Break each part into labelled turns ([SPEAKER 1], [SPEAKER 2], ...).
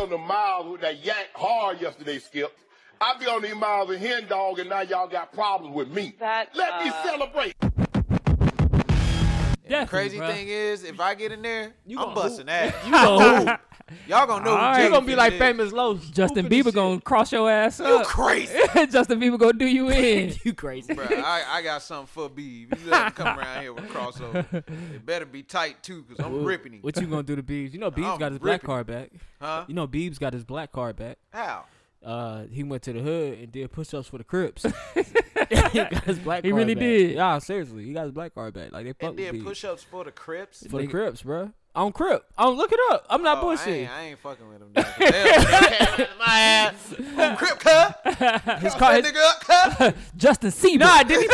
[SPEAKER 1] on the miles with that yank hard yesterday, Skip. I be on these miles of hen dog, and now y'all got problems with me.
[SPEAKER 2] That,
[SPEAKER 1] Let me
[SPEAKER 2] uh,
[SPEAKER 1] celebrate.
[SPEAKER 3] Definitely,
[SPEAKER 4] Crazy
[SPEAKER 3] bruh.
[SPEAKER 4] thing is, if I get in there,
[SPEAKER 5] You
[SPEAKER 4] I'm
[SPEAKER 5] gonna
[SPEAKER 4] busting
[SPEAKER 5] hoop.
[SPEAKER 4] ass.
[SPEAKER 5] You gonna,
[SPEAKER 4] Y'all gonna know.
[SPEAKER 5] All
[SPEAKER 4] who
[SPEAKER 5] right.
[SPEAKER 4] Jay
[SPEAKER 5] You
[SPEAKER 3] gonna be
[SPEAKER 4] Fitz
[SPEAKER 3] like
[SPEAKER 4] is.
[SPEAKER 3] famous Los.
[SPEAKER 5] Hooping
[SPEAKER 3] Justin
[SPEAKER 5] and
[SPEAKER 3] Bieber gonna cross your ass
[SPEAKER 4] You
[SPEAKER 3] up.
[SPEAKER 4] crazy,
[SPEAKER 3] Justin Bieber gonna do you in.
[SPEAKER 5] you crazy.
[SPEAKER 4] bro. I, I got something for B. If you let him come around here with crossover, it better be tight too, cause I'm ripping him.
[SPEAKER 3] What you gonna do to Biebs? You know Biebs
[SPEAKER 4] I'm
[SPEAKER 3] got his black
[SPEAKER 4] ripping.
[SPEAKER 3] card back.
[SPEAKER 4] Huh?
[SPEAKER 3] You know Biebs got his black card back.
[SPEAKER 4] How?
[SPEAKER 5] uh, he went to the hood and did push ups for the Crips. he got his black
[SPEAKER 3] He
[SPEAKER 5] card
[SPEAKER 3] really
[SPEAKER 5] back.
[SPEAKER 3] did. Nah, seriously, he got his black card back. Like they fuck
[SPEAKER 4] And
[SPEAKER 3] with
[SPEAKER 4] then
[SPEAKER 3] Biebs
[SPEAKER 4] push ups for the Crips.
[SPEAKER 3] for the
[SPEAKER 5] Nigga.
[SPEAKER 3] Crips, bro. On Crip. On look it up. I'm not
[SPEAKER 4] Oh, I
[SPEAKER 3] bullshitting.
[SPEAKER 4] ain't, I ain't fucking with him. dog. They- they came out of my ass. Oh, Crip, cuh.
[SPEAKER 3] his
[SPEAKER 4] Cut
[SPEAKER 3] card.
[SPEAKER 4] that nigga up, cuh.
[SPEAKER 3] Justin Sieber. Nah, did he?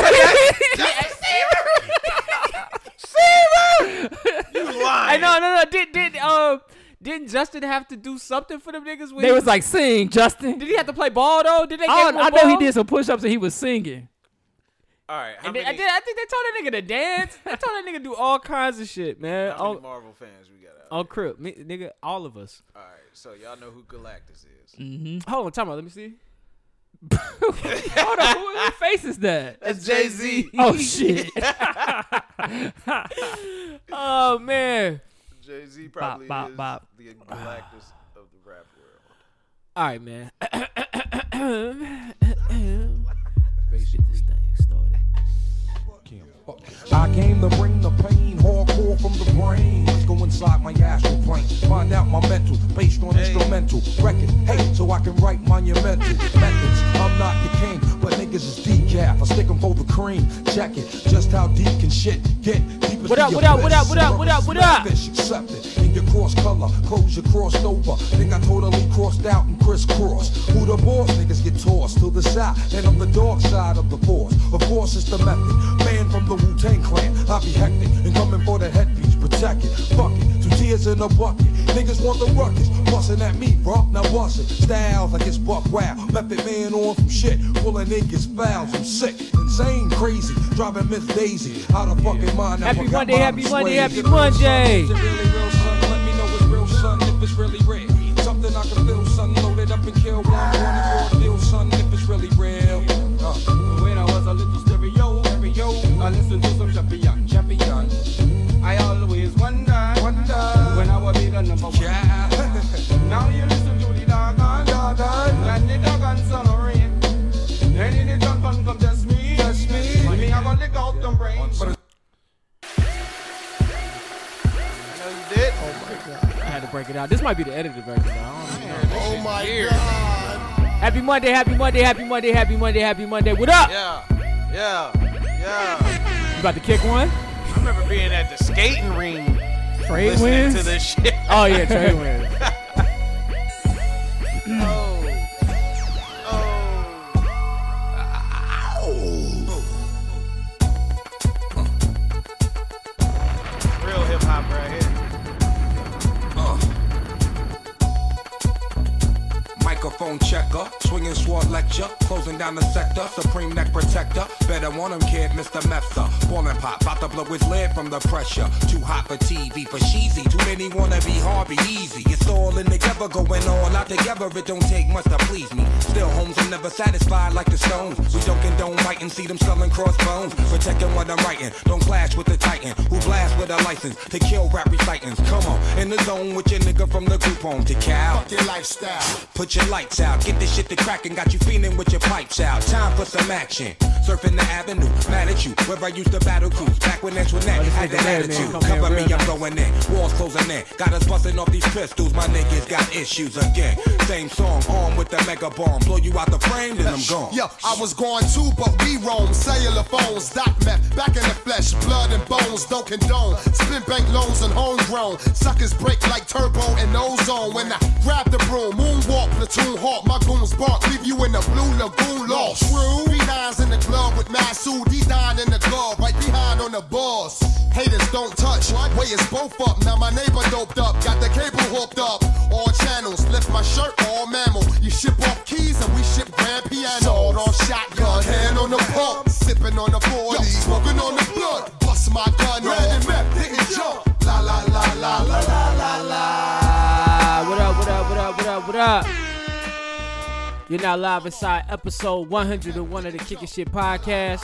[SPEAKER 4] You lying.
[SPEAKER 5] Hey, no, no, no. Did did um didn't Justin have to do something for them niggas? When
[SPEAKER 3] they
[SPEAKER 5] he-
[SPEAKER 3] was like, sing, Justin.
[SPEAKER 5] did he have to play ball though? Did they?
[SPEAKER 3] I,
[SPEAKER 5] give him a
[SPEAKER 3] I know he
[SPEAKER 5] ball?
[SPEAKER 3] did some push-ups and he was singing.
[SPEAKER 4] All right. How
[SPEAKER 5] And
[SPEAKER 4] many,
[SPEAKER 5] they- I, did, I think they told that nigga to dance. they told that nigga to do all kinds of shit, man.
[SPEAKER 4] how
[SPEAKER 3] Oh.
[SPEAKER 4] many
[SPEAKER 5] On,
[SPEAKER 4] Marvel fans we got out?
[SPEAKER 5] on Crip, me, nigga, all of us.
[SPEAKER 4] All right. So y'all know who Galactus is.
[SPEAKER 3] Mm.
[SPEAKER 5] Hold on, time out. Let me see. Hold on, who, who face is that?
[SPEAKER 4] That's Jay Z.
[SPEAKER 3] Oh shit!
[SPEAKER 5] Oh man.
[SPEAKER 4] Jay Z probably
[SPEAKER 3] bop,
[SPEAKER 4] is
[SPEAKER 3] bop.
[SPEAKER 4] the Galactus of the rap world.
[SPEAKER 5] All right, man. Let's get this thing started.
[SPEAKER 6] I came to bring the pain, hardcore from the brain. Let's go inside my astral plane, find out my mental, based on instrumental record. Hey, so I can write monumental methods. I'm not the king, but niggas is decaf. I stick 'em for the cream. Check it, just how deep can shit get? Deep as
[SPEAKER 5] What
[SPEAKER 6] the
[SPEAKER 5] up, what up, what up, what up, what up, what up?
[SPEAKER 6] abyss. Fish, accept it in your cross color, clothes you crossed over. Think I totally crossed out and crisscrossed. Who the boss? Niggas get tossed to the side, and I'm the dark side of the force. Of course, it's the method. Man from the Wu Tang Clan, I be hectic and coming for the headpiece. Protect it, fuck it, two tears in a bucket. Niggas want the ruckus, bustin' at me, bro. Now bust it. Styles like it's buck wow. Method man on from shit, pulling niggas fouls. I'm sick, insane, crazy, driving Miss Daisy out of fucking mind. I
[SPEAKER 5] Happy
[SPEAKER 6] forgot
[SPEAKER 5] Monday,
[SPEAKER 6] my
[SPEAKER 5] happy Monday,
[SPEAKER 6] sway.
[SPEAKER 5] happy Monday.
[SPEAKER 6] Is it really real, son? Let me know it's real, son, if it's really real. Something I can feel, son, loaded up and kill. One wanna go deal, son, if it's really real. Uh, when I was a little stereo, stereo, I listened to some champion, champion.
[SPEAKER 7] I always wonder,
[SPEAKER 6] Wonder
[SPEAKER 7] when I will be the number one.
[SPEAKER 6] Yeah.
[SPEAKER 7] Now you listen to the doggone, and the doggone son of rain. Any the jump and come test me.
[SPEAKER 6] Test me.
[SPEAKER 7] Me, I gonna lick out them brains.
[SPEAKER 6] But
[SPEAKER 4] I know you did.
[SPEAKER 5] I had to break it out. This might be the edited version. though. I don't know.
[SPEAKER 1] Oh my God!
[SPEAKER 5] Happy Monday, happy Monday, happy Monday, happy Monday, happy Monday. What up?
[SPEAKER 4] Yeah. Yeah. Yeah.
[SPEAKER 5] You about to kick one?
[SPEAKER 4] I remember being at the skating ring
[SPEAKER 5] Trade
[SPEAKER 4] listening
[SPEAKER 5] wins?
[SPEAKER 4] to this shit.
[SPEAKER 5] Oh yeah, trade wins.
[SPEAKER 4] Oh. Oh. Real hip hop right here.
[SPEAKER 6] uh. Microphone checker, swinging sword lecture, closing down the sector, supreme neck protector. Better want him, kid, Mr. Mepsa. Ballin' pop, about to blow his lid from the pressure. Too hot for TV, for cheesy. Too many wanna be Harvey Easy. It's all in together, going all out together. It don't take much to please me. Still, homes I'm never satisfied like the stones. We don't condone biting, see them selling crossbones. Protecting what I'm writing, don't clash with the titan who blast with a license to kill rap recitants. Come on, in the zone with your nigga from the group home to Cal.
[SPEAKER 1] Your lifestyle.
[SPEAKER 6] Put your lights out, get this shit to crackin', got you feeling with your pipes out. Time for some action. Surfing the avenue, mad at you. Where I used to battle cruise, back when Antoinette
[SPEAKER 5] Oh, this
[SPEAKER 6] had
[SPEAKER 5] nigga
[SPEAKER 6] that
[SPEAKER 5] Redman
[SPEAKER 6] attitude.
[SPEAKER 5] come in
[SPEAKER 6] Cover me,
[SPEAKER 5] real
[SPEAKER 6] I'm going in. Walls closing in, got us busting off these pistols. My niggas got issues again. Same song, armed with the mega bomb. Blow you out the frame, then I'm gone.
[SPEAKER 8] Yo, I was going too, but we roam. Cellular phones, dot meth, back in the flesh. Blood and bones, don't condone. Spin bank loans and homegrown. Suckers break like turbo and ozone. When I grab the broom, moonwalk, platoon hawk. My goons bark, leave you in the blue lagoon lost. True. B9s in the glove with Masu, D9 in the glove, right behind on the boss. Haters don't touch, way is both up. Now my neighbor doped up, got the cable hooked up. All channels, lift my shirt, all mammal. You ship off keys and we ship grand piano. Sawed off shotgun, hand on the pump, sipping on the 40, smoking on the blood. Bust my gun, red and map, didn't jump. La la la la la la la la.
[SPEAKER 5] Ah, what up, what up, what up, what up, what up? You're now live inside episode 101 of the Kicking Shit Podcast.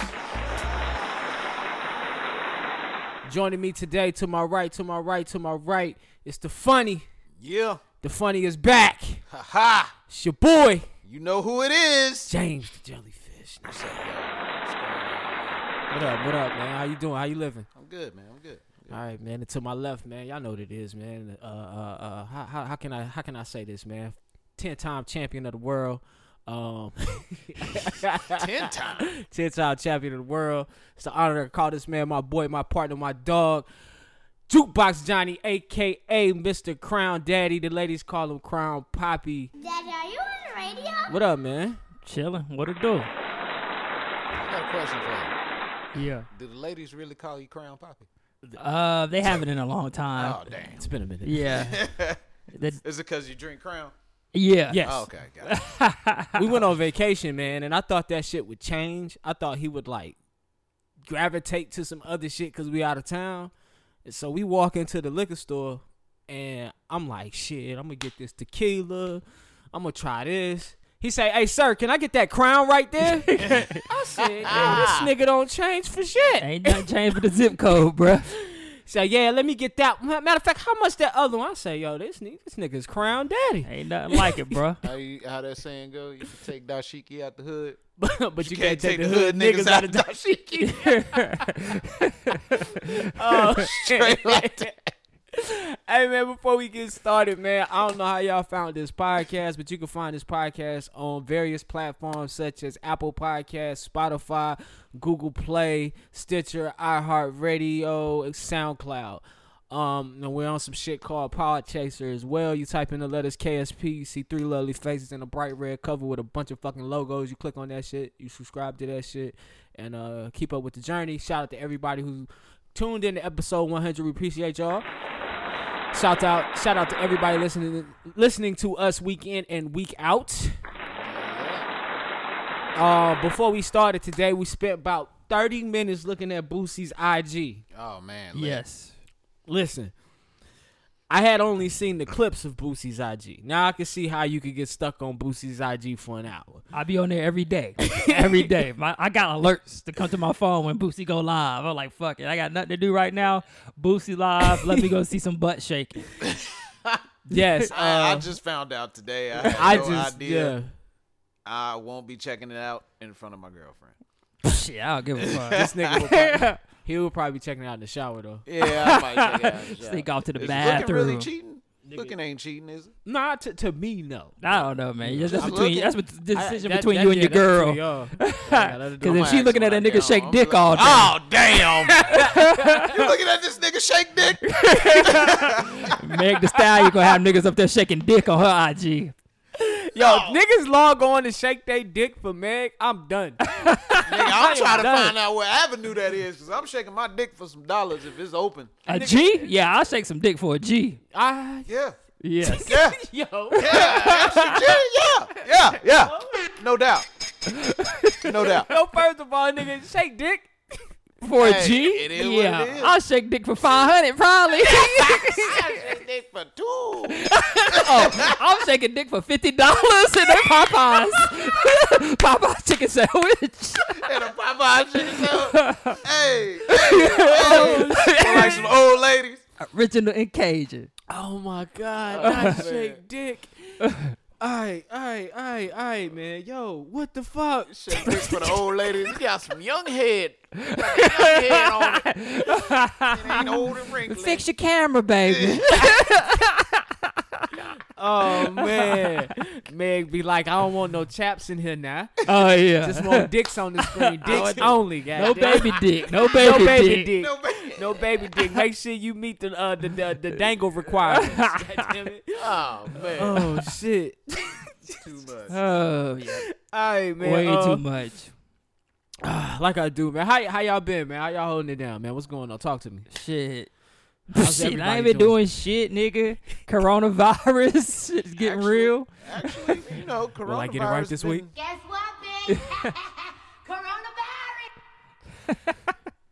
[SPEAKER 5] Joining me today, to my right, to my right, to my right, it's the funny.
[SPEAKER 4] Yeah.
[SPEAKER 5] The funny is back.
[SPEAKER 4] Ha ha.
[SPEAKER 5] It's your boy,
[SPEAKER 4] You know who it is.
[SPEAKER 5] James the Jellyfish. What's up, What up, what up, man? How you doing? How you living?
[SPEAKER 4] I'm good, man. I'm good. I'm good.
[SPEAKER 5] All right, man. And to my left, man, y'all know what it is, man. Uh, uh, uh, how, how, how can I how can I say this, man? Ten time champion of the world. Um,
[SPEAKER 4] Ten times.
[SPEAKER 5] ten time champion of the world. It's an honor to call this man my boy, my partner, my dog, Jukebox Johnny, aka Mr. Crown Daddy. The ladies call him Crown Poppy.
[SPEAKER 2] Dad, are you on the radio?
[SPEAKER 5] What up, man?
[SPEAKER 3] Chilling. What it do?
[SPEAKER 4] I got a question for you.
[SPEAKER 3] Yeah.
[SPEAKER 4] Do the ladies really call you Crown Poppy?
[SPEAKER 3] Uh, they haven't in a long time.
[SPEAKER 4] Oh damn.
[SPEAKER 5] It's been a minute.
[SPEAKER 3] Yeah. That-
[SPEAKER 4] Is it because you drink Crown?
[SPEAKER 3] yeah.
[SPEAKER 5] Yes.
[SPEAKER 4] Oh, okay, got it.
[SPEAKER 5] we went on vacation, man, and I thought that shit would change. I thought he would like gravitate to some other shit because we out of town. And so we walk into the liquor store, and I'm like, shit, I'm gonna get this tequila. I'm gonna try this. He say, hey sir, can I get that crown right there? I said, "Yo, this nigga don't change for shit.
[SPEAKER 3] Ain't nothing changed but the zip code, bruh.
[SPEAKER 5] So yeah, let me get that. Ma- Matter of fact, how much that other one? I say, yo, this nigga, this nigga's crown daddy.
[SPEAKER 3] Ain't nothing like it, bruh.
[SPEAKER 4] How, you, how that saying go? You can take Dashiki out the hood.
[SPEAKER 5] but you, can't, take, the hood niggas, out of dashiki. oh, straight like that. Hey man, before we get started, man, I don't know how y'all found this podcast, but you can find this podcast on various platforms such as Apple Podcasts, Spotify, Google Play, Stitcher, iHeartRadio, and SoundCloud. Um, and we're on some shit called Pod Chaser as well. You type in the letters KSP, you see three lovely faces and a bright red cover with a bunch of fucking logos. You click on that shit, you subscribe to that shit, and uh, keep up with the journey. Shout out to everybody who tuned in to episode 100. We appreciate y'all. Shout out, shout out to everybody listening listening to us week in and week out. Uh, before we started today, we spent about 30 minutes looking at Boosie's IG.
[SPEAKER 4] Oh man. lit.
[SPEAKER 3] Yes.
[SPEAKER 5] Listen, I had only seen the clips of Boosie's IG. Now I can see how you could get stuck on Boosie's IG for an hour.
[SPEAKER 3] I be on there every day. every day. My, I got alerts to come to my phone when Boosie go live. I'm like, fuck it. I got nothing to do right now. Boosie live. Let me go see some butt shaking.
[SPEAKER 5] Yes, uh,
[SPEAKER 4] I,
[SPEAKER 5] I,
[SPEAKER 4] I just found out today. I had no
[SPEAKER 5] just
[SPEAKER 4] idea.
[SPEAKER 5] yeah.
[SPEAKER 4] I won't be checking it out in front of my girlfriend.
[SPEAKER 3] um, Shit, I don't give a fuck.
[SPEAKER 5] This nigga will probably, he will probably be checking it out in the shower though.
[SPEAKER 4] Yeah, I might check it out. in the
[SPEAKER 3] Sneak
[SPEAKER 4] shower.
[SPEAKER 3] off to the
[SPEAKER 4] Is looking
[SPEAKER 3] bathroom.
[SPEAKER 4] really cheating? Looking ain't cheating, is it?
[SPEAKER 5] Nah, to, to me no.
[SPEAKER 3] I don't know, man. That's
[SPEAKER 4] I'm
[SPEAKER 3] between
[SPEAKER 4] looking-
[SPEAKER 3] that's bet- the decision
[SPEAKER 5] That-
[SPEAKER 3] between
[SPEAKER 5] that-
[SPEAKER 3] you and
[SPEAKER 5] yeah,
[SPEAKER 3] your
[SPEAKER 5] that's between
[SPEAKER 3] girl.
[SPEAKER 5] y'all. Yeah, that'll do.
[SPEAKER 3] Because if she looking at that nigga shake dick all day,
[SPEAKER 4] Oh damn! you looking at this nigga shake dick?
[SPEAKER 3] Meg the Stallion gonna have niggas up there shaking dick on her IG.
[SPEAKER 5] Yo, niggas log on to shake they dick for Meg. I'm done.
[SPEAKER 4] Nigga, I'm trying to
[SPEAKER 5] done.
[SPEAKER 4] find out what avenue that is because I'm shaking my dick for some dollars if it's open.
[SPEAKER 3] A G? Yeah, I'll shake some dick for a G.
[SPEAKER 5] I,
[SPEAKER 4] Yeah.
[SPEAKER 3] Yes.
[SPEAKER 4] Yeah.
[SPEAKER 5] yo,
[SPEAKER 4] Yeah. Extra G, yeah. Yeah. Yeah. No doubt. No doubt.
[SPEAKER 5] yo, first of all, nigga, shake dick.
[SPEAKER 3] For a
[SPEAKER 4] Hey,
[SPEAKER 3] G?
[SPEAKER 4] it is what it
[SPEAKER 3] yeah.
[SPEAKER 4] is.
[SPEAKER 3] I'll shake dick for 500 probably.
[SPEAKER 4] I shake dick for two.
[SPEAKER 3] oh, I'm shaking dick for $50 in a Popeyes. Popeyes chicken sandwich.
[SPEAKER 4] and a Popeye chicken sandwich. Hey, hey,
[SPEAKER 5] Oh,
[SPEAKER 4] hey. like some old ladies.
[SPEAKER 3] Original and Cajun.
[SPEAKER 5] Oh my god, not shake dick. Alright, alright, alright, alright, man. Yo, what the fuck?
[SPEAKER 4] Shake this for the old ladies. You got some young head. You got a young head on it. It ain't old and wrinkly.
[SPEAKER 3] Fix your camera, baby.
[SPEAKER 5] Oh man. Meg be like, I don't want no chaps in here now.
[SPEAKER 3] oh, yeah.
[SPEAKER 5] Just want dicks on the screen. Dicks only, guys.
[SPEAKER 3] no baby dick. No baby
[SPEAKER 5] No
[SPEAKER 3] dick.
[SPEAKER 5] baby dick.
[SPEAKER 4] No, man.
[SPEAKER 5] No baby dick. Make sure you meet the uh, the, the the dangle requirements. God damn it.
[SPEAKER 4] Oh, man.
[SPEAKER 5] Oh uh, shit.
[SPEAKER 4] Too much.
[SPEAKER 3] Oh, yeah.
[SPEAKER 5] All right, man.
[SPEAKER 3] Way
[SPEAKER 5] uh,
[SPEAKER 3] too much.
[SPEAKER 5] Like I do, man. How how y'all been, man? How y'all holding it down, man? What's going on? Talk to me.
[SPEAKER 3] Shit.
[SPEAKER 5] How's
[SPEAKER 3] Shit, I
[SPEAKER 5] everybody
[SPEAKER 3] ain't been
[SPEAKER 5] doing?
[SPEAKER 3] doing shit, nigga. Coronavirus shit's getting
[SPEAKER 4] Actually-
[SPEAKER 3] real.
[SPEAKER 4] Actually, you know, coronavirus.
[SPEAKER 5] Will I get it right this
[SPEAKER 4] been-
[SPEAKER 5] week?
[SPEAKER 2] Guess what, bitch? Coronavirus.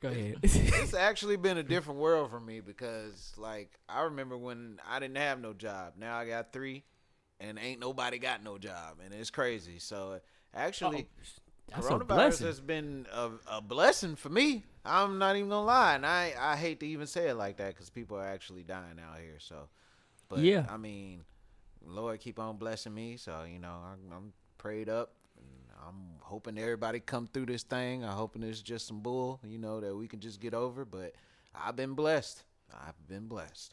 [SPEAKER 5] Go ahead.
[SPEAKER 4] It's actually been a different world for me because, like, I remember when I didn't have no job. Now I got three. and ain't nobody got no job, and it's crazy. So actually,
[SPEAKER 3] Oh, that's a
[SPEAKER 4] coronavirus
[SPEAKER 3] blessing.
[SPEAKER 4] has been a, a blessing for me. I'm not even gonna lie, and I I hate to even say it like that because people are actually dying out here. So, but
[SPEAKER 3] Yeah.
[SPEAKER 4] I mean, Lord keep on blessing me. So you know, I'm, I'm prayed up. and I'm hoping everybody come through this thing. I'm hoping it's just some bull, you know, that we can just get over. But I've been blessed. I've been blessed.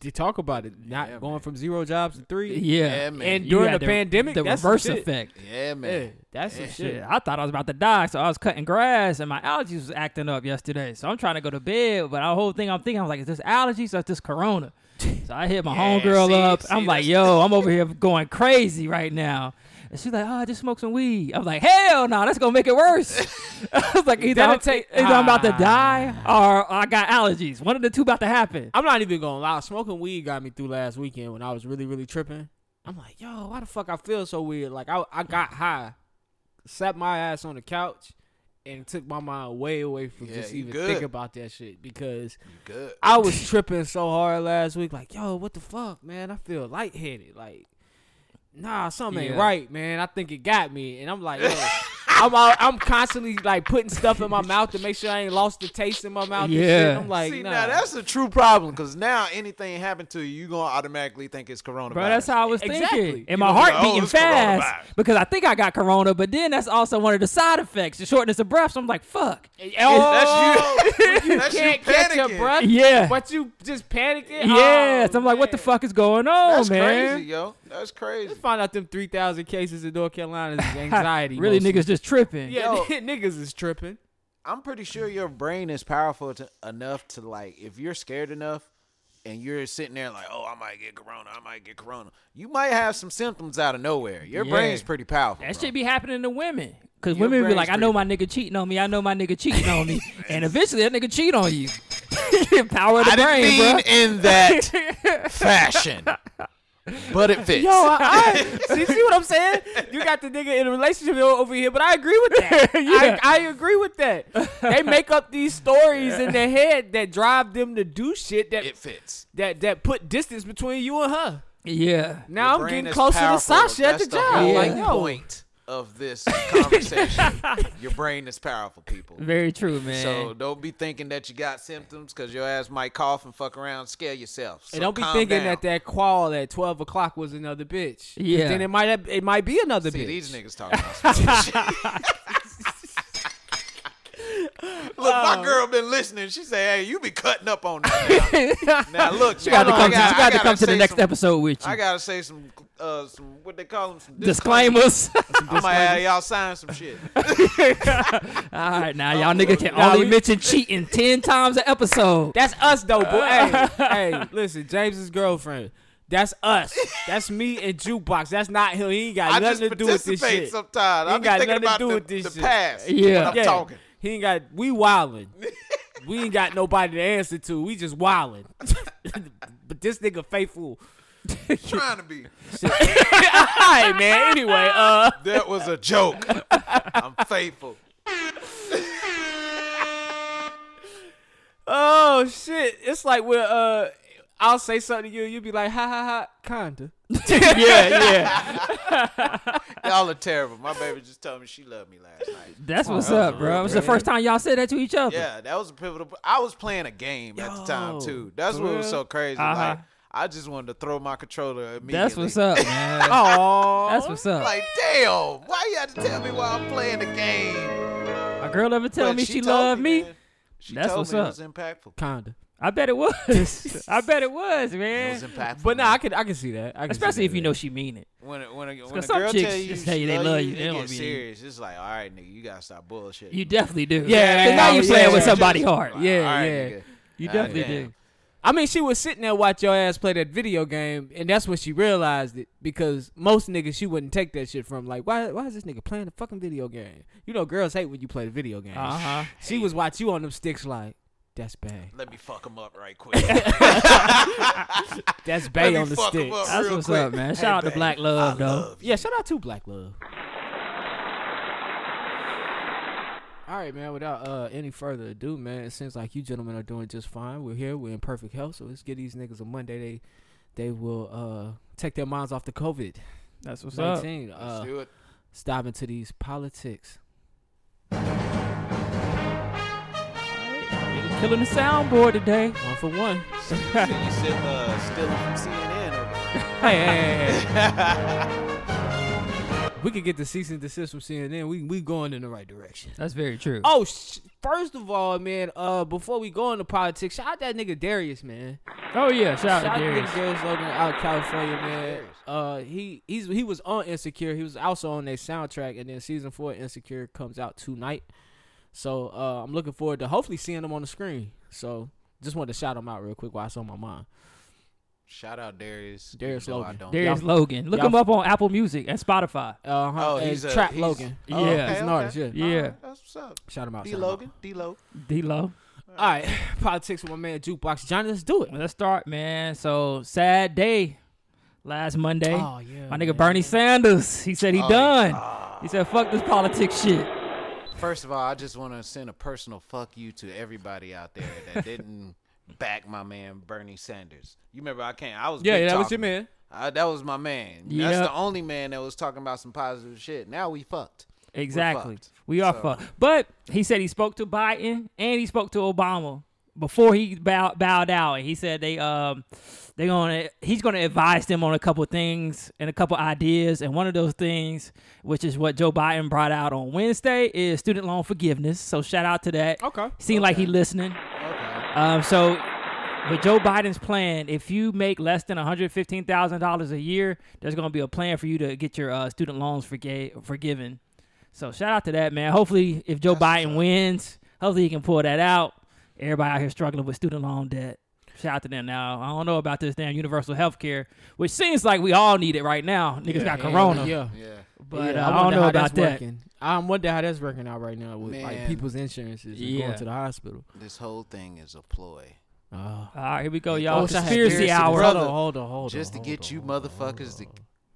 [SPEAKER 5] They talk about it, not going from zero jobs to three.
[SPEAKER 3] Yeah.
[SPEAKER 4] Yeah, man.
[SPEAKER 5] And
[SPEAKER 3] You
[SPEAKER 5] during the,
[SPEAKER 3] had
[SPEAKER 5] pandemic,
[SPEAKER 3] the
[SPEAKER 5] that's
[SPEAKER 3] reverse
[SPEAKER 5] shit.
[SPEAKER 3] effect.
[SPEAKER 4] Yeah,
[SPEAKER 5] Yeah,
[SPEAKER 4] man.
[SPEAKER 5] that's some
[SPEAKER 4] Yeah.
[SPEAKER 5] shit.
[SPEAKER 3] I thought I was about to die, so I was cutting grass, and my allergies was acting up yesterday. So I'm trying to go to bed, but the whole thing I'm thinking, I'm like, is this allergies or is this corona? So I hit my homegirl
[SPEAKER 4] see-
[SPEAKER 3] up.
[SPEAKER 4] see,
[SPEAKER 3] I'm like,
[SPEAKER 4] that's-
[SPEAKER 3] yo, I'm over here going crazy right now. And she's like, oh, I just smoked some weed. I'm like, hell no, that's gonna make it worse. I was like, either,
[SPEAKER 5] That'll
[SPEAKER 3] I'm,
[SPEAKER 5] take-
[SPEAKER 3] either I'm about to
[SPEAKER 5] Ah.
[SPEAKER 3] die or I got allergies. One of the two about to happen.
[SPEAKER 5] I'm not even gonna lie. Smoking weed got me through last weekend when I was really, really tripping. I'm like, yo, why the fuck I feel so weird? Like I, I got high, sat my ass on the couch, and took my mind way away from
[SPEAKER 4] Yeah,
[SPEAKER 5] just
[SPEAKER 4] you
[SPEAKER 5] even
[SPEAKER 4] good.
[SPEAKER 5] thinking about that shit because
[SPEAKER 4] Good.
[SPEAKER 5] I was tripping so hard last week. Like, yo, what the fuck, man? I feel lightheaded. Like, nah, something ain't
[SPEAKER 3] Yeah.
[SPEAKER 5] right, man. I think it got me, and I'm like, yo. I'm out, I'm constantly like putting stuff in my mouth to make sure I ain't lost the taste in my mouth. Yeah,
[SPEAKER 3] Yeah.
[SPEAKER 5] I'm like,
[SPEAKER 4] See,
[SPEAKER 5] nah.
[SPEAKER 4] now that's a true problem because now anything happen to you, you gonna automatically think it's coronavirus.
[SPEAKER 3] Bro, that's how I was
[SPEAKER 5] Exactly.
[SPEAKER 3] thinking.
[SPEAKER 5] You
[SPEAKER 3] And my
[SPEAKER 5] know,
[SPEAKER 3] heart
[SPEAKER 4] like, oh,
[SPEAKER 3] beating
[SPEAKER 4] it's
[SPEAKER 3] fast
[SPEAKER 4] coronavirus.
[SPEAKER 3] because I think I got corona, but then that's also one of the side effects, the shortness of breath. So I'm like, fuck. Oh,
[SPEAKER 4] That's you.
[SPEAKER 5] oh, you
[SPEAKER 4] that's you
[SPEAKER 5] can't catch your
[SPEAKER 4] panicking.
[SPEAKER 5] breath.
[SPEAKER 3] Yeah.
[SPEAKER 5] But you just panicking.
[SPEAKER 3] Yes.
[SPEAKER 5] Oh,
[SPEAKER 3] I'm like, what the
[SPEAKER 5] man.
[SPEAKER 3] fuck is going on,
[SPEAKER 4] That's
[SPEAKER 3] man?
[SPEAKER 4] crazy, yo. That's crazy.
[SPEAKER 5] Just find out them 3,000 cases in North Carolina is anxiety.
[SPEAKER 3] really,
[SPEAKER 5] mostly.
[SPEAKER 3] niggas just tripping.
[SPEAKER 5] Yeah,
[SPEAKER 4] Yo.
[SPEAKER 5] niggas is tripping.
[SPEAKER 4] I'm pretty sure your brain is powerful to, enough to like if you're scared enough and you're sitting there like, oh, I might get corona, I might get corona. You might have some symptoms out of nowhere. Your
[SPEAKER 3] Yeah.
[SPEAKER 4] brain's pretty powerful.
[SPEAKER 3] That
[SPEAKER 4] bro.
[SPEAKER 3] shit be happening to women. Because
[SPEAKER 4] Your
[SPEAKER 3] women be
[SPEAKER 4] brain's
[SPEAKER 3] like, I know my nigga cheating on me. I know my nigga cheating on me. And eventually that nigga cheat on you. Power of the
[SPEAKER 4] I didn't
[SPEAKER 3] brain,
[SPEAKER 4] mean
[SPEAKER 3] bro.
[SPEAKER 4] in that fashion, but it fits.
[SPEAKER 5] Yo, I, I see, see what I'm saying? You got the nigga in a relationship over here, but I agree with that.
[SPEAKER 3] Yeah.
[SPEAKER 5] I, I agree with that. They make up these stories in their head that drive them to do shit that
[SPEAKER 4] it fits.
[SPEAKER 5] that that put distance between you and her.
[SPEAKER 3] Yeah.
[SPEAKER 5] Now
[SPEAKER 4] Your
[SPEAKER 5] I'm
[SPEAKER 4] brain
[SPEAKER 5] getting
[SPEAKER 4] is
[SPEAKER 5] closer to
[SPEAKER 4] powerful.
[SPEAKER 5] Sasha at
[SPEAKER 4] That's
[SPEAKER 5] the job.
[SPEAKER 4] whole
[SPEAKER 5] Like, yo,
[SPEAKER 4] point of this conversation. Your brain is powerful, people.
[SPEAKER 3] Very true, man.
[SPEAKER 4] So don't be thinking that you got symptoms because your ass might cough and fuck around, and scare yourself. So
[SPEAKER 5] and don't be
[SPEAKER 4] calm
[SPEAKER 5] thinking
[SPEAKER 4] down.
[SPEAKER 5] that that qual at twelve o'clock was another bitch. 'Cause
[SPEAKER 3] Yeah.
[SPEAKER 5] Then it might have, it might be another
[SPEAKER 4] See
[SPEAKER 5] bitch.
[SPEAKER 4] these niggas talking about. some shit. Look,
[SPEAKER 5] Oh.
[SPEAKER 4] my girl been listening. She say, "Hey, you be cutting up on that." Now, now look,
[SPEAKER 3] you got to
[SPEAKER 4] man,
[SPEAKER 3] come, to, you
[SPEAKER 4] I gotta-
[SPEAKER 3] got
[SPEAKER 4] I
[SPEAKER 3] to, come
[SPEAKER 4] gotta
[SPEAKER 3] to the
[SPEAKER 4] say
[SPEAKER 3] next
[SPEAKER 4] some-
[SPEAKER 3] episode with
[SPEAKER 4] I
[SPEAKER 3] you.
[SPEAKER 4] gotta say some, uh, some what they call them, some
[SPEAKER 3] Disclaimers.
[SPEAKER 4] I might have y'all sign some shit.
[SPEAKER 3] All right, now y'all niggas can
[SPEAKER 5] Nah,
[SPEAKER 3] only
[SPEAKER 5] we-
[SPEAKER 3] mention cheating ten times an episode.
[SPEAKER 5] That's us though, boy. hey, hey, listen, James's girlfriend. That's us. That's me and jukebox. That's not him. He ain't got
[SPEAKER 4] I just
[SPEAKER 5] nothing to do with this
[SPEAKER 4] participate
[SPEAKER 5] shit.
[SPEAKER 4] sometimes.
[SPEAKER 5] He
[SPEAKER 4] I
[SPEAKER 5] ain't
[SPEAKER 4] be
[SPEAKER 5] got
[SPEAKER 4] thinking
[SPEAKER 5] nothing to
[SPEAKER 4] about
[SPEAKER 5] do
[SPEAKER 4] the,
[SPEAKER 5] with this
[SPEAKER 4] the
[SPEAKER 5] shit.
[SPEAKER 4] past.
[SPEAKER 3] Yeah.
[SPEAKER 4] when I'm talking.
[SPEAKER 5] He ain't got. We wildin'. we ain't got nobody to answer to. We just wildin'. but this nigga faithful.
[SPEAKER 4] Trying to be.
[SPEAKER 5] All right, man. Anyway, uh,
[SPEAKER 4] That was a joke. I'm faithful.
[SPEAKER 5] oh shit. It's like when uh, I'll say something to you, you'll be like, ha ha ha, kinda.
[SPEAKER 3] yeah, yeah.
[SPEAKER 4] Y'all are terrible. My baby just told me she loved me last night.
[SPEAKER 3] That's what's
[SPEAKER 4] that was
[SPEAKER 3] up,
[SPEAKER 4] a
[SPEAKER 3] bro.
[SPEAKER 4] real
[SPEAKER 3] It was the first time y'all said that to each other.
[SPEAKER 4] Yeah, that was a pivotal. I was playing a game at the time too. That's what was so crazy.
[SPEAKER 5] Uh-huh.
[SPEAKER 4] Like I just wanted to throw my controller immediately.
[SPEAKER 3] That's what's up, man.
[SPEAKER 5] Oh,
[SPEAKER 3] That's what's up.
[SPEAKER 4] Like damn, why you had to tell me while I'm playing the game?
[SPEAKER 3] My girl ever tell
[SPEAKER 4] But
[SPEAKER 3] me she,
[SPEAKER 4] told
[SPEAKER 3] loved me.
[SPEAKER 4] man. She
[SPEAKER 3] That's
[SPEAKER 4] told
[SPEAKER 3] what's
[SPEAKER 4] me
[SPEAKER 3] up.
[SPEAKER 4] It was impactful.
[SPEAKER 5] kinda.
[SPEAKER 3] I bet it was. I bet it was,
[SPEAKER 4] It
[SPEAKER 3] man.
[SPEAKER 4] was impactful.
[SPEAKER 5] But nah, I can I can see that. I can see
[SPEAKER 3] Especially if
[SPEAKER 5] that,
[SPEAKER 3] you
[SPEAKER 5] yeah.
[SPEAKER 3] know she mean it.
[SPEAKER 4] when a- when a, when a
[SPEAKER 3] some
[SPEAKER 4] girl
[SPEAKER 3] chicks
[SPEAKER 4] tell you,
[SPEAKER 3] just tell you
[SPEAKER 4] she
[SPEAKER 3] they love you, they
[SPEAKER 4] it
[SPEAKER 3] don't
[SPEAKER 4] get
[SPEAKER 3] be-
[SPEAKER 4] serious. It's like, all right, nigga, you gotta stop bullshitting.
[SPEAKER 3] You definitely do.
[SPEAKER 5] Yeah,
[SPEAKER 3] 'Cause now you
[SPEAKER 5] yeah,
[SPEAKER 3] playing with
[SPEAKER 5] yeah.
[SPEAKER 3] somebody's heart.
[SPEAKER 4] Like,
[SPEAKER 3] Yeah,
[SPEAKER 4] all right,
[SPEAKER 5] yeah.
[SPEAKER 4] nigga.
[SPEAKER 3] you
[SPEAKER 4] Ah,
[SPEAKER 3] definitely
[SPEAKER 4] damn.
[SPEAKER 3] do.
[SPEAKER 5] I mean, she was sitting there watch your ass play that video game, and that's when she realized it because most niggas she wouldn't take that shit from. Like, why? Why is this nigga playing the fucking video game? You know, girls hate when you play the video game.
[SPEAKER 3] Uh huh.
[SPEAKER 5] She was watch you on them sticks like. That's bang.
[SPEAKER 4] Let me fuck him up right quick.
[SPEAKER 5] That's
[SPEAKER 4] Let
[SPEAKER 5] bang
[SPEAKER 4] me
[SPEAKER 5] on the
[SPEAKER 4] fuck 'em
[SPEAKER 5] sticks.
[SPEAKER 4] up
[SPEAKER 3] That's
[SPEAKER 4] real
[SPEAKER 3] what's
[SPEAKER 4] quick.
[SPEAKER 3] up, man.
[SPEAKER 4] Hey,
[SPEAKER 3] Shout out to
[SPEAKER 4] babe,
[SPEAKER 3] Black Love,
[SPEAKER 4] I
[SPEAKER 3] though.
[SPEAKER 4] love you.
[SPEAKER 5] Yeah, shout out to Black Love. All right, man. Without uh, any further ado, man, it seems like you gentlemen are doing just fine. We're here. We're in perfect health. So let's get these niggas a Monday. They they will uh, take their minds off the COVID
[SPEAKER 3] That's what's up.
[SPEAKER 5] nineteen. Uh,
[SPEAKER 4] do it.
[SPEAKER 5] let's dive into these politics.
[SPEAKER 3] Niggas Killing the soundboard today.
[SPEAKER 5] One for one.
[SPEAKER 4] So you said you said, uh, stealing from CNN. Or,
[SPEAKER 5] Hey, hey, hey, hey. we could get the cease and desist from CNN. We we going in the right direction.
[SPEAKER 3] That's very true.
[SPEAKER 5] Oh, sh- first of all, man. Uh, before we go into politics, shout out that nigga Darius, man.
[SPEAKER 3] Oh, yeah, shout out
[SPEAKER 5] Shout
[SPEAKER 3] to
[SPEAKER 5] out
[SPEAKER 3] Darius.
[SPEAKER 5] to Darius Logan out of California, man. Uh, he he's he was on Insecure. He was also on their soundtrack, and then season four of Insecure comes out tonight. So uh, I'm looking forward to hopefully seeing him on the screen. So just wanted to shout him out real quick while it's on my mind.
[SPEAKER 4] shout out Darius.
[SPEAKER 5] Darius
[SPEAKER 4] even though I
[SPEAKER 5] Logan.
[SPEAKER 4] don't.
[SPEAKER 3] Darius
[SPEAKER 5] y'all-
[SPEAKER 3] Logan. Look
[SPEAKER 5] y'all-
[SPEAKER 3] him up on Apple Music and Spotify.
[SPEAKER 5] Uh, huh
[SPEAKER 4] Oh, he's a-
[SPEAKER 5] Trap
[SPEAKER 4] he's-
[SPEAKER 5] Logan.
[SPEAKER 3] Yeah,
[SPEAKER 4] Oh, okay,
[SPEAKER 3] he's
[SPEAKER 5] an
[SPEAKER 4] okay.
[SPEAKER 5] artist, yeah.
[SPEAKER 4] All
[SPEAKER 3] Yeah.
[SPEAKER 4] right, that's what's up.
[SPEAKER 5] Shout him out.
[SPEAKER 4] D
[SPEAKER 5] shout him out.
[SPEAKER 4] Logan, D Lo.
[SPEAKER 3] D Lo.
[SPEAKER 5] All right, politics with my man Jukebox Johnny. Let's do it.
[SPEAKER 3] Let's start, man. So, sad day last Monday.
[SPEAKER 5] Oh, yeah,
[SPEAKER 3] My nigga
[SPEAKER 5] man.
[SPEAKER 3] Bernie Sanders. He said he done. He said, fuck this politics shit.
[SPEAKER 4] First of all, I just want to send a personal fuck you to everybody out there that didn't back my man Bernie Sanders. You remember I can't. I was
[SPEAKER 5] Yeah,
[SPEAKER 4] big
[SPEAKER 5] that was
[SPEAKER 4] talking.
[SPEAKER 5] your man.
[SPEAKER 4] I, that was my man. That's
[SPEAKER 3] Yeah.
[SPEAKER 4] the only man that was talking about some positive shit. Now we fucked.
[SPEAKER 3] Exactly.
[SPEAKER 4] fucked.
[SPEAKER 3] We are
[SPEAKER 4] So-
[SPEAKER 3] fucked. But he said he spoke to Biden and he spoke to Obama before he bowed, bowed out. And he said they um they gonna he's gonna advise them on a couple things and a couple ideas. And one of those things, which is what Joe Biden brought out on Wednesday, is student loan forgiveness. So shout out to that.
[SPEAKER 5] Okay.
[SPEAKER 3] Seemed like he listening.
[SPEAKER 5] Uh,
[SPEAKER 4] Okay.
[SPEAKER 3] Um, so with Joe Biden's plan, if you make less than one hundred fifteen thousand dollars a year, there's going to be a plan for you to get your uh, student loans forgave, forgiven. So shout out to that man. Hopefully, if Joe Biden wins, hopefully he can pull that out. Everybody out here struggling with student loan debt. Shout out to them. Now I don't know about this damn universal health care, which seems like we all need it right now. Niggas got corona,
[SPEAKER 5] Yeah.
[SPEAKER 4] Yeah.
[SPEAKER 3] but
[SPEAKER 5] Yeah,
[SPEAKER 3] uh, I, don't
[SPEAKER 5] wonder
[SPEAKER 3] know
[SPEAKER 5] how
[SPEAKER 3] about
[SPEAKER 5] that's
[SPEAKER 3] that.
[SPEAKER 5] Working. I wonder how that's working out right now with like
[SPEAKER 4] Man.
[SPEAKER 5] people's insurances and
[SPEAKER 3] Yeah.
[SPEAKER 5] going to the hospital.
[SPEAKER 4] This whole thing is a ploy.
[SPEAKER 5] Oh.
[SPEAKER 3] All right, here we go,
[SPEAKER 5] I
[SPEAKER 3] y'all.
[SPEAKER 5] wish I had
[SPEAKER 3] Conspiracy
[SPEAKER 5] conspiracy
[SPEAKER 3] hour.
[SPEAKER 5] Hold on,
[SPEAKER 4] Brother,
[SPEAKER 5] hold on, hold on.
[SPEAKER 4] just to
[SPEAKER 5] hold
[SPEAKER 4] get
[SPEAKER 5] on,
[SPEAKER 4] you
[SPEAKER 5] hold on.
[SPEAKER 4] motherfuckers to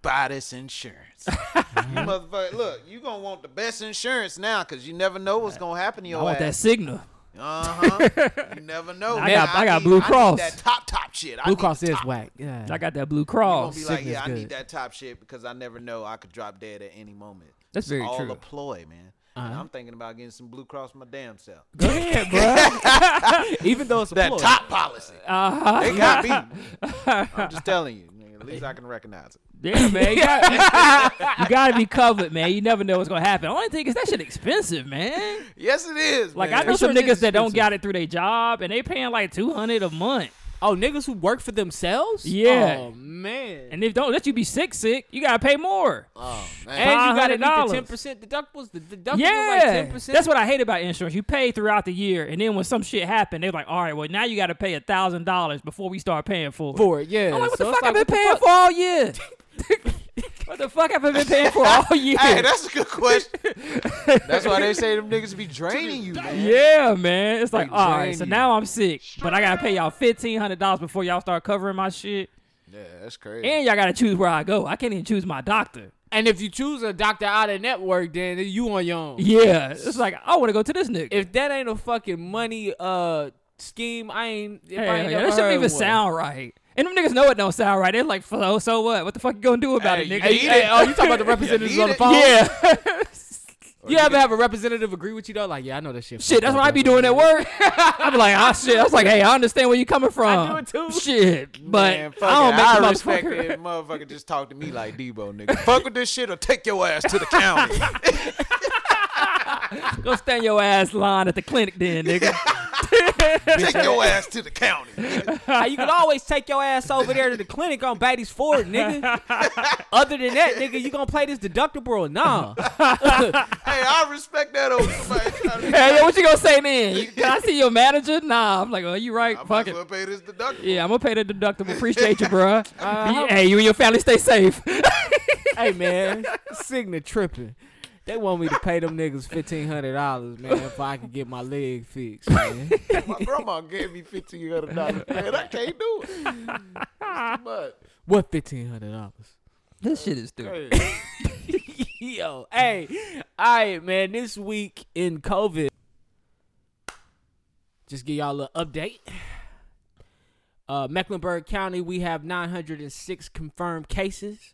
[SPEAKER 4] buy this insurance. you motherfucker, look, you gonna want the best insurance now because you never know what's gonna happen to your
[SPEAKER 3] I want that
[SPEAKER 4] ass.
[SPEAKER 3] signal.
[SPEAKER 4] Uh huh. you never know.
[SPEAKER 3] I
[SPEAKER 4] man.
[SPEAKER 3] got- I got Blue
[SPEAKER 4] need,
[SPEAKER 3] Cross.
[SPEAKER 4] I need that top top shit. I
[SPEAKER 5] Blue
[SPEAKER 4] need
[SPEAKER 5] Cross
[SPEAKER 4] the
[SPEAKER 5] is
[SPEAKER 4] top.
[SPEAKER 5] whack. Yeah.
[SPEAKER 3] I got that Blue
[SPEAKER 4] You gonna
[SPEAKER 3] Cross.
[SPEAKER 4] be like,
[SPEAKER 5] Signal's
[SPEAKER 4] yeah, I
[SPEAKER 5] good.
[SPEAKER 4] need that top shit because I never know I could drop dead at any moment.
[SPEAKER 3] That's
[SPEAKER 4] It's
[SPEAKER 3] very
[SPEAKER 4] all
[SPEAKER 3] true. Uh-huh.
[SPEAKER 4] a ploy, man. And I'm thinking about getting some Blue Cross my damn self.
[SPEAKER 5] Go ahead, bro. Even though it's a
[SPEAKER 4] That
[SPEAKER 5] ploy.
[SPEAKER 4] top policy.
[SPEAKER 3] Uh-huh.
[SPEAKER 4] They got me. I'm just telling you. nigga, At least I can recognize it.
[SPEAKER 3] Yeah, man. You got, you got to be covered, man. You never know what's going to happen. Only thing is that shit expensive, man.
[SPEAKER 4] Yes, it is.
[SPEAKER 3] Like,
[SPEAKER 4] man.
[SPEAKER 3] I know some
[SPEAKER 5] Insurance
[SPEAKER 3] niggas
[SPEAKER 5] is
[SPEAKER 3] that don't
[SPEAKER 5] expensive.
[SPEAKER 3] got it through their job, and they paying like 200 a month.
[SPEAKER 5] Oh, niggas who work for themselves?
[SPEAKER 3] Yeah.
[SPEAKER 5] Oh man.
[SPEAKER 3] And if don't let you be sick, sick, you got to pay more.
[SPEAKER 4] Oh, man.
[SPEAKER 5] And you gotta meet
[SPEAKER 3] $500.
[SPEAKER 5] the ten percent deductibles. The deductibles
[SPEAKER 3] yeah.
[SPEAKER 5] like ten percent.
[SPEAKER 3] That's what I hate about insurance. You pay throughout the year, and then when some shit happen, they're like, all right, well, now you got to pay a $1,000 before we start paying for it.
[SPEAKER 5] for it. Yeah.
[SPEAKER 3] I'm like, what
[SPEAKER 5] So
[SPEAKER 3] the
[SPEAKER 5] it's
[SPEAKER 3] fuck? I've
[SPEAKER 5] what the
[SPEAKER 3] been paying for all year. what the fuck have I been paying for all year?
[SPEAKER 4] Hey, that's a good question. that's why they say them niggas be draining you, man.
[SPEAKER 3] Yeah, man. It's like,
[SPEAKER 4] They
[SPEAKER 3] all right,
[SPEAKER 4] drain
[SPEAKER 3] so
[SPEAKER 4] you.
[SPEAKER 3] now I'm sick, but I gotta pay y'all fifteen hundred dollars before y'all start covering my shit,
[SPEAKER 4] Yeah, that's crazy.
[SPEAKER 3] and y'all gotta choose where I go. I can't even choose my doctor.
[SPEAKER 5] And if you choose a doctor out of network, then you on your own.
[SPEAKER 3] Yeah, it's like I want to go to this nigga.
[SPEAKER 5] If that ain't a fucking money uh scheme, I ain't. If
[SPEAKER 3] Hell
[SPEAKER 5] I
[SPEAKER 3] yeah,
[SPEAKER 5] ain't never
[SPEAKER 3] that shouldn't
[SPEAKER 5] heard
[SPEAKER 3] even
[SPEAKER 5] one.
[SPEAKER 3] sound right. And them niggas know it don't sound right. They're like, "So- so what? What the fuck you gonna do about
[SPEAKER 4] Hey,
[SPEAKER 3] it, nigga?
[SPEAKER 5] Hey, you- hey, oh, you talking about the representatives
[SPEAKER 4] need
[SPEAKER 5] on the
[SPEAKER 4] it.
[SPEAKER 5] phone?
[SPEAKER 3] yeah,
[SPEAKER 5] You ever have a representative agree with you though? Like, yeah, I know that shit.
[SPEAKER 3] shit. That's what I be doing at work. I be like, ah, shit. I was like, hey, I understand where you coming from.
[SPEAKER 5] do it too.
[SPEAKER 3] Shit, but
[SPEAKER 4] Man, fuck
[SPEAKER 3] I don't
[SPEAKER 4] it.
[SPEAKER 3] make
[SPEAKER 4] I
[SPEAKER 3] the
[SPEAKER 4] respect
[SPEAKER 3] motherfucker-
[SPEAKER 4] it. Motherfucker just talk to me like Debo, nigga. Fuck with this shit or take your ass to the county.
[SPEAKER 3] Go stand your ass line at the clinic, then, nigga.
[SPEAKER 4] take your ass to the county.
[SPEAKER 5] you can always take your ass over there to the clinic on Batty's Ford, nigga. Other than that, nigga, you gonna play this deductible or nah?
[SPEAKER 4] Hey, I respect that over somebody trying to
[SPEAKER 3] Hey, yo, what you gonna say then? You- Can I see your manager? Nah, I'm like, oh, you right?
[SPEAKER 4] I
[SPEAKER 3] Fuck
[SPEAKER 4] might as
[SPEAKER 3] it.
[SPEAKER 4] well pay this deductible.
[SPEAKER 3] Yeah, I'm gonna pay the deductible. Appreciate you, bruh. Be- hey, you and your family stay safe.
[SPEAKER 5] hey man, Cigna tripping. They want me to pay them niggas fifteen hundred dollars, man, if I can get my leg fixed, man.
[SPEAKER 4] My grandma gave me fifteen hundred dollars, man. I can't do it. It's too much.
[SPEAKER 5] what fifteen hundred dollars?
[SPEAKER 3] this shit is stupid.
[SPEAKER 5] Yo, hey, all right, man. This week in COVID, just give y'all a little update. Uh, Mecklenburg County, we have 906 confirmed cases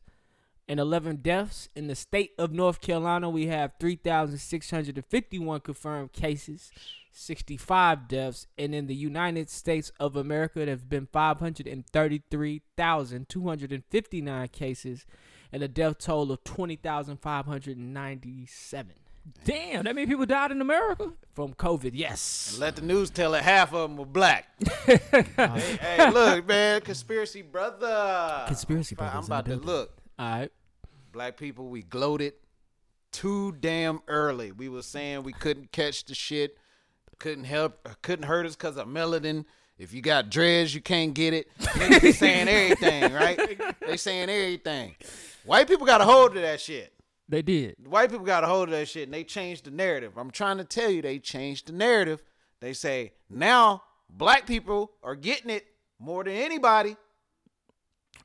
[SPEAKER 5] and 11 deaths. In the state of North Carolina, we have 3,651 confirmed cases, 65 deaths. And in the United States of America, there have been 533,259 cases and a death toll of 20,597
[SPEAKER 3] Damn, that many people died in America.
[SPEAKER 5] from COVID. Yes.
[SPEAKER 4] Let the news tell it half of them were black. hey, hey, look, man, conspiracy brother.
[SPEAKER 5] Conspiracy brothers
[SPEAKER 4] I'm
[SPEAKER 5] in
[SPEAKER 4] about
[SPEAKER 5] the
[SPEAKER 4] to
[SPEAKER 5] building.
[SPEAKER 4] look.
[SPEAKER 5] All right.
[SPEAKER 4] Black people, we gloated too damn early. We were saying we couldn't catch the shit, couldn't help, couldn't hurt us because of melanin. If you got dreads, you can't get it. Niggas be saying everything, right? They saying everything. White people got a hold of that shit.
[SPEAKER 3] They did.
[SPEAKER 4] White people got a hold of that shit and they changed the narrative. I'm trying to tell you, they changed the narrative. They say now black people are getting it more than anybody.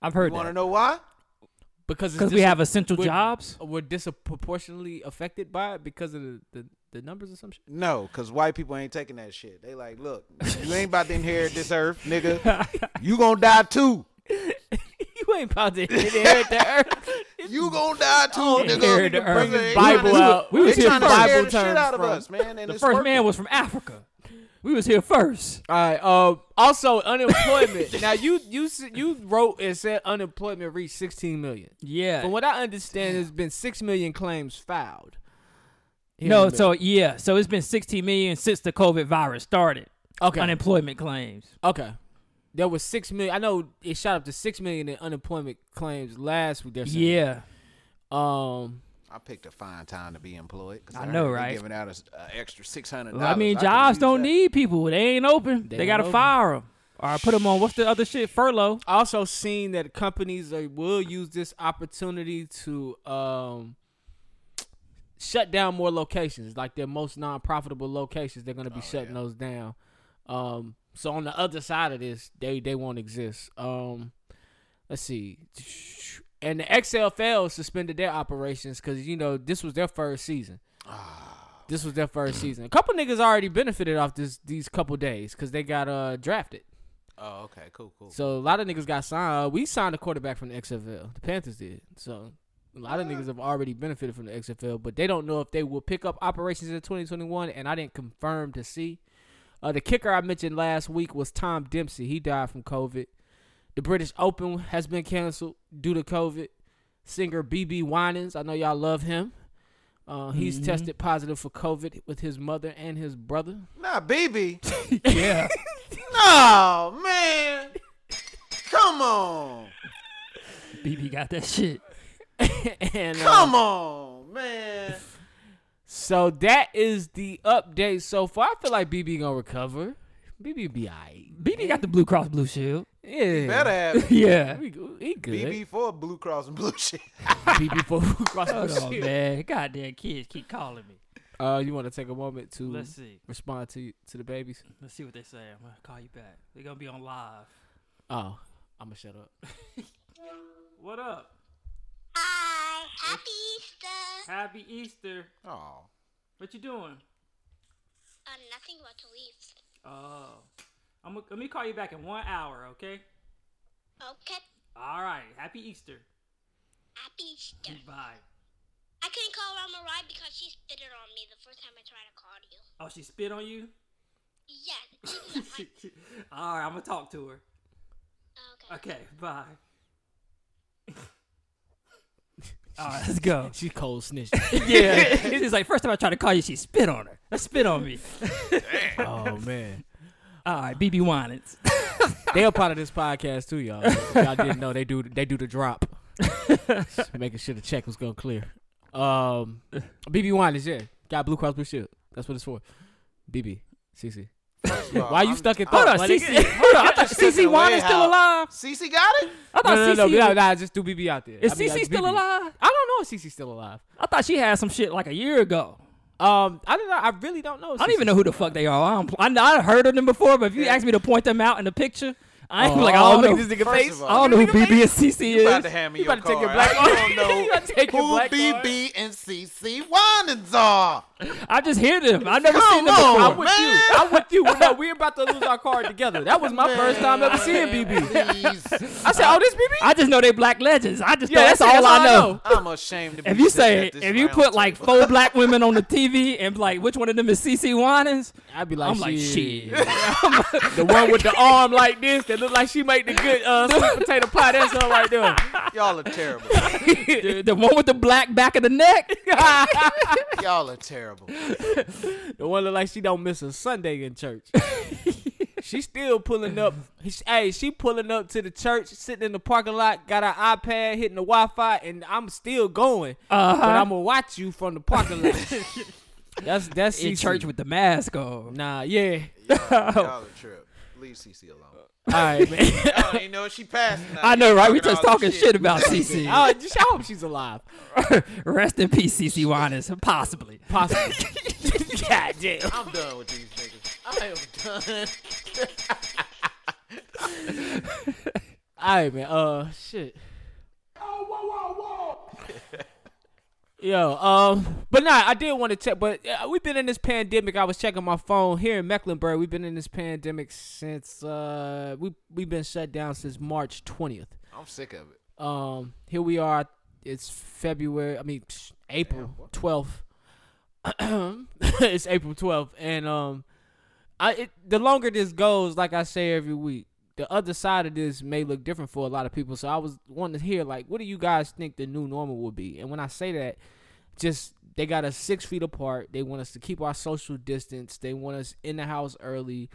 [SPEAKER 3] I've heard
[SPEAKER 4] You want to
[SPEAKER 3] that.
[SPEAKER 4] know why?
[SPEAKER 5] Because it's
[SPEAKER 3] Because we
[SPEAKER 5] dis-
[SPEAKER 3] have essential
[SPEAKER 5] we're-
[SPEAKER 3] jobs.
[SPEAKER 5] We're disproportionately affected by it because of the, the, the numbers or some shit.
[SPEAKER 4] No, because white people ain't taking that shit. They like, look, you ain't about to inherit this earth, nigga. You gonna die too.
[SPEAKER 5] you ain't about to inherit the earth.
[SPEAKER 4] You gonna die too, nigga.
[SPEAKER 3] Oh, inherit the earth.
[SPEAKER 4] Bring the
[SPEAKER 5] Bible out.
[SPEAKER 3] We was
[SPEAKER 4] they
[SPEAKER 3] here
[SPEAKER 4] trying to
[SPEAKER 3] first.
[SPEAKER 4] scare
[SPEAKER 5] Bible
[SPEAKER 4] the shit
[SPEAKER 5] terms
[SPEAKER 4] out of
[SPEAKER 5] from-
[SPEAKER 4] us, man. And
[SPEAKER 3] The
[SPEAKER 4] it's
[SPEAKER 3] first
[SPEAKER 4] working.
[SPEAKER 3] man was from Africa. We was here first.
[SPEAKER 5] All right. Um. Also, unemployment. now, you you s- you wrote and said unemployment reached 16 million.
[SPEAKER 3] Yeah.
[SPEAKER 5] From what I understand, there's been six million claims filed. Here
[SPEAKER 3] no,
[SPEAKER 5] in the
[SPEAKER 3] so
[SPEAKER 5] middle.
[SPEAKER 3] yeah, so it's been 16 million since the COVID virus started.
[SPEAKER 5] okay,
[SPEAKER 3] Unemployment claims.
[SPEAKER 5] okay. There was six million. I know it shot up to six million in unemployment claims last week. they're saying.
[SPEAKER 3] Yeah,
[SPEAKER 5] Um.
[SPEAKER 4] I picked a fine time to be employed. 'cause
[SPEAKER 3] I
[SPEAKER 4] heard
[SPEAKER 3] know,
[SPEAKER 4] they
[SPEAKER 3] right?
[SPEAKER 4] Giving out an extra six hundred.
[SPEAKER 3] I mean, jobs don't need people. They ain't open. They,
[SPEAKER 5] ain't
[SPEAKER 3] gotta
[SPEAKER 5] open.
[SPEAKER 3] fire 'em. fire them or put them on. What's the other shit? Furlough.
[SPEAKER 5] I also seen that companies are, will use this opportunity to um, shut down more locations, like their most non-profitable locations. They're going to be shutting those down. Um, so on the other side of this, they they won't exist. Um, let's see. And the XFL suspended their operations because you know this was their first season. This was their first season. A couple niggas already benefited off this these couple days because they got uh drafted.
[SPEAKER 4] Oh, okay, cool, cool.
[SPEAKER 5] So a lot of niggas got signed. Uh, we signed a quarterback from the XFL. The Panthers did. So a lot of niggas have already benefited from the XFL, but they don't know if they will pick up operations in 2021. And I didn't confirm to see. Uh, the kicker I mentioned last week was Tom Dempsey. He died from COVID. The British Open has been canceled due to COVID. Singer BB Winans, I know y'all love him. Uh, he's tested positive for COVID with his mother and his brother.
[SPEAKER 4] Nah, BB.
[SPEAKER 3] Yeah,
[SPEAKER 4] No, man. Come on.
[SPEAKER 3] BB got that shit.
[SPEAKER 5] and uh,
[SPEAKER 4] Come on, man.
[SPEAKER 5] So that is the update so far. I feel like BB gonna recover. BB be alright.
[SPEAKER 3] BB got the Blue Cross Blue Shield.
[SPEAKER 5] Yeah,
[SPEAKER 4] Better have it.
[SPEAKER 3] Yeah.
[SPEAKER 5] We go- He good. BB,
[SPEAKER 4] BB for Blue Cross and Blue Shit.
[SPEAKER 5] for Blue Cross Blue
[SPEAKER 3] Hold on,
[SPEAKER 5] Shield.
[SPEAKER 3] man. Goddamn kids keep calling me.
[SPEAKER 5] Uh, you want to take a moment to
[SPEAKER 3] Let's see.
[SPEAKER 5] respond to to the babies?
[SPEAKER 3] Let's see what they say. I'm gonna call you back. They're gonna be on live.
[SPEAKER 5] Oh, I'm gonna shut up.
[SPEAKER 3] What up?
[SPEAKER 2] Hi. Happy Easter.
[SPEAKER 3] Happy Easter.
[SPEAKER 4] Oh.
[SPEAKER 3] What you doing?
[SPEAKER 2] Uh, nothing but leaves.
[SPEAKER 3] Oh, I'm gonna let me call you back in one hour, okay?
[SPEAKER 2] Okay.
[SPEAKER 3] All right. Happy Easter.
[SPEAKER 2] Happy Easter.
[SPEAKER 3] Goodbye.
[SPEAKER 2] I couldn't call Rama Rai because she spit it on me the first time I tried to call you.
[SPEAKER 3] Oh, she spit on you.
[SPEAKER 2] Yeah.
[SPEAKER 3] All
[SPEAKER 2] even the-
[SPEAKER 3] right, I'm gonna talk to her.
[SPEAKER 2] okay.
[SPEAKER 3] Okay, bye. All right, let's go.
[SPEAKER 5] She cold snitch.
[SPEAKER 3] Yeah, it's just like first time I tried to call you, she spit on her. That spit on me.
[SPEAKER 5] oh man,
[SPEAKER 3] All right, BB Winans.
[SPEAKER 5] they are part of this podcast too, y'all. If y'all didn't know they do they do the drop, making sure the check was gonna clear. Um, BB wine is yeah. Got Blue Cross Blue Shield. That's what it's for. BB, CC. Why you stuck in
[SPEAKER 3] Hold on,
[SPEAKER 5] thought? my
[SPEAKER 3] CC.
[SPEAKER 5] nigga?
[SPEAKER 3] Hold on, I thought CC Winans still alive.
[SPEAKER 4] CC got it?
[SPEAKER 3] I
[SPEAKER 5] No,
[SPEAKER 3] thought
[SPEAKER 5] no, no,
[SPEAKER 3] CC.
[SPEAKER 5] no, no, nah, just do BB out there.
[SPEAKER 3] Is
[SPEAKER 5] I mean,
[SPEAKER 3] CC
[SPEAKER 5] like,
[SPEAKER 3] still
[SPEAKER 5] BB.
[SPEAKER 3] alive?
[SPEAKER 5] I don't know if CC's still alive.
[SPEAKER 3] I thought she had some shit like a year ago.
[SPEAKER 5] Um, I don't know. I really don't know.
[SPEAKER 3] I don't even know who the fuck they are. I don't, I, I heard of them before, but if you asked me to point them out in the picture, I
[SPEAKER 5] Oh,
[SPEAKER 3] ain't like, I don't know.
[SPEAKER 5] this nigga
[SPEAKER 4] First
[SPEAKER 5] face.
[SPEAKER 4] of all,
[SPEAKER 3] I don't know who BB and CC
[SPEAKER 4] You about
[SPEAKER 3] is.
[SPEAKER 4] to hand me
[SPEAKER 5] You
[SPEAKER 4] your
[SPEAKER 5] about to take
[SPEAKER 4] card.
[SPEAKER 5] your black
[SPEAKER 4] I don't know
[SPEAKER 5] You about to take your
[SPEAKER 4] who
[SPEAKER 5] black
[SPEAKER 4] BB and CC Winans are.
[SPEAKER 3] I just hear them. I've never seen them before.
[SPEAKER 5] I'm with you. I'm with you. No, we're about to lose our card together. That was my first time ever seeing BB.
[SPEAKER 4] BB.
[SPEAKER 5] I said, "Oh, this BB."
[SPEAKER 3] I just know they black legends. I just
[SPEAKER 5] Yeah,
[SPEAKER 3] know
[SPEAKER 5] that's
[SPEAKER 3] that's,
[SPEAKER 5] it.
[SPEAKER 3] all,
[SPEAKER 5] That's
[SPEAKER 3] I
[SPEAKER 5] all I
[SPEAKER 3] know.
[SPEAKER 5] know.
[SPEAKER 4] I'm ashamed to be
[SPEAKER 3] If you
[SPEAKER 4] sitting
[SPEAKER 3] say
[SPEAKER 4] at this
[SPEAKER 3] if you
[SPEAKER 4] round
[SPEAKER 3] put like
[SPEAKER 4] table.
[SPEAKER 3] four black women on the TV and like which one of them is CC Winans,
[SPEAKER 5] I'd be like,
[SPEAKER 3] I'm like
[SPEAKER 5] shit.
[SPEAKER 3] shit.
[SPEAKER 5] The one with the arm like this that look like she make the good uh, sweet potato pie. That's her right there.
[SPEAKER 4] y'all are terrible.
[SPEAKER 3] the, the one with the black back of the neck.
[SPEAKER 4] Y'all are terrible.
[SPEAKER 5] The one look like she don't miss a Sunday in church. she still pulling up. She- Hey, she pulling up to the church, sitting in the parking lot, got her iPad, hitting the Wi-Fi, and I'm still going.
[SPEAKER 3] Uh-huh.
[SPEAKER 5] But I'm gonna watch you from the parking lot. that's that's
[SPEAKER 3] in
[SPEAKER 5] CeCe.
[SPEAKER 3] church with the mask on.
[SPEAKER 5] Nah, yeah.
[SPEAKER 4] Y'all are trip. Leave CC alone.
[SPEAKER 5] All right, man.
[SPEAKER 4] I don't even know if she passed. or not.
[SPEAKER 3] I know, right? We just
[SPEAKER 4] all
[SPEAKER 3] talking
[SPEAKER 4] this
[SPEAKER 3] shit about CC.
[SPEAKER 5] Oh, just, I hope she's alive.
[SPEAKER 3] Rest in peace, CC Winans. Possibly.
[SPEAKER 5] Possibly. God damn.
[SPEAKER 4] I'm done with these niggas. I am done.
[SPEAKER 5] All right, man. Uh, shit. Yo, um, but nah, I did want to check. But uh, we've been in this pandemic. I was checking my phone here in Mecklenburg. We've been in this pandemic since uh, we we've been shut down since March twentieth.
[SPEAKER 4] I'm sick of it.
[SPEAKER 5] Um, here we are. It's February. I mean, psh, April twelfth. it's April twelfth, and um, I it, the longer this goes, like I say every week, the other side of this may look different for a lot of people. So I was wanting to hear like, what do you guys think the new normal will be? And when I say that, just they got us six feet apart. They want us to keep our social distance. They want us in the house early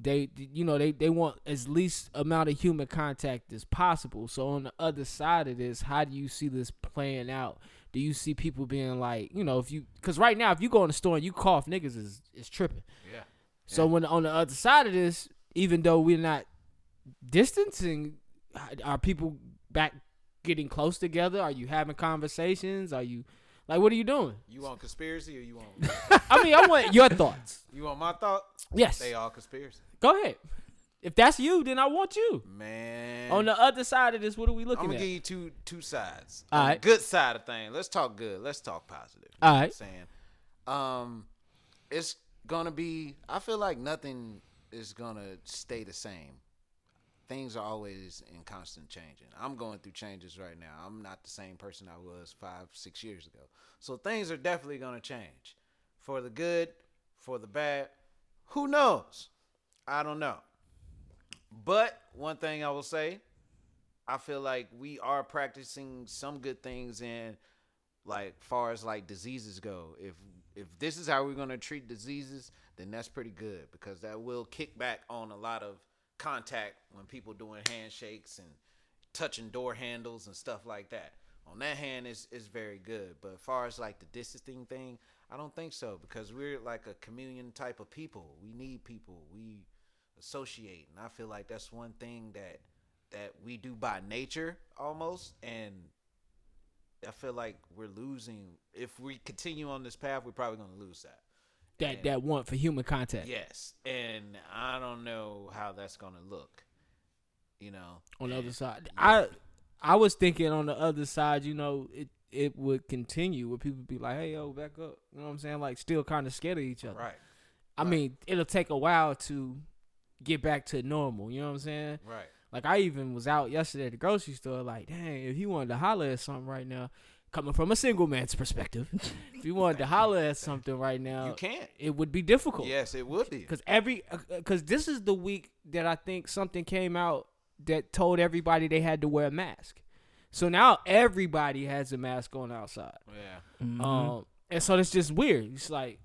[SPEAKER 5] they you know they, they want as least amount of human contact as possible so on the other side of this how do you see this playing out do you see people being like you know if you because right now if you go in the store and you cough niggas is is tripping
[SPEAKER 4] Yeah.
[SPEAKER 5] so when on the other side of this even though we're not distancing are people back getting close together are you having conversations are you like what are you doing
[SPEAKER 4] You want conspiracy or you want
[SPEAKER 5] i mean i want your thoughts
[SPEAKER 4] you want my thought?
[SPEAKER 5] yes
[SPEAKER 4] They all conspiracy.
[SPEAKER 5] go ahead if that's you then i want you
[SPEAKER 4] Man.
[SPEAKER 5] On the other side of this, what are we
[SPEAKER 4] I'm
[SPEAKER 5] looking
[SPEAKER 4] gonna
[SPEAKER 5] at?
[SPEAKER 4] give you two two sides.
[SPEAKER 5] All
[SPEAKER 4] On the
[SPEAKER 5] right.
[SPEAKER 4] Good side of things. Let's talk good. Let's talk positive.
[SPEAKER 5] All
[SPEAKER 4] You know
[SPEAKER 5] right.
[SPEAKER 4] what I'm saying, um, it's gonna be. I feel like nothing is gonna stay the same. Things are always in constant changing. I'm going through changes right now. I'm not the same person I was five, six years ago. So things are definitely gonna change, for the good, for the bad. Who knows? I don't know. But one thing I will say, I feel like we are practicing some good things in like far as like diseases go. If if this is how we're gonna treat diseases, then that's pretty good because that will kick back on a lot of contact when people doing handshakes and touching door handles and stuff like that. On that hand is is very good. But as far as like the distancing thing, I don't think so because we're like a communion type of people. We need people. We associate and i feel like that's one thing that that we do by nature almost and i feel like we're losing if we continue on this path we're probably going to lose that
[SPEAKER 5] that that want for human contact
[SPEAKER 4] yes and i don't know how that's going to look you know
[SPEAKER 5] on the other side. I I was thinking on the other side, you know, it it would continue where people be like, "Hey, yo, back up," you know what I'm saying? Like, still kind of scared of each other.
[SPEAKER 4] right
[SPEAKER 5] I mean, it'll take a while to get back to normal. You know what I'm saying?
[SPEAKER 4] right
[SPEAKER 5] Like I even was out yesterday at the grocery store. Like, dang, if you wanted to holler at something right now, coming from a single man's perspective, if you wanted to holler at something right now,
[SPEAKER 3] Uh,
[SPEAKER 4] you can't
[SPEAKER 5] It would be difficult.
[SPEAKER 4] yes it would be
[SPEAKER 5] Because every, because this is the week that I think something came out that told everybody they had to wear a mask. So now everybody has a mask on outside.
[SPEAKER 4] yeah
[SPEAKER 5] Um, and so it's just weird. It's like,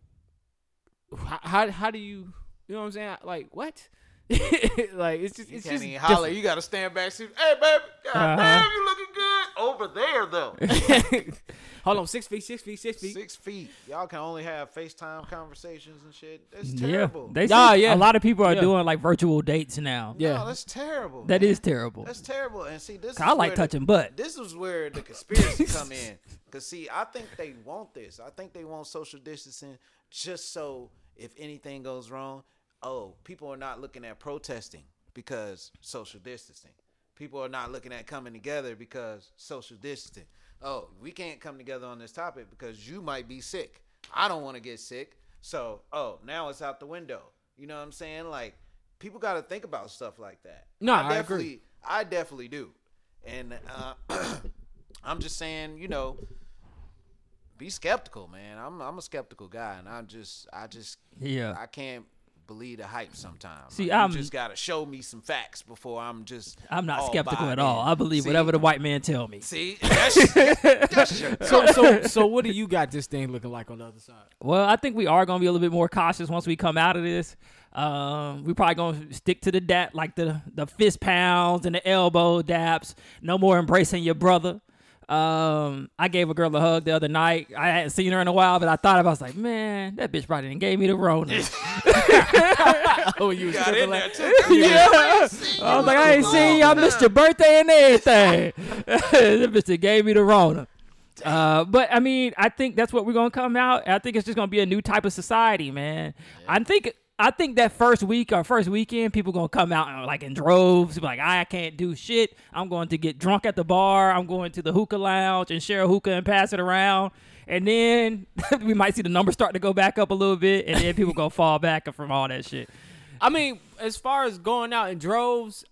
[SPEAKER 5] how, how how do you, you know what I'm saying? Like what? like it's just
[SPEAKER 4] you
[SPEAKER 5] it's
[SPEAKER 4] can't
[SPEAKER 5] just
[SPEAKER 4] even holler.
[SPEAKER 5] different.
[SPEAKER 4] You gotta stand back. See, hey, baby, God
[SPEAKER 3] Uh-huh.
[SPEAKER 4] damn, you looking good over there though.
[SPEAKER 5] Hold on, six feet, six feet, six feet.
[SPEAKER 4] Six feet. Y'all can only have FaceTime conversations and shit. That's
[SPEAKER 3] Yeah,
[SPEAKER 4] terrible.
[SPEAKER 3] they
[SPEAKER 5] Nah,
[SPEAKER 3] see-
[SPEAKER 5] yeah.
[SPEAKER 3] A lot of people are
[SPEAKER 5] Yeah.
[SPEAKER 3] doing like virtual dates now.
[SPEAKER 5] Yeah.
[SPEAKER 4] No, that's terrible.
[SPEAKER 3] That is terrible.
[SPEAKER 4] that's terrible. And see, this is
[SPEAKER 3] I like
[SPEAKER 4] where
[SPEAKER 3] touching
[SPEAKER 4] The,
[SPEAKER 3] butt.
[SPEAKER 4] this is where the conspiracy come in. Cause see, I think they want this. I think they want social distancing just so if anything goes wrong, oh, people are not looking at protesting because social distancing. People are not looking at coming together because social distancing. Oh, we can't come together on this topic because you might be sick. I don't want to get sick. So, oh, now it's out the window. You know what I'm saying? Like, people got to think about stuff like that.
[SPEAKER 5] No, I agree.
[SPEAKER 4] definitely, I definitely do. And uh, I'm just saying, you know, be skeptical, man. I'm I'm a skeptical guy, and I'm just I just
[SPEAKER 3] Yeah.
[SPEAKER 4] I can't believe the hype sometimes.
[SPEAKER 3] See,
[SPEAKER 4] Like,
[SPEAKER 3] I'm-
[SPEAKER 4] you just gotta show me some facts before I'm just
[SPEAKER 3] I'm not
[SPEAKER 4] all
[SPEAKER 3] skeptical
[SPEAKER 4] bought
[SPEAKER 3] at all.
[SPEAKER 4] in.
[SPEAKER 3] I believe
[SPEAKER 4] Oh, See?
[SPEAKER 3] whatever the white man tell me.
[SPEAKER 4] See, that's, that's your
[SPEAKER 5] So so so what do you got this thing looking like on the other side?
[SPEAKER 3] Well, I think we are going to be a little bit more cautious once we come out of this. Um, we probably going to stick to the dat like the the fist pounds and the elbow daps. No more embracing your brother. Um, I gave a girl a hug the other night. I hadn't seen her in a while, but I thought about. it. I was like, man, that bitch probably didn't gave me the Rona.
[SPEAKER 5] Oh, you was
[SPEAKER 4] got in
[SPEAKER 5] tripping
[SPEAKER 4] there
[SPEAKER 5] like,
[SPEAKER 4] too.
[SPEAKER 3] yeah. I was like, I ain't seen you. I missed your birthday and everything. that bitch that gave me the Rona. Uh, but I mean, I think that's what we're gonna come out. I think it's just gonna be a new type of society, man. I think I think that first week or first weekend, people gonna come out and, like in droves, be like, I can't do shit. I'm going to get drunk at the bar. I'm going to the hookah lounge and share a hookah and pass it around. And then we might see the numbers start to go back up a little bit, and then people gonna fall back from all that shit.
[SPEAKER 5] I mean, as far as going out in droves,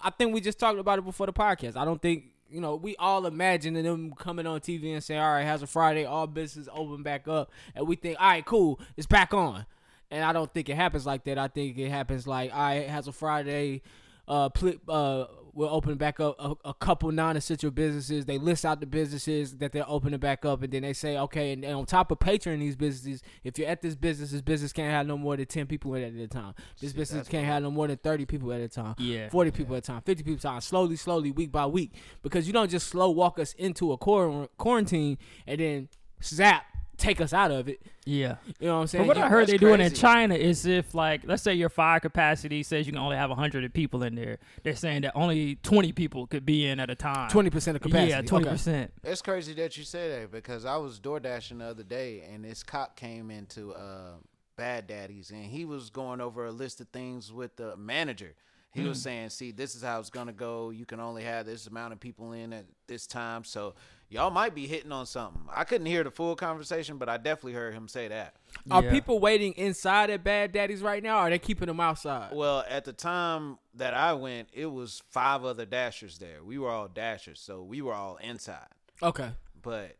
[SPEAKER 5] I think we just talked about it before the podcast. I don't think you know we all imagine them coming on TV and saying, "All right, how's a Friday? All business open back up," and we think, "All right, cool, it's back on." And I don't think it happens like that. I think it happens like, "All right, how's a Friday?" Uh, pl- uh, we'll open back up a, a couple non-essential businesses. They list out the businesses that they're opening back up, and then they say, okay, and, and on top of patroning these businesses, if you're at this business, this business can't have no more than ten people in it at a time. This business can't have no more than thirty people at a time.
[SPEAKER 3] Yeah.
[SPEAKER 5] 40 people at a time, 50 people at a time, slowly, slowly, week by week. Because you don't just slow walk us into a quar- quarantine and then zap, take us out of it.
[SPEAKER 3] Yeah.
[SPEAKER 5] You know what I'm saying?
[SPEAKER 3] But what
[SPEAKER 5] You-
[SPEAKER 3] I heard
[SPEAKER 4] that's
[SPEAKER 3] they doing in
[SPEAKER 4] crazy.
[SPEAKER 3] China is if, like, let's say your fire capacity says you can only have 100 people in there, they're saying that only 20 people could be in at a time.
[SPEAKER 5] 20% of capacity.
[SPEAKER 3] Yeah,
[SPEAKER 5] Okay.
[SPEAKER 3] 20%.
[SPEAKER 4] It's crazy that you say that because I was door dashing the other day and this cop came into uh, Bad Daddy's and he was going over a list of things with the manager. He was saying, "See, this is how it's gonna go. You can only have this amount of people in at this time, so y'all might be hitting on something." I couldn't hear the full conversation, but I definitely heard him say that.
[SPEAKER 5] Are
[SPEAKER 3] Yeah.
[SPEAKER 5] people waiting inside at Bad Daddy's right now, or are they keeping them outside?
[SPEAKER 4] Well, at the time that I went, it was five other dashers there. We were all dashers, so we were all inside.
[SPEAKER 5] Okay.
[SPEAKER 4] But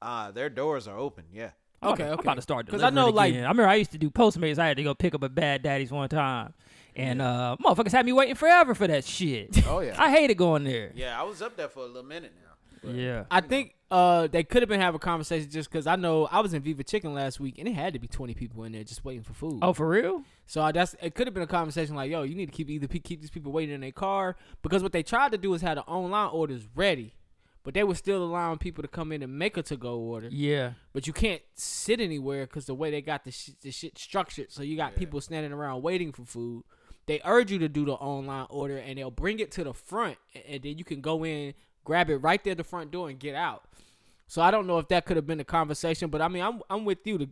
[SPEAKER 4] uh, their doors are open. Yeah.
[SPEAKER 5] Okay,
[SPEAKER 3] I'm
[SPEAKER 5] okay.
[SPEAKER 3] about to start
[SPEAKER 5] Because I
[SPEAKER 3] delivering
[SPEAKER 5] know, like,
[SPEAKER 3] again. I remember I used to do Postmates. I had to go pick up a Bad Daddy's one time. And uh, motherfuckers had me waiting forever for that shit.
[SPEAKER 4] Oh, yeah.
[SPEAKER 3] I hated going there.
[SPEAKER 4] Yeah, I was up there for a little minute now.
[SPEAKER 3] Yeah.
[SPEAKER 5] I think uh, they could have been having a conversation just because I know I was in Viva Chicken last week and it had to be 20 people in there just waiting for food.
[SPEAKER 3] Oh, for real?
[SPEAKER 5] So I, that's it. Could have been a conversation like, "Yo, you need to keep either pe- keep these people waiting in their car because what they tried to do is have the online orders ready, but they were still allowing people to come in and make a to go order.
[SPEAKER 3] Yeah.
[SPEAKER 5] But you can't sit anywhere because the way they got the shit, the shit structured, so you got people standing around waiting for food. They urge you to do the online order and they'll bring it to the front, and, and then you can go in, grab it right there at the front door, and get out. So I don't know if that could have been a conversation, but I mean, I'm I'm with you. The,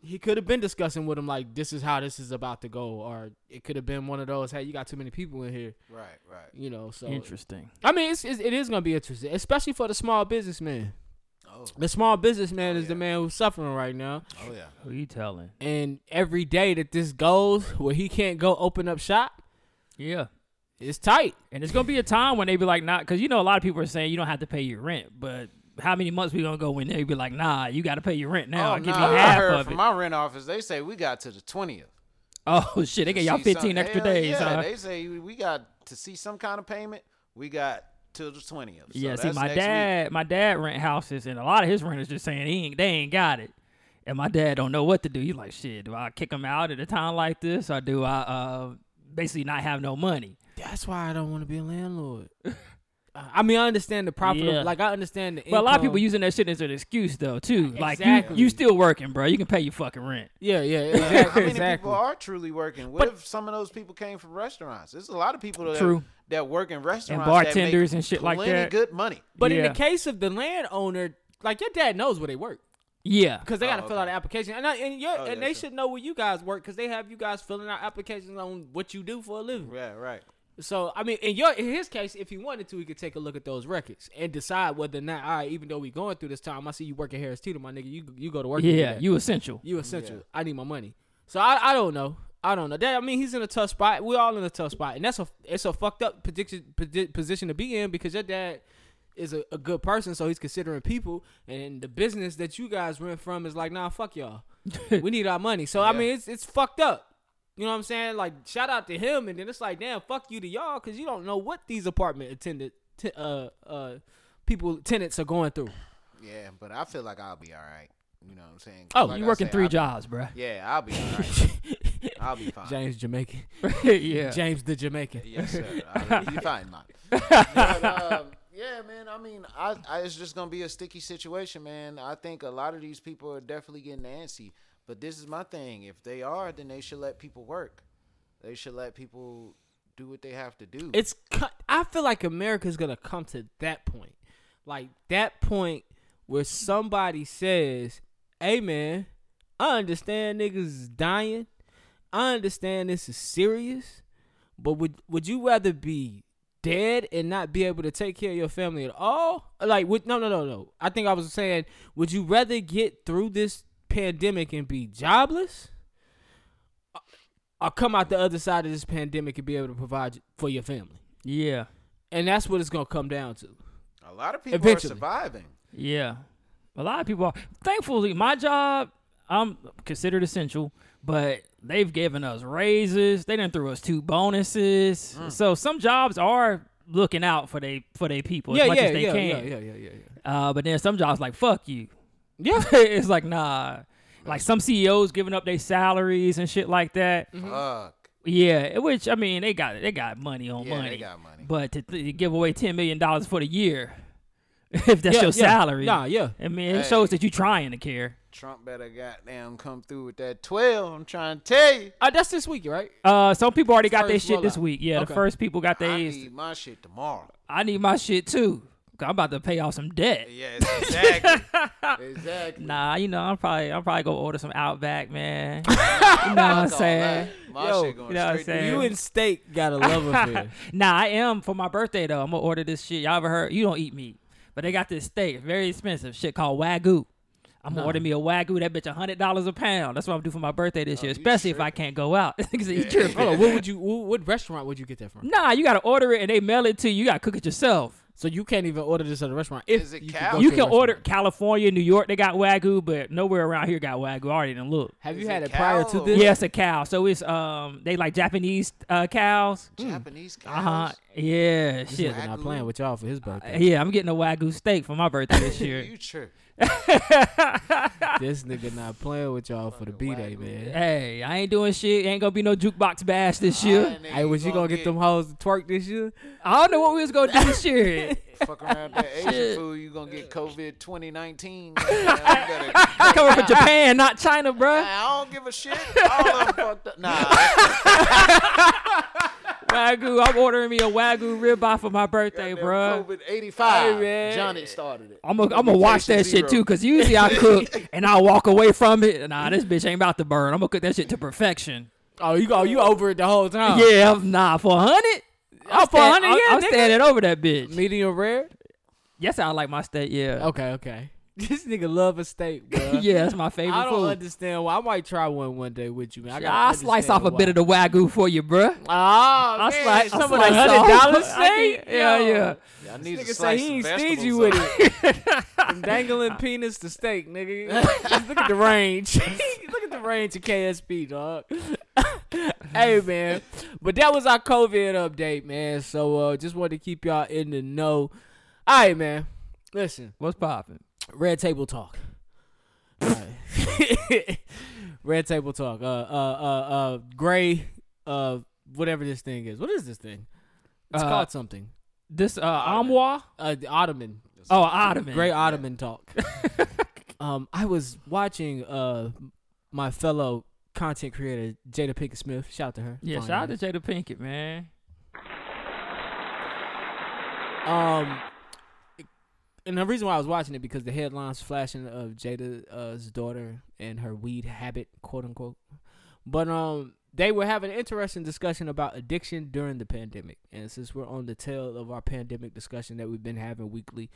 [SPEAKER 5] he could have been discussing with him like, this is how this is about to go, or it could have been one of those, hey, you got too many people in here,
[SPEAKER 4] Right, right.
[SPEAKER 5] you know. So
[SPEAKER 3] Interesting.
[SPEAKER 5] I mean, it's, it's, it is gonna be interesting, especially for the small businessman.
[SPEAKER 4] Oh,
[SPEAKER 5] The small businessman is the man who's suffering right now,
[SPEAKER 4] oh yeah.
[SPEAKER 3] Who you telling?
[SPEAKER 5] and every day that this goes where he can't go open up shop,
[SPEAKER 3] Yeah.
[SPEAKER 5] it's tight.
[SPEAKER 3] And it's gonna be a time when they be like, not because you know a lot of people are saying you don't have to pay your rent, but how many months we gonna go when they be like, nah, you got to pay your rent now.
[SPEAKER 4] oh,
[SPEAKER 3] and give
[SPEAKER 4] no,
[SPEAKER 3] me
[SPEAKER 4] I
[SPEAKER 3] half
[SPEAKER 4] heard
[SPEAKER 3] of
[SPEAKER 4] from
[SPEAKER 3] it.
[SPEAKER 4] my rent office. They say we got to the twentieth.
[SPEAKER 3] oh shit, they gave y'all fifteen extra days.
[SPEAKER 4] Yeah,
[SPEAKER 3] huh?
[SPEAKER 4] they say we got to see some kind of payment. We got till the twentieth. So
[SPEAKER 3] yeah, see,
[SPEAKER 4] that's
[SPEAKER 3] my
[SPEAKER 4] next week.
[SPEAKER 3] dad, my dad rent houses, and a lot of his renters just saying he ain't, they ain't got it. And my dad don't know what to do. He's like, shit, do I kick him out at a time like this, or do I uh, basically not have no money?
[SPEAKER 5] That's why I don't want to be a landlord. I mean, I understand the profit.
[SPEAKER 3] Yeah.
[SPEAKER 5] Of, like I understand the.
[SPEAKER 3] But a lot of
[SPEAKER 5] income.
[SPEAKER 3] people using that shit as an excuse though, too. Like
[SPEAKER 5] Exactly.
[SPEAKER 3] you, you still working, bro. You can pay your fucking rent.
[SPEAKER 5] Yeah, yeah,
[SPEAKER 4] Yeah, How
[SPEAKER 5] exactly.
[SPEAKER 4] many
[SPEAKER 5] exactly.
[SPEAKER 4] people are truly working? What if some of those people came from restaurants? There's a lot of people that,
[SPEAKER 3] True.
[SPEAKER 4] that work in restaurants
[SPEAKER 3] bartenders
[SPEAKER 4] that make
[SPEAKER 3] and shit like
[SPEAKER 4] plenty
[SPEAKER 3] that.
[SPEAKER 4] Good money.
[SPEAKER 5] But in
[SPEAKER 3] Yeah.
[SPEAKER 5] the case of the landowner, like your dad knows where they work
[SPEAKER 3] Yeah,
[SPEAKER 5] because they got to
[SPEAKER 4] Oh,
[SPEAKER 5] fill out
[SPEAKER 4] okay.
[SPEAKER 5] an application, and I, and, your, and
[SPEAKER 4] yeah,
[SPEAKER 5] they
[SPEAKER 4] sure.
[SPEAKER 5] should know where you guys work because they have you guys filling out applications on what you do for a living.
[SPEAKER 4] Yeah, right.
[SPEAKER 5] So I mean, in your in his case, if he wanted to, he could take a look at those records and decide whether or not, all right, even though we going through this time, I see you working Harris Teeter, my nigga. You you go to work. every
[SPEAKER 3] Yeah,
[SPEAKER 5] day.
[SPEAKER 3] you essential.
[SPEAKER 5] You essential. I need my money. So I, I don't know. I don't know. That I mean, he's in a tough spot. We all in a tough spot, and that's a it's a fucked up prediction, predi- position to be in because your dad is a, a good person, so he's considering people, and the business that you guys rent from is like, nah, fuck y'all. we need our money. So I mean, it's it's fucked up. You know what I'm saying? Like, shout out to him, and then it's like, damn, fuck you to y'all, because you don't know what these apartment attendant, t- uh, uh, people tenants are going through.
[SPEAKER 4] Yeah, but I feel like I'll be all right. You know what I'm saying? 'Cause
[SPEAKER 3] Oh,
[SPEAKER 4] like
[SPEAKER 3] you
[SPEAKER 4] I
[SPEAKER 3] working
[SPEAKER 4] said,
[SPEAKER 3] three
[SPEAKER 4] I'll-
[SPEAKER 3] jobs, bruh.
[SPEAKER 4] Yeah, I'll be all right. I'll be fine.
[SPEAKER 5] James Jamaican,
[SPEAKER 3] Uh, yeah.
[SPEAKER 5] James the Jamaican.
[SPEAKER 4] Yes, sir. I'll be fine, man. But, um, yeah, man. I mean, I, I, it's just gonna be a sticky situation, man. I think a lot of these people are definitely getting antsy. But this is my thing. If they are, then they should let people work. They should let people do what they have to do.
[SPEAKER 5] it's cu- I feel like America's gonna come to that point, like that point where somebody says, "Hey man, I understand niggas is dying. I understand this is serious, but would would you rather be dead and not be able to take care of your family at all? Like, would, no, no, no, no. I think I was saying, would you rather get through this pandemic and be jobless?" Or come out the other side of this pandemic and be able to provide for your family.
[SPEAKER 3] Yeah.
[SPEAKER 5] And that's what it's gonna come down to.
[SPEAKER 4] a lot of people
[SPEAKER 5] Eventually.
[SPEAKER 4] are surviving.
[SPEAKER 3] Yeah. A lot of people are. Thankfully, my job, I'm considered essential, but they've given us raises. They done threw us two bonuses.
[SPEAKER 5] Mm.
[SPEAKER 3] So some jobs are looking out for they for their people as
[SPEAKER 5] yeah,
[SPEAKER 3] much
[SPEAKER 5] yeah,
[SPEAKER 3] as they
[SPEAKER 5] yeah,
[SPEAKER 3] can.
[SPEAKER 5] yeah, yeah, yeah, yeah, yeah.
[SPEAKER 3] Uh, but then some jobs like fuck you.
[SPEAKER 5] Yeah.
[SPEAKER 3] it's like nah. Like some CEOs giving up their salaries and shit like that.
[SPEAKER 4] Fuck.
[SPEAKER 3] Yeah, which I mean they got they got money on
[SPEAKER 4] Yeah, they
[SPEAKER 3] money.
[SPEAKER 4] got money.
[SPEAKER 3] But to, to give away ten million dollars for the year, if that's
[SPEAKER 5] Yeah,
[SPEAKER 3] your
[SPEAKER 5] yeah.
[SPEAKER 3] salary,
[SPEAKER 5] Nah, yeah.
[SPEAKER 3] I mean it shows
[SPEAKER 4] Hey.
[SPEAKER 3] that you trying to care.
[SPEAKER 4] Trump better goddamn come through with that twelve. I'm trying to tell you.
[SPEAKER 5] Uh, that's this week, right?
[SPEAKER 3] Uh, some people already got their
[SPEAKER 5] First
[SPEAKER 3] shit this
[SPEAKER 5] rollout.
[SPEAKER 3] week. Yeah,
[SPEAKER 5] Okay.
[SPEAKER 3] the first people got
[SPEAKER 4] I
[SPEAKER 3] their.
[SPEAKER 4] need my shit tomorrow.
[SPEAKER 3] I need my shit too. 'Cause I'm about to pay off some debt.
[SPEAKER 4] Yes, exactly. exactly.
[SPEAKER 3] Nah, you know I'm probably I'm probably gonna order some Outback, man. you know what I'm saying?
[SPEAKER 4] My
[SPEAKER 5] Yo,
[SPEAKER 4] shit going
[SPEAKER 3] you know what I'm
[SPEAKER 4] straight
[SPEAKER 3] saying?
[SPEAKER 4] to
[SPEAKER 5] You
[SPEAKER 3] Yeah.
[SPEAKER 5] and Steak got a love affair.
[SPEAKER 3] Nah, I am for my birthday though. I'm gonna order this shit. Y'all ever heard? You don't eat meat, but they got this steak, very expensive shit called wagyu. I'm gonna order me a wagyu. That bitch, a hundred dollars a pound. That's what I'm gonna do for my birthday
[SPEAKER 4] Oh,
[SPEAKER 3] this year, especially if I can't go out. 'Cause you tripping.
[SPEAKER 5] Hold on, what would you? What, what restaurant would you get that from?
[SPEAKER 3] Nah, you gotta order it and they mail it to you. You gotta cook it yourself.
[SPEAKER 5] So you can't even order this at a restaurant. If
[SPEAKER 4] Is it
[SPEAKER 5] you could
[SPEAKER 4] cow?
[SPEAKER 5] go
[SPEAKER 3] you
[SPEAKER 5] to a
[SPEAKER 3] can order
[SPEAKER 5] restaurant.
[SPEAKER 3] California, New York. They got wagyu, but nowhere around here got wagyu. I already done look.
[SPEAKER 5] Have you
[SPEAKER 4] Is
[SPEAKER 5] had
[SPEAKER 4] it
[SPEAKER 5] it prior
[SPEAKER 4] cow
[SPEAKER 5] to
[SPEAKER 4] or-
[SPEAKER 5] this?
[SPEAKER 3] Yeah, it's a cow. So it's um, they like Japanese uh, cows.
[SPEAKER 4] Japanese cows.
[SPEAKER 3] Uh huh. Yeah, shit.
[SPEAKER 5] Nigga not playing with y'all for his birthday.
[SPEAKER 3] Yeah, I'm getting a wagyu steak for my birthday this year.
[SPEAKER 4] You true.
[SPEAKER 5] this nigga not playing with y'all for the b day, man.
[SPEAKER 3] Hey, I ain't doing shit. Ain't gonna be no jukebox bash this year.
[SPEAKER 5] Hey, was you gonna get them hoes to twerk this year?
[SPEAKER 3] I don't know what we was gonna do this year.
[SPEAKER 4] Fuck around that Asian food, you gonna get COVID 2019. I
[SPEAKER 3] I coming from Japan, not China, bruh.
[SPEAKER 4] don't give a shit. All of them fucked up. Nah,
[SPEAKER 3] Wagyu, I'm ordering me a wagyu ribeye for my birthday, bruh.
[SPEAKER 4] COVID 85.
[SPEAKER 5] Hey, man.
[SPEAKER 4] Johnny started it.
[SPEAKER 3] I'm gonna I'm watch that
[SPEAKER 4] Mutation
[SPEAKER 3] shit
[SPEAKER 4] zero.
[SPEAKER 3] too, cause usually I cook and I walk away from it. Nah, this bitch ain't about to burn. I'm gonna cook that shit to perfection.
[SPEAKER 5] Oh, you go, you over it the whole time.
[SPEAKER 3] Yeah, I'm- nah, for a hundred. I'm,
[SPEAKER 5] for a
[SPEAKER 3] stand-
[SPEAKER 5] hundred,
[SPEAKER 3] I'm-
[SPEAKER 5] yeah,
[SPEAKER 3] I'm
[SPEAKER 5] nigga.
[SPEAKER 3] standing over that bitch.
[SPEAKER 5] medium rare.
[SPEAKER 3] Yes, I like my steak. Yeah,
[SPEAKER 5] Okay, okay. This nigga love a steak, bro.
[SPEAKER 3] yeah, that's my favorite
[SPEAKER 5] I don't
[SPEAKER 3] food.
[SPEAKER 5] understand why. I might try one one day with you, man. I gotta
[SPEAKER 3] I'll slice
[SPEAKER 5] understand
[SPEAKER 3] off a
[SPEAKER 5] why.
[SPEAKER 3] bit of the wagyu for you, bruh.
[SPEAKER 5] Oh, i
[SPEAKER 3] man,
[SPEAKER 5] slice
[SPEAKER 3] some
[SPEAKER 5] some
[SPEAKER 3] of
[SPEAKER 5] of
[SPEAKER 3] the
[SPEAKER 5] the hundred
[SPEAKER 3] $100
[SPEAKER 5] dollars.
[SPEAKER 3] steak? Yeah, yeah.
[SPEAKER 4] I need to
[SPEAKER 5] Nigga say
[SPEAKER 4] slice
[SPEAKER 5] he
[SPEAKER 4] some
[SPEAKER 5] ain't
[SPEAKER 4] vegetables
[SPEAKER 5] stingy
[SPEAKER 4] up.
[SPEAKER 5] with it. From dangling penis to steak, nigga. Just look at the range. look at the range of KSP, dog. hey man, but that was our COVID update, man. So uh, just wanted to keep y'all in the know. All right, man. Listen,
[SPEAKER 3] What's poppin'?
[SPEAKER 5] Red Table Talk. Alright. Red Table Talk. Uh, uh, uh, uh, gray. Uh, whatever this thing is. What is this thing? It's
[SPEAKER 3] Uh,
[SPEAKER 5] called something.
[SPEAKER 3] This uh, armoire?
[SPEAKER 5] Uh, the Ottoman.
[SPEAKER 3] Oh, ottoman.
[SPEAKER 5] Gray Ottoman Talk. um, I was watching uh my fellow content creator Jada Pinkett Smith. Shout out to her.
[SPEAKER 3] Yeah,
[SPEAKER 5] Fine
[SPEAKER 3] shout out to
[SPEAKER 5] artist.
[SPEAKER 3] Jada Pinkett, man.
[SPEAKER 5] Um, and the reason why I was watching it because the headlines flashing of Jada's daughter and her weed habit, quote unquote. But um, They were having an interesting discussion about addiction during the pandemic, and since we're on the tail of our pandemic discussion that we've been having weekly,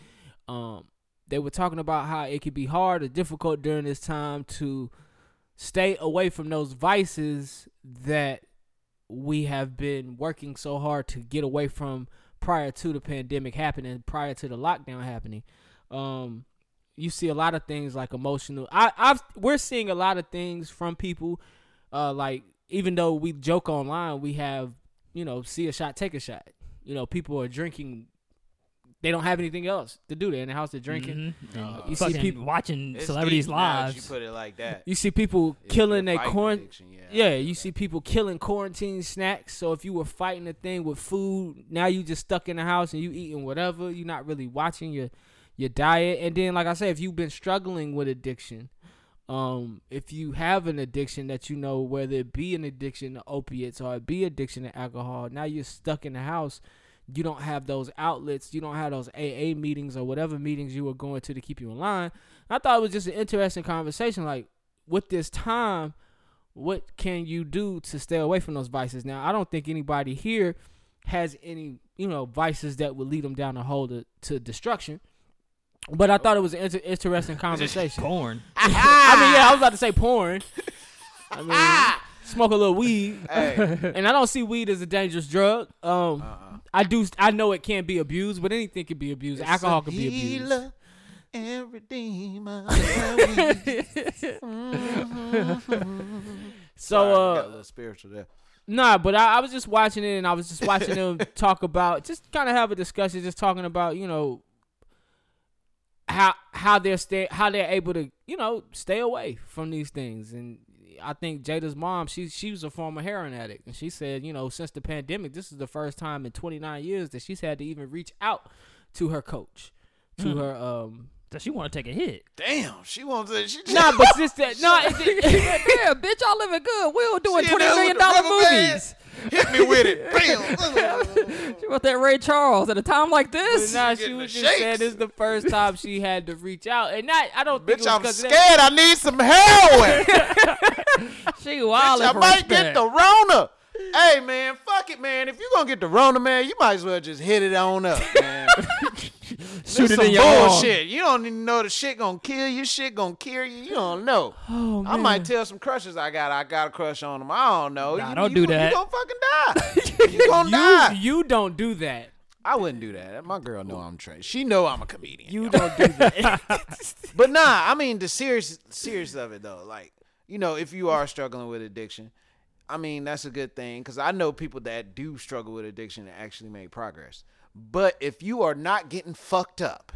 [SPEAKER 5] um, they were talking about how it could be hard or difficult during this time to stay away from those vices that we have been working so hard to get away from prior to the pandemic happening, prior to the lockdown happening. Um, you see a lot of things like emotional. I, I've we're seeing a lot of things from people. Uh, like even though we joke online, we have you know see a shot, take a shot. You know, people are drinking. They don't have anything else to do. They're in the house. They're drinking.
[SPEAKER 3] Mm-hmm.
[SPEAKER 5] You see
[SPEAKER 3] Fucking
[SPEAKER 5] people.
[SPEAKER 3] watching
[SPEAKER 4] It's
[SPEAKER 3] celebrities'
[SPEAKER 4] deep now that
[SPEAKER 3] lives.
[SPEAKER 4] You put it like that.
[SPEAKER 5] You see people killing their
[SPEAKER 4] fighting
[SPEAKER 5] corn.
[SPEAKER 4] addiction, yeah, I
[SPEAKER 5] Yeah,
[SPEAKER 4] feel
[SPEAKER 5] you
[SPEAKER 4] that.
[SPEAKER 5] see people killing quarantine snacks. So if you were fighting a thing with food, now you just stuck in the house and you eating whatever. You're not really watching your your diet. And then, like I said, if you've been struggling with addiction, um, if you have an addiction that you know, whether it be an addiction to opiates or it be addiction to alcohol, now you're stuck in the house. You don't have those outlets. You don't have those AA meetings or whatever meetings you were going to to keep you in line. I thought it was just an interesting conversation. Like with this time, what can you do to stay away from those vices? Now, I don't think anybody here has any, you know, vices that would lead them down a hole to, to destruction. But I thought it was an inter- interesting conversation.
[SPEAKER 3] Porn.
[SPEAKER 5] I mean, yeah, I was about to say porn. I mean, smoke a little weed, and I don't see weed as a dangerous drug. Um, I do, I know it can be abused, but anything can be abused. Alcohol can be abused.
[SPEAKER 4] Healer and redeemer.
[SPEAKER 5] So,
[SPEAKER 4] Sorry, got a
[SPEAKER 5] uh,
[SPEAKER 4] little spiritual there.
[SPEAKER 5] Nah, but I, I was just watching it, and I was just watching them talk about, just kind of have a discussion, just talking about, you know, how how they're stay, how they're able to, you know, stay away from these things. And I think Jada's mom, she she was a former heroin addict, and she said, you know, since the pandemic, this is the first time in 29 years that she's had to even reach out to her coach, to
[SPEAKER 4] Hmm.
[SPEAKER 5] her um.
[SPEAKER 3] Does she want to take a hit?
[SPEAKER 4] Damn, she wants it. She just,
[SPEAKER 5] Nah, but since that, nah, it,
[SPEAKER 3] yeah, bitch, y'all living good. We were doing
[SPEAKER 4] She
[SPEAKER 3] twenty
[SPEAKER 4] in there
[SPEAKER 3] million
[SPEAKER 4] with the
[SPEAKER 3] dollar movies.
[SPEAKER 4] rubber band. hit me with it. Bam.
[SPEAKER 3] She wrote that Ray Charles at a time like
[SPEAKER 5] But
[SPEAKER 3] this.
[SPEAKER 5] nah,
[SPEAKER 4] Getting
[SPEAKER 5] she
[SPEAKER 4] the
[SPEAKER 5] was just saying
[SPEAKER 4] shakes.
[SPEAKER 5] this is the first time she had to reach out, and not I don't think
[SPEAKER 4] Bitch,
[SPEAKER 5] it was
[SPEAKER 4] I'm
[SPEAKER 5] 'cause of
[SPEAKER 4] scared.
[SPEAKER 5] that.
[SPEAKER 4] I need some heroin.
[SPEAKER 3] She wild.
[SPEAKER 4] I might get the Rona. Hey man, fuck it, man. If you're gonna get the Rona, man, you might as well just hit it on up, man.
[SPEAKER 3] shoot
[SPEAKER 4] Some
[SPEAKER 3] it in your
[SPEAKER 4] bullshit. You don't even know the shit gonna kill you. Shit gonna kill you. You don't know.
[SPEAKER 3] Oh,
[SPEAKER 4] I might tell some crushes I got. I got a crush on them. I don't know.
[SPEAKER 3] Nah,
[SPEAKER 4] you,
[SPEAKER 3] don't
[SPEAKER 4] you,
[SPEAKER 3] do
[SPEAKER 4] you
[SPEAKER 3] that.
[SPEAKER 4] gonna fucking die. you gonna
[SPEAKER 5] You,
[SPEAKER 4] die.
[SPEAKER 5] you don't do that.
[SPEAKER 4] I wouldn't do that. My girl know I'm Trey. She know I'm a comedian.
[SPEAKER 5] You don't do that.
[SPEAKER 4] But nah, I mean the serious serious of it though. Like, you know, if you are struggling with addiction, I mean that's a good thing cuz I know people that do struggle with addiction and actually make progress. But if you are not getting fucked up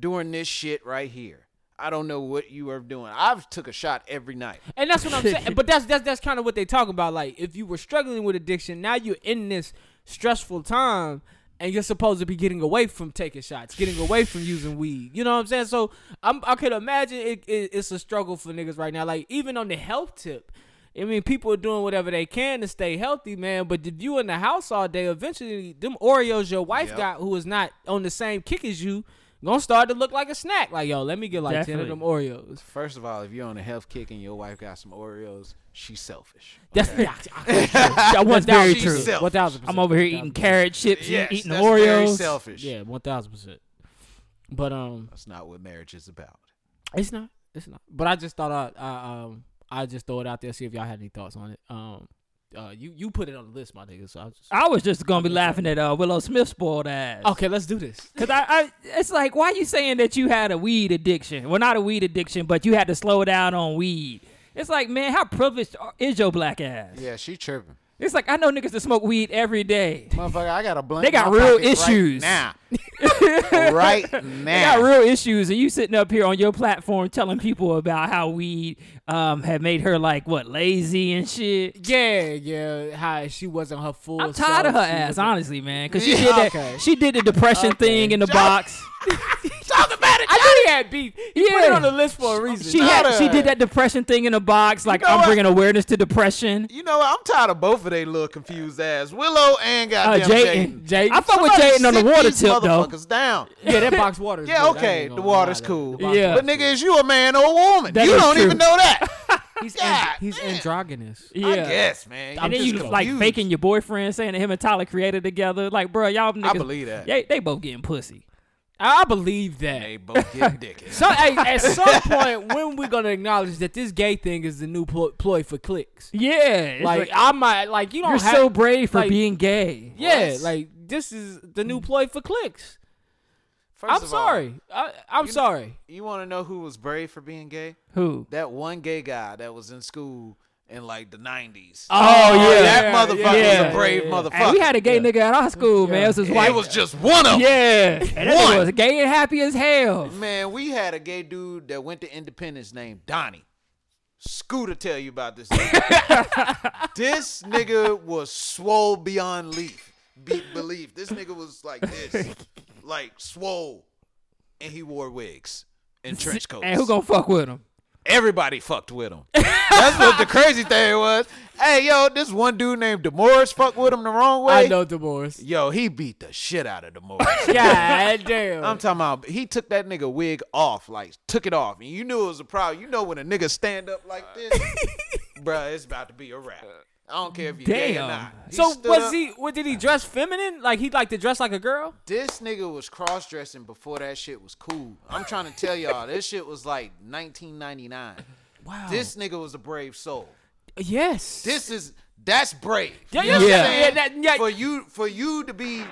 [SPEAKER 4] doing this shit right here, I don't know what you are doing. I've took a shot every night.
[SPEAKER 5] and that's what I'm saying. But that's that's that's kind of what they talk about. Like if you were struggling with addiction, now you're in this stressful time, and you're supposed to be getting away from taking shots, getting away from using weed. You know what I'm saying? So I'm I could imagine it, it, it's a struggle for niggas right now. Like even on the health tip. I mean, people are doing whatever they can to stay healthy, man. But if you in the house all day, eventually them Oreos your wife got, who is not on the same kick as you, gonna start to look like a snack. Like, yo, let me get like ten
[SPEAKER 3] Definitely.
[SPEAKER 5] of them Oreos.
[SPEAKER 4] First of all, if you're on a health kick and your wife got some Oreos, she's selfish.
[SPEAKER 5] That's that one
[SPEAKER 3] very
[SPEAKER 5] thousand
[SPEAKER 3] true.
[SPEAKER 5] percent. One thousand percent.
[SPEAKER 3] I'm over here eating carrot chips, you eating
[SPEAKER 4] that's
[SPEAKER 3] Oreos.
[SPEAKER 4] very selfish.
[SPEAKER 5] Yeah, one thousand percent. But um,
[SPEAKER 4] That's not what marriage is about.
[SPEAKER 5] it's not. It's not. But I just thought I, I um I just throw it out there see if y'all had any thoughts on it. Um, uh, you you put it on the list, my nigga. So I was just
[SPEAKER 3] I was just gonna be laughing at uh, Willow Smith spoiled ass.
[SPEAKER 5] okay. Let's do this.
[SPEAKER 3] Cause I, I, it's like, why you saying that you had a weed addiction? Well, not a weed addiction, but you had to slow down on weed. It's like, man, how privileged are- is your black ass?
[SPEAKER 4] Yeah, she tripping.
[SPEAKER 3] It's like I know niggas that smoke weed every day.
[SPEAKER 4] Motherfucker, I got a blunt.
[SPEAKER 3] They
[SPEAKER 4] in
[SPEAKER 3] got
[SPEAKER 4] my
[SPEAKER 3] real
[SPEAKER 4] pocket
[SPEAKER 3] issues.
[SPEAKER 4] right now. right
[SPEAKER 3] They
[SPEAKER 4] now.
[SPEAKER 3] got real issues, and you sitting up here on your platform telling people about how weed um had made her like what lazy and shit.
[SPEAKER 5] Yeah, yeah. How she wasn't her full.
[SPEAKER 3] I'm tired of her
[SPEAKER 5] self. She
[SPEAKER 3] ass,
[SPEAKER 5] wasn't-
[SPEAKER 3] honestly, man. Cause she did that.
[SPEAKER 5] Okay.
[SPEAKER 3] She did the depression thing in the box.
[SPEAKER 5] I knew he had beef. He put it
[SPEAKER 3] Yeah.
[SPEAKER 5] on the list for a reason.
[SPEAKER 3] She
[SPEAKER 4] tired
[SPEAKER 3] had.
[SPEAKER 4] of
[SPEAKER 3] She
[SPEAKER 4] her
[SPEAKER 3] did
[SPEAKER 4] ass.
[SPEAKER 3] that depression thing in the box. Like
[SPEAKER 4] know
[SPEAKER 3] I'm
[SPEAKER 4] what?
[SPEAKER 3] bringing awareness to depression.
[SPEAKER 4] You know what? I'm tired of both of they little confused ass. Willow and
[SPEAKER 3] Uh,
[SPEAKER 4] goddamn Jayden.
[SPEAKER 3] Jayden.
[SPEAKER 5] Jayden.
[SPEAKER 3] I fuck with
[SPEAKER 4] Somebody
[SPEAKER 3] Jayden on the
[SPEAKER 4] sit
[SPEAKER 3] water
[SPEAKER 4] these
[SPEAKER 3] tip though.
[SPEAKER 4] motherfuckers down.
[SPEAKER 5] yeah, that box water. Is
[SPEAKER 4] Yeah,
[SPEAKER 5] good. I ain't
[SPEAKER 4] okay,
[SPEAKER 5] gonna
[SPEAKER 4] the
[SPEAKER 5] lie,
[SPEAKER 4] water's
[SPEAKER 5] that-
[SPEAKER 4] cool.
[SPEAKER 5] the box
[SPEAKER 3] Yeah.
[SPEAKER 5] water
[SPEAKER 4] But nigga, is you a man or a woman?
[SPEAKER 3] That
[SPEAKER 4] you
[SPEAKER 3] is
[SPEAKER 4] don't
[SPEAKER 3] true.
[SPEAKER 4] even know that.
[SPEAKER 5] He's
[SPEAKER 4] God
[SPEAKER 5] he's
[SPEAKER 4] damn.
[SPEAKER 5] androgynous.
[SPEAKER 3] Yeah.
[SPEAKER 4] I guess, man.
[SPEAKER 3] And
[SPEAKER 4] I'm
[SPEAKER 3] then
[SPEAKER 4] just
[SPEAKER 3] you like
[SPEAKER 4] confused.
[SPEAKER 3] faking your boyfriend saying that him and Tyler created together. Like, bro, y'all niggas.
[SPEAKER 4] I believe that.
[SPEAKER 3] They, they both getting pussy.
[SPEAKER 5] I believe that.
[SPEAKER 4] They both get dicked.
[SPEAKER 5] So hey, at some point, when we gonna acknowledge that this gay thing is the new plo- ploy for clicks?
[SPEAKER 3] Yeah. it's
[SPEAKER 5] Like I might like you don't
[SPEAKER 3] you're
[SPEAKER 5] have
[SPEAKER 3] so brave for
[SPEAKER 5] like-
[SPEAKER 3] being gay.
[SPEAKER 5] yeah
[SPEAKER 4] What?
[SPEAKER 5] like this is the new ploy for clicks.
[SPEAKER 4] First
[SPEAKER 5] I'm
[SPEAKER 4] of all,
[SPEAKER 5] sorry. I, I'm
[SPEAKER 4] you-
[SPEAKER 5] sorry.
[SPEAKER 4] You want to know who was brave for being gay?
[SPEAKER 3] Who?
[SPEAKER 4] That one gay guy that was in school in like the 90s.
[SPEAKER 3] Oh,
[SPEAKER 5] yeah.
[SPEAKER 4] that
[SPEAKER 5] yeah,
[SPEAKER 4] motherfucker
[SPEAKER 3] yeah,
[SPEAKER 4] was a brave
[SPEAKER 5] yeah.
[SPEAKER 4] motherfucker.
[SPEAKER 3] Hey, we had a gay nigga at our school, man. It was his
[SPEAKER 4] it
[SPEAKER 3] wife.
[SPEAKER 4] was just one of them.
[SPEAKER 3] yeah. And that
[SPEAKER 4] One.
[SPEAKER 3] nigga was gay and happy as hell.
[SPEAKER 4] Man, we had a gay dude that went to Independence named Donnie. Scooter tell you about this. nigga. this nigga was swole beyond leaf, be- belief. This nigga was like this, like swole, and he wore wigs and trench coats.
[SPEAKER 3] And who gonna fuck with him?
[SPEAKER 4] Everybody fucked with him. That's what the crazy thing was. Hey, yo, this one dude named Demoris fucked with him the wrong way.
[SPEAKER 5] I know divorce.
[SPEAKER 4] Yo, he beat the shit out of Demoris.
[SPEAKER 5] God damn.
[SPEAKER 4] I'm talking about he took that nigga wig off, like took it off, and you knew it was a problem. You know when a nigga stand up like
[SPEAKER 5] Uh.
[SPEAKER 4] this, bruh, it's about to be a wrap. I don't care if you gay or
[SPEAKER 3] Damn.
[SPEAKER 4] not. He
[SPEAKER 5] so
[SPEAKER 4] stood
[SPEAKER 5] was
[SPEAKER 4] up.
[SPEAKER 5] he? What did he dress feminine? Like he like to dress like a girl?
[SPEAKER 4] This nigga was cross dressing before that shit was cool. I'm trying to tell y'all, this shit was like 1999.
[SPEAKER 5] Wow.
[SPEAKER 4] This nigga was a brave soul.
[SPEAKER 5] yes.
[SPEAKER 4] This is that's brave.
[SPEAKER 5] Yeah,
[SPEAKER 4] You know what
[SPEAKER 5] yeah,
[SPEAKER 4] I'm
[SPEAKER 5] yeah.
[SPEAKER 4] saying?
[SPEAKER 5] Yeah, that- yeah.
[SPEAKER 4] For you, for you to be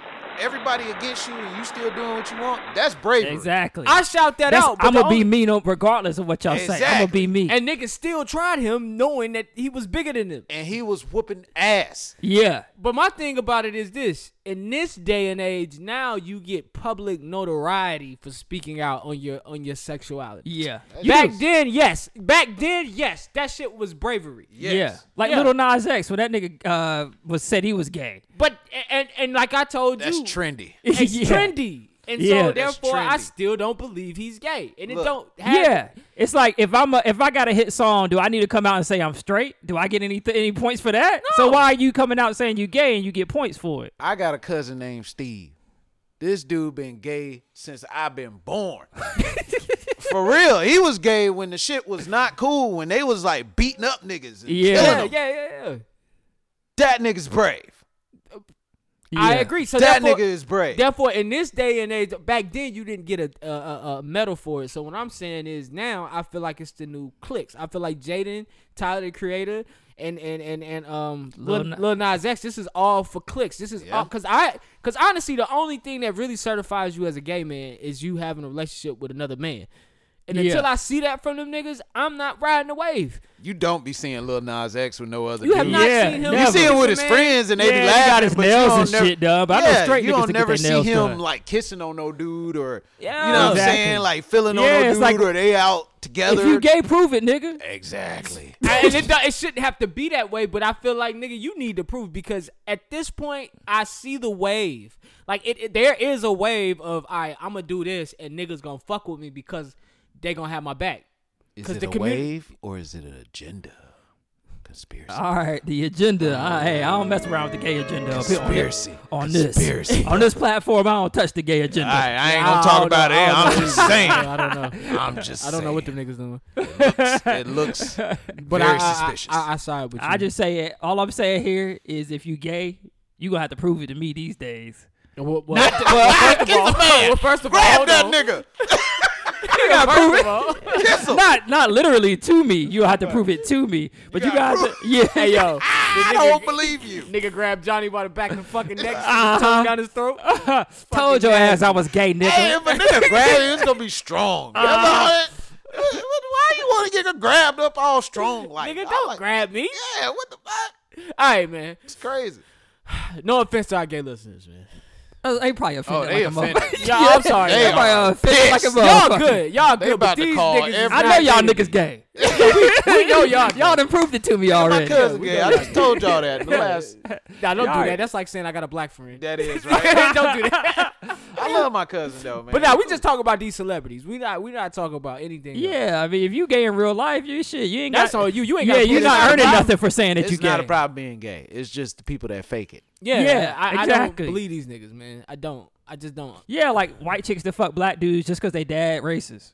[SPEAKER 4] everybody against you and you still doing what you want, that's bravery.
[SPEAKER 3] Exactly.
[SPEAKER 5] I shout that out. but
[SPEAKER 3] I'm
[SPEAKER 5] the
[SPEAKER 3] gonna be
[SPEAKER 5] only-
[SPEAKER 3] me, no, regardless of what y'all say. I'm gonna
[SPEAKER 4] Exactly.
[SPEAKER 3] be me.
[SPEAKER 5] And niggas still tried him, knowing that he was bigger than them.
[SPEAKER 4] And he was whooping ass.
[SPEAKER 3] yeah.
[SPEAKER 5] But my thing about it is this: in this day and age, now you get public notoriety for speaking out on your on your sexuality.
[SPEAKER 3] Yeah.
[SPEAKER 5] Back then, yes. Back then, yes. That shit was bravery.
[SPEAKER 3] Yeah. Like
[SPEAKER 5] Yeah.
[SPEAKER 3] little Nas X, when that nigga uh, was said he was gay.
[SPEAKER 5] But and and like I told
[SPEAKER 4] That's
[SPEAKER 5] you,
[SPEAKER 4] trendy.
[SPEAKER 5] it's
[SPEAKER 3] Yeah.
[SPEAKER 5] trendy, and
[SPEAKER 3] Yeah.
[SPEAKER 5] so
[SPEAKER 3] That's
[SPEAKER 5] therefore I
[SPEAKER 4] trendy.
[SPEAKER 5] still don't believe he's gay, and it
[SPEAKER 4] Look.
[SPEAKER 5] don't. Have,
[SPEAKER 3] Yeah. It's like if I'm a, if I got a hit song, do I need to come out and say I'm straight? Do I get any any points for that? So
[SPEAKER 5] No.
[SPEAKER 3] why are you coming out saying you gay and you get points for it?
[SPEAKER 4] I got a cousin named Steve. This dude been gay since i been born. For real, he was gay when the shit was not cool. When they was like beating up niggas. And
[SPEAKER 3] Yeah.
[SPEAKER 4] killing
[SPEAKER 5] yeah, yeah,
[SPEAKER 4] 'em.
[SPEAKER 5] yeah. yeah.
[SPEAKER 4] that nigga's brave.
[SPEAKER 5] I
[SPEAKER 3] Yeah.
[SPEAKER 5] agree. So
[SPEAKER 4] that
[SPEAKER 5] therefore,
[SPEAKER 4] nigga is brave.
[SPEAKER 5] Therefore, in this day and age, back then you didn't get a, a, a, a medal for it. So what I'm saying is now I feel like it's the new clicks. I feel like Jaden, Tyler the Creator, and and and and um Lil,
[SPEAKER 3] Lil Na-
[SPEAKER 5] Lil Nas X. This is all for clicks. This is all because I because honestly, the only thing that really certifies you as a gay man is you having a relationship with another man. And
[SPEAKER 3] Yeah.
[SPEAKER 5] until I see that from them niggas, I'm not riding the wave.
[SPEAKER 4] you don't be seeing Lil Nas X with no other
[SPEAKER 5] You have
[SPEAKER 4] dude.
[SPEAKER 5] not
[SPEAKER 3] Yeah,
[SPEAKER 5] seen him.
[SPEAKER 3] you
[SPEAKER 4] You
[SPEAKER 3] Never.
[SPEAKER 4] see him with his
[SPEAKER 5] Man.
[SPEAKER 4] friends and they
[SPEAKER 3] Yeah,
[SPEAKER 4] be
[SPEAKER 3] he
[SPEAKER 4] laughing.
[SPEAKER 3] got his
[SPEAKER 4] but you
[SPEAKER 3] nails
[SPEAKER 4] don't
[SPEAKER 3] and
[SPEAKER 4] never-
[SPEAKER 3] shit done, but I know
[SPEAKER 4] yeah,
[SPEAKER 3] straight
[SPEAKER 4] you
[SPEAKER 3] niggas
[SPEAKER 4] don't
[SPEAKER 3] to get
[SPEAKER 4] never
[SPEAKER 3] their
[SPEAKER 4] see
[SPEAKER 3] nails
[SPEAKER 4] him
[SPEAKER 3] done.
[SPEAKER 4] like kissing on no dude or
[SPEAKER 5] Yeah.
[SPEAKER 4] you know what I'm
[SPEAKER 3] Exactly.
[SPEAKER 4] saying, like feeling
[SPEAKER 3] Yeah,
[SPEAKER 4] on no
[SPEAKER 3] it's
[SPEAKER 4] dude
[SPEAKER 3] like-
[SPEAKER 4] or they out together.
[SPEAKER 3] If you gay, prove it, nigga.
[SPEAKER 4] exactly.
[SPEAKER 5] and it, do- it shouldn't have to be that way, but I feel like nigga, you need to prove because at this point, I see the wave. Like it, it- there is a wave of I, I'm gonna do this, and niggas gonna fuck with me because they gonna have my back.
[SPEAKER 4] Is
[SPEAKER 5] 'Cause
[SPEAKER 4] it
[SPEAKER 5] the
[SPEAKER 4] a
[SPEAKER 5] commu-
[SPEAKER 4] wave or is it an agenda? Conspiracy.
[SPEAKER 3] All right, the agenda. I, hey, I don't mess around with the gay agenda. up here on this-
[SPEAKER 4] Conspiracy.
[SPEAKER 3] On this,
[SPEAKER 4] Conspiracy.
[SPEAKER 3] on this platform, I don't touch the gay agenda.
[SPEAKER 4] All right, I ain't
[SPEAKER 5] I
[SPEAKER 4] gonna talk
[SPEAKER 5] don't
[SPEAKER 4] about
[SPEAKER 5] know.
[SPEAKER 4] it.
[SPEAKER 5] I
[SPEAKER 4] I'm
[SPEAKER 5] don't
[SPEAKER 4] just
[SPEAKER 5] know.
[SPEAKER 4] saying.
[SPEAKER 5] I don't know.
[SPEAKER 4] I'm just.
[SPEAKER 5] I don't know what them
[SPEAKER 4] saying.
[SPEAKER 5] niggas doing,
[SPEAKER 4] It looks
[SPEAKER 5] but
[SPEAKER 4] very
[SPEAKER 5] I, I,
[SPEAKER 4] suspicious.
[SPEAKER 5] I, I, I side with you.
[SPEAKER 3] I just say it. All I'm saying here is, if you gay, you gonna have to prove it to me these days.
[SPEAKER 5] Well, well,
[SPEAKER 3] Not the-
[SPEAKER 5] well, first of all, well, first of all,
[SPEAKER 4] grab
[SPEAKER 5] hold
[SPEAKER 4] that
[SPEAKER 5] on.
[SPEAKER 4] nigga.
[SPEAKER 5] First of all,
[SPEAKER 4] Kiss him.
[SPEAKER 3] Not not literally to me. You have to prove it to me. But you,
[SPEAKER 4] gotta
[SPEAKER 3] guys, yeah,
[SPEAKER 5] hey yo, the
[SPEAKER 4] I
[SPEAKER 5] nigga-
[SPEAKER 4] don't believe you.
[SPEAKER 5] Nigga grabbed Johnny by the back of the fucking neck,
[SPEAKER 3] Uh-huh.
[SPEAKER 5] tongue down his throat.
[SPEAKER 3] told your ass I was gay, nigga.
[SPEAKER 4] Hey, if a nigga grab you, it's gonna be strong. You know what? Why you want to get grabbed up all strong like?
[SPEAKER 5] Nigga,
[SPEAKER 4] I
[SPEAKER 5] don't
[SPEAKER 4] like-
[SPEAKER 5] grab me.
[SPEAKER 4] Yeah, what the fuck?
[SPEAKER 5] All right, man.
[SPEAKER 4] It's crazy.
[SPEAKER 5] No offense to our gay listeners, man.
[SPEAKER 3] Uh, They probably offended. like
[SPEAKER 4] they
[SPEAKER 3] a
[SPEAKER 4] offended.
[SPEAKER 3] motherfucker.
[SPEAKER 5] Y'all, I'm sorry.
[SPEAKER 4] They
[SPEAKER 5] Y'all,
[SPEAKER 4] are
[SPEAKER 3] Everybody offended like a
[SPEAKER 4] pissed.
[SPEAKER 3] motherfucker.
[SPEAKER 5] good. Y'all good.
[SPEAKER 4] about
[SPEAKER 5] but
[SPEAKER 4] to
[SPEAKER 5] these
[SPEAKER 4] call
[SPEAKER 5] niggas is
[SPEAKER 4] every-
[SPEAKER 5] not
[SPEAKER 3] I know y'all
[SPEAKER 5] gay.
[SPEAKER 3] niggas gay.
[SPEAKER 5] We know y'all.
[SPEAKER 3] Y'all
[SPEAKER 5] Y'all.
[SPEAKER 3] done proved it to me already.
[SPEAKER 4] My cousin gay. I just told y'all that in the
[SPEAKER 5] Yeah.
[SPEAKER 4] last.
[SPEAKER 5] Nah, don't do
[SPEAKER 4] Y'all-
[SPEAKER 5] that. That's like saying I got a black friend.
[SPEAKER 4] That is right.
[SPEAKER 5] don't do that.
[SPEAKER 4] I love my cousin though, man.
[SPEAKER 5] But now we just talk about these celebrities. We not. We not talking about anything. else.
[SPEAKER 3] Yeah, I mean, if you gay in real life, you shit, you ain't
[SPEAKER 5] That's
[SPEAKER 3] got.
[SPEAKER 5] on you. You ain't.
[SPEAKER 3] yeah,
[SPEAKER 5] gotta
[SPEAKER 3] you're
[SPEAKER 5] prove
[SPEAKER 3] not
[SPEAKER 5] nothing.
[SPEAKER 3] earning nothing for saying that
[SPEAKER 4] it's
[SPEAKER 3] you gay.
[SPEAKER 4] not a problem being gay. It's just the people that fake it.
[SPEAKER 5] Yeah.
[SPEAKER 3] Yeah,
[SPEAKER 5] I, I
[SPEAKER 3] exactly.
[SPEAKER 5] don't believe these niggas, man. I don't. I just don't.
[SPEAKER 3] Yeah, like white chicks that fuck black dudes just because they dad racist.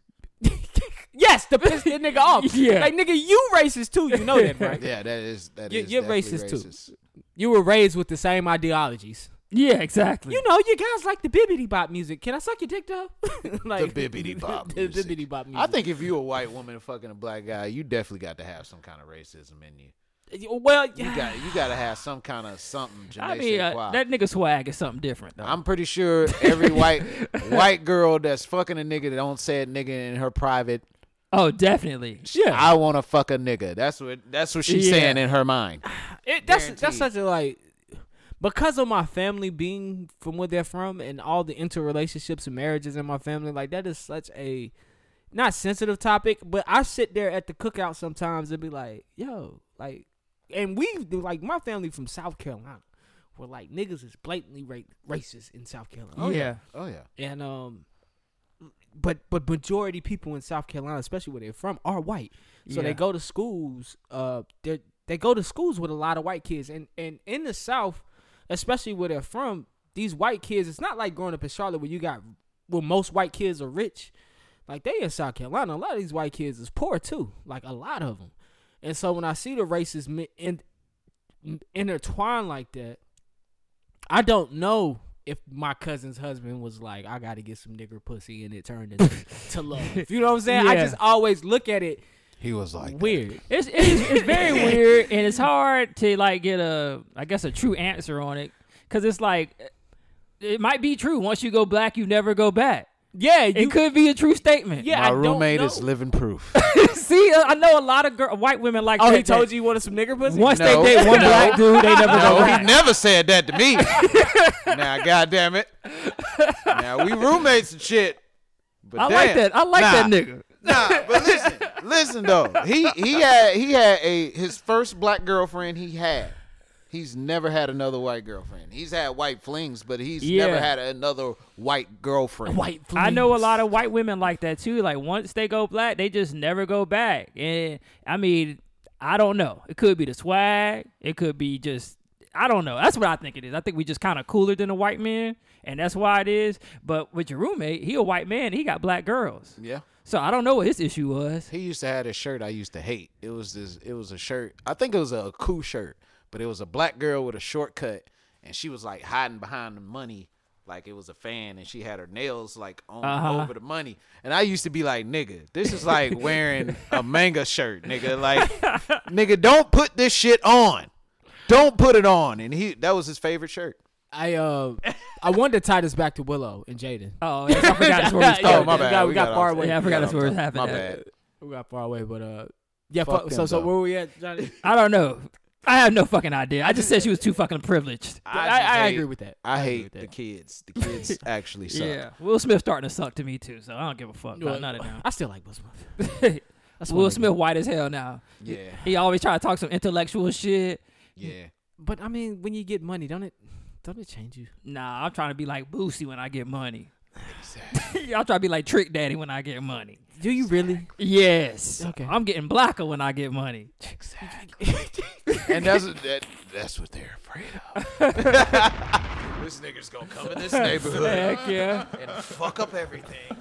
[SPEAKER 5] Yes, to piss that nigga off.
[SPEAKER 3] Yeah.
[SPEAKER 5] Like, nigga, you racist too. You know that, right?
[SPEAKER 4] Yeah, that is that
[SPEAKER 5] You-
[SPEAKER 4] is
[SPEAKER 5] you're
[SPEAKER 4] definitely
[SPEAKER 5] racist, too. You were raised with the same ideologies.
[SPEAKER 3] Yeah, exactly.
[SPEAKER 5] You know, you guys like the bibbity bop music. Can I suck your dick though? like,
[SPEAKER 4] the bibbity bop
[SPEAKER 5] the
[SPEAKER 4] music.
[SPEAKER 5] bibbity bop music.
[SPEAKER 4] I think if you a white woman fucking a black guy, you definitely got to have some kind of racism in you.
[SPEAKER 5] Well,
[SPEAKER 4] You got you got to have some kind of something.
[SPEAKER 3] I
[SPEAKER 4] Janae
[SPEAKER 3] mean, uh,
[SPEAKER 4] Saquai.
[SPEAKER 3] that nigga swag is something different, though.
[SPEAKER 4] I'm pretty sure every white white girl that's fucking a nigga that don't say a nigga in her private,
[SPEAKER 3] oh, definitely. Yeah.
[SPEAKER 4] I want to fuck a nigga. That's what that's what she's
[SPEAKER 3] Yeah.
[SPEAKER 4] saying in her mind.
[SPEAKER 5] It, that's that's such a like because of my family being from where they're from and all the interrelationships and marriages in my family. Like that is such a not sensitive topic, but I sit there at the cookout sometimes and be like, "Yo, like," and we like my family from South Carolina. Where like niggas is blatantly ra- racist in South Carolina,
[SPEAKER 3] yeah.
[SPEAKER 4] Oh yeah,
[SPEAKER 5] and um, but but majority people in South Carolina, especially where they're from, are white. So
[SPEAKER 3] Yeah.
[SPEAKER 5] they go to schools. Uh, they they go to schools with a lot of white kids, and and in the South, especially where they're from, these white kids. It's not like growing up in Charlotte where you got where most white kids are rich. Like they in South Carolina, a lot of these white kids is poor too. Like a lot of them, and so when I see the races mi- in, intertwined like that, I don't know if my cousin's husband was like, I got to get some nigger pussy, and it turned into to love. You know what I'm saying? I
[SPEAKER 3] Yeah.
[SPEAKER 5] just always look at it
[SPEAKER 4] he was like, that.
[SPEAKER 5] weird.
[SPEAKER 3] It's, it's it's very weird, and it's hard to like get a I guess a true answer on it because it's like it might be true. Once you go black, you never go back.
[SPEAKER 5] Yeah, you
[SPEAKER 3] It could be a true statement.
[SPEAKER 5] Yeah,
[SPEAKER 4] my
[SPEAKER 5] I
[SPEAKER 4] roommate
[SPEAKER 5] don't know.
[SPEAKER 4] is living proof.
[SPEAKER 3] See, uh, I know a lot of girl, white women like.
[SPEAKER 5] Oh,
[SPEAKER 3] that,
[SPEAKER 5] he told
[SPEAKER 3] that
[SPEAKER 5] you you wanted some nigger pussy.
[SPEAKER 3] Once
[SPEAKER 4] No.
[SPEAKER 3] they date one
[SPEAKER 4] No.
[SPEAKER 3] black dude, they never go
[SPEAKER 4] no, he
[SPEAKER 3] back.
[SPEAKER 4] never said that to me. now, goddamn it. Now we roommates and shit. But
[SPEAKER 3] I like
[SPEAKER 4] damn.
[SPEAKER 3] that. I like
[SPEAKER 4] Nah.
[SPEAKER 3] that nigga.
[SPEAKER 4] nah, but listen, listen though. He he had he had a his first black girlfriend he had. He's never had another white girlfriend. He's had white flings, but he's
[SPEAKER 3] Yeah.
[SPEAKER 4] never had another white girlfriend.
[SPEAKER 5] White fleas.
[SPEAKER 3] I know a lot of white women like that too. Like once they go black, they just never go back. And I mean, I don't know. It could be the swag. It could be just I don't know. That's what I think it is. I think we just kind of cooler than the white men, and that's why it is. But with your roommate, he a white man. He got black girls.
[SPEAKER 4] Yeah.
[SPEAKER 3] So I don't know what his issue was.
[SPEAKER 4] He used to have a shirt I used to hate. It was this it was a shirt. I think it was a cool shirt, but it was a black girl with a shortcut and she was like hiding behind the money like it was a fan and she had her nails like on
[SPEAKER 5] Uh-huh.
[SPEAKER 4] over the money. And I used to be like, nigga, this is like wearing a manga shirt, nigga. Like nigga, don't put this shit on. Don't put it on. And he that was his favorite shirt.
[SPEAKER 5] I uh, I wanted to tie this back to Willow and Jaden.
[SPEAKER 3] Oh, yes, I forgot that's where we
[SPEAKER 5] Yeah,
[SPEAKER 4] Oh
[SPEAKER 3] started.
[SPEAKER 4] my
[SPEAKER 5] we
[SPEAKER 4] bad.
[SPEAKER 5] got- we got
[SPEAKER 4] off-
[SPEAKER 5] far away.
[SPEAKER 3] Yeah, I forgot that's
[SPEAKER 4] off
[SPEAKER 3] where it
[SPEAKER 4] topic.
[SPEAKER 3] happened
[SPEAKER 4] My
[SPEAKER 3] at.
[SPEAKER 4] bad.
[SPEAKER 5] We got far away, but uh, yeah.
[SPEAKER 4] Fuck
[SPEAKER 5] Fuck, so
[SPEAKER 4] them,
[SPEAKER 5] so
[SPEAKER 4] though.
[SPEAKER 5] where we at, Johnny?
[SPEAKER 3] I don't know. I have no fucking idea. I just said she was too fucking privileged.
[SPEAKER 5] I,
[SPEAKER 4] just
[SPEAKER 5] I,
[SPEAKER 4] hate-
[SPEAKER 5] agree with that.
[SPEAKER 4] I
[SPEAKER 5] agree
[SPEAKER 4] hate
[SPEAKER 5] with that.
[SPEAKER 4] the kids. The kids actually suck.
[SPEAKER 3] Will Smith starting to suck to me too, so I don't give a fuck. about none of them.
[SPEAKER 5] I still like Will Smith. That's one
[SPEAKER 3] Will
[SPEAKER 5] nigga.
[SPEAKER 3] Smith white as hell now.
[SPEAKER 4] Yeah.
[SPEAKER 3] He always try to talk some intellectual shit.
[SPEAKER 4] Yeah.
[SPEAKER 5] But I mean, when you get money, don't it don't it change you?
[SPEAKER 3] Nah, I'm trying to be like Boosie when I get money. I'm trying to be like Trick Daddy when I get money.
[SPEAKER 5] Do you really?
[SPEAKER 3] Yes.
[SPEAKER 5] Okay.
[SPEAKER 3] I'm getting blacker when I get money.
[SPEAKER 4] And that's that, that's what they're afraid of. this nigga's gonna come in this neighborhood
[SPEAKER 3] Heck yeah.
[SPEAKER 4] and fuck up everything.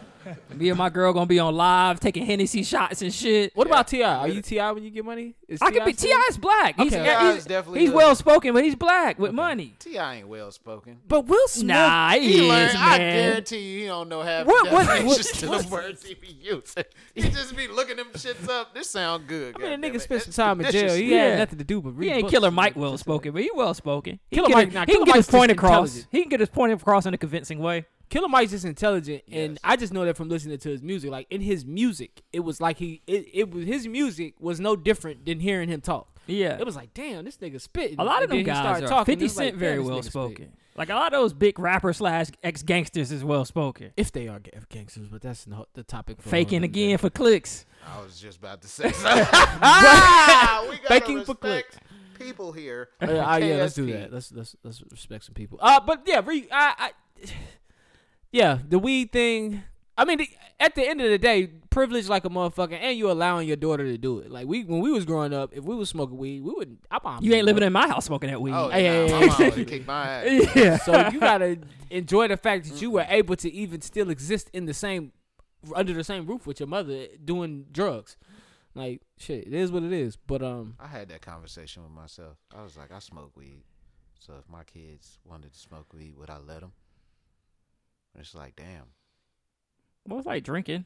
[SPEAKER 3] Me and my girl gonna be on live taking Hennessy shots and shit.
[SPEAKER 5] What about Ti? Are you Ti when you get money? Is
[SPEAKER 3] I could be
[SPEAKER 5] still-
[SPEAKER 3] Ti is black. He's,
[SPEAKER 5] Okay.
[SPEAKER 3] he's,
[SPEAKER 4] T.I. is definitely
[SPEAKER 3] he's
[SPEAKER 4] good.
[SPEAKER 3] well spoken, but he's black with money.
[SPEAKER 4] Ti ain't well spoken.
[SPEAKER 5] But Will Smith.
[SPEAKER 3] Nah, he,
[SPEAKER 4] He
[SPEAKER 3] is
[SPEAKER 4] learned. I
[SPEAKER 3] man.
[SPEAKER 4] guarantee you, he don't know half
[SPEAKER 5] What-
[SPEAKER 4] the
[SPEAKER 5] what-
[SPEAKER 4] definitions
[SPEAKER 5] what-
[SPEAKER 4] to the words he be using. He just be looking them shits up. This sound good.
[SPEAKER 5] I mean, a
[SPEAKER 4] goddamn
[SPEAKER 5] nigga
[SPEAKER 4] it.
[SPEAKER 5] spent some
[SPEAKER 4] It's
[SPEAKER 5] time in jail.
[SPEAKER 4] delicious.
[SPEAKER 5] He
[SPEAKER 3] Yeah.
[SPEAKER 5] had nothing to do but read.
[SPEAKER 3] He ain't
[SPEAKER 5] books.
[SPEAKER 3] Killer Mike well spoken, but he well spoken. He
[SPEAKER 5] Killer
[SPEAKER 3] can
[SPEAKER 5] Mike-
[SPEAKER 3] get,
[SPEAKER 5] nah,
[SPEAKER 3] he can
[SPEAKER 5] Killer
[SPEAKER 3] get his
[SPEAKER 5] Mike's just
[SPEAKER 3] point across.
[SPEAKER 5] intelligent.
[SPEAKER 3] He can get his point across in a convincing way.
[SPEAKER 5] Killer Mike's just intelligent, and I just know that from listening to his music. Like in his music, it was like he it, it was his music was no different than hearing him talk.
[SPEAKER 3] Yeah.
[SPEAKER 5] It was like, damn, this nigga spitting.
[SPEAKER 3] A lot of
[SPEAKER 5] And
[SPEAKER 3] them
[SPEAKER 5] then he
[SPEAKER 3] guys
[SPEAKER 5] started
[SPEAKER 3] are.
[SPEAKER 5] talking,
[SPEAKER 3] Fifty
[SPEAKER 5] it was like,
[SPEAKER 3] Cent very
[SPEAKER 5] damn, this
[SPEAKER 3] well
[SPEAKER 5] nigga spit.
[SPEAKER 3] spoken. Like a lot of those big rapper slash ex gangsters is well spoken.
[SPEAKER 5] If they are ga- gangsters, but that's not the topic. For
[SPEAKER 3] Faking
[SPEAKER 5] another
[SPEAKER 3] again
[SPEAKER 5] day.
[SPEAKER 3] for clicks.
[SPEAKER 4] I was just about to say. something. Ah, we gotta
[SPEAKER 5] Faking for
[SPEAKER 4] respect
[SPEAKER 5] clicks.
[SPEAKER 4] people here.
[SPEAKER 5] Uh, uh, yeah, let's do
[SPEAKER 4] KSP.
[SPEAKER 5] that. Let's let's let's respect some people. Uh, but yeah, re, I, I, yeah, the weed thing. I mean, the, at the end of the day, privilege like a motherfucker, and you allowing your daughter to do it. Like we, when we was growing up, if we was smoking weed, we wouldn't. I mom
[SPEAKER 3] You ain't living in my house smoking that weed.
[SPEAKER 4] Oh,
[SPEAKER 5] Hey, hey,
[SPEAKER 4] nah,
[SPEAKER 5] hey,
[SPEAKER 4] my mom would kick my ass.
[SPEAKER 3] yeah.
[SPEAKER 5] So you gotta enjoy the fact that you were able to even still exist in the same under the same roof with your mother doing drugs. Like shit, it is what it is. But um,
[SPEAKER 4] I had that conversation with myself. I was like, I smoke weed, so if my kids wanted to smoke weed, would I let them? And it's like, damn.
[SPEAKER 3] Well, it's like drinking.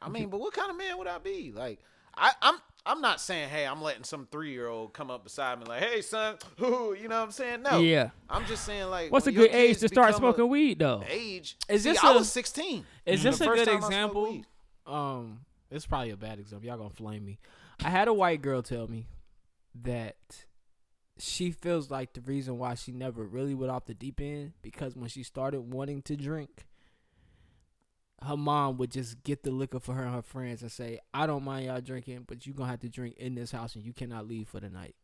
[SPEAKER 4] I mean, but what kind of man would I be? Like, I, I'm I'm not saying, hey, I'm letting some three year old come up beside me like, hey, son, hoo, you know what I'm saying? No.
[SPEAKER 3] Yeah.
[SPEAKER 4] I'm just saying like,
[SPEAKER 3] What's
[SPEAKER 4] when
[SPEAKER 3] a
[SPEAKER 4] your
[SPEAKER 3] good age
[SPEAKER 4] kids
[SPEAKER 3] to start
[SPEAKER 4] become a-
[SPEAKER 3] smoking weed though?
[SPEAKER 4] Age?
[SPEAKER 5] Is
[SPEAKER 4] Is
[SPEAKER 5] this
[SPEAKER 4] this? I
[SPEAKER 5] a-
[SPEAKER 4] was 16.
[SPEAKER 5] is
[SPEAKER 4] The
[SPEAKER 5] this a
[SPEAKER 4] first
[SPEAKER 5] good
[SPEAKER 4] time I smoked
[SPEAKER 5] example?
[SPEAKER 4] weed.
[SPEAKER 5] Um, it's probably a bad example. Y'all gonna flame me. I had a white girl tell me that she feels like the reason why she never really went off the deep end because when she started wanting to drink, her mom would just get the liquor for her and her friends and say, "I don't mind y'all drinking, but you gonna have to drink in this house and you cannot leave for the night."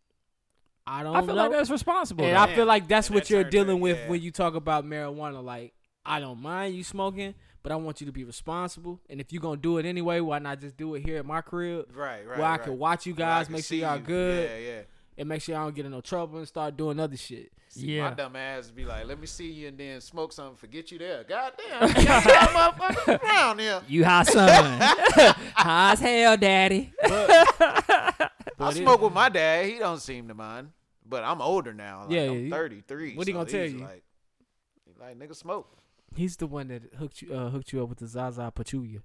[SPEAKER 5] I don't.
[SPEAKER 3] I feel
[SPEAKER 5] know.
[SPEAKER 3] like that's responsible.
[SPEAKER 5] And
[SPEAKER 3] though.
[SPEAKER 5] I feel like that's
[SPEAKER 4] And
[SPEAKER 5] what
[SPEAKER 4] that
[SPEAKER 5] you're
[SPEAKER 4] turned her-
[SPEAKER 5] dealing with
[SPEAKER 4] yeah.
[SPEAKER 5] when you talk about marijuana. Like, I don't mind you smoking, but I want you to be responsible. And if you're gonna do it anyway, why not just do it here at my crib?
[SPEAKER 4] Right, right.
[SPEAKER 5] where I
[SPEAKER 4] right.
[SPEAKER 5] can watch you
[SPEAKER 4] Where I
[SPEAKER 5] guys,
[SPEAKER 4] can
[SPEAKER 5] make sure
[SPEAKER 4] see
[SPEAKER 5] y'all
[SPEAKER 4] you.
[SPEAKER 5] good,
[SPEAKER 4] Yeah, yeah.
[SPEAKER 5] and make sure I don't get in no trouble and start doing other shit.
[SPEAKER 4] My
[SPEAKER 3] yeah.
[SPEAKER 4] dumb ass would be like, let me see you and then smoke something, forget you there. God damn. y'all motherfuckers around here.
[SPEAKER 3] You high son. high as hell, daddy.
[SPEAKER 4] I smoke with my dad. He don't seem to mind. But I'm older now. Like,
[SPEAKER 5] Yeah, yeah,
[SPEAKER 4] I'm
[SPEAKER 5] you-
[SPEAKER 4] 33.
[SPEAKER 5] what he
[SPEAKER 4] so
[SPEAKER 5] gonna tell
[SPEAKER 4] he's
[SPEAKER 5] you?
[SPEAKER 4] Like, he like, nigga, smoke.
[SPEAKER 5] He's the one that hooked you uh, hooked you up with the Zaza Pachulia.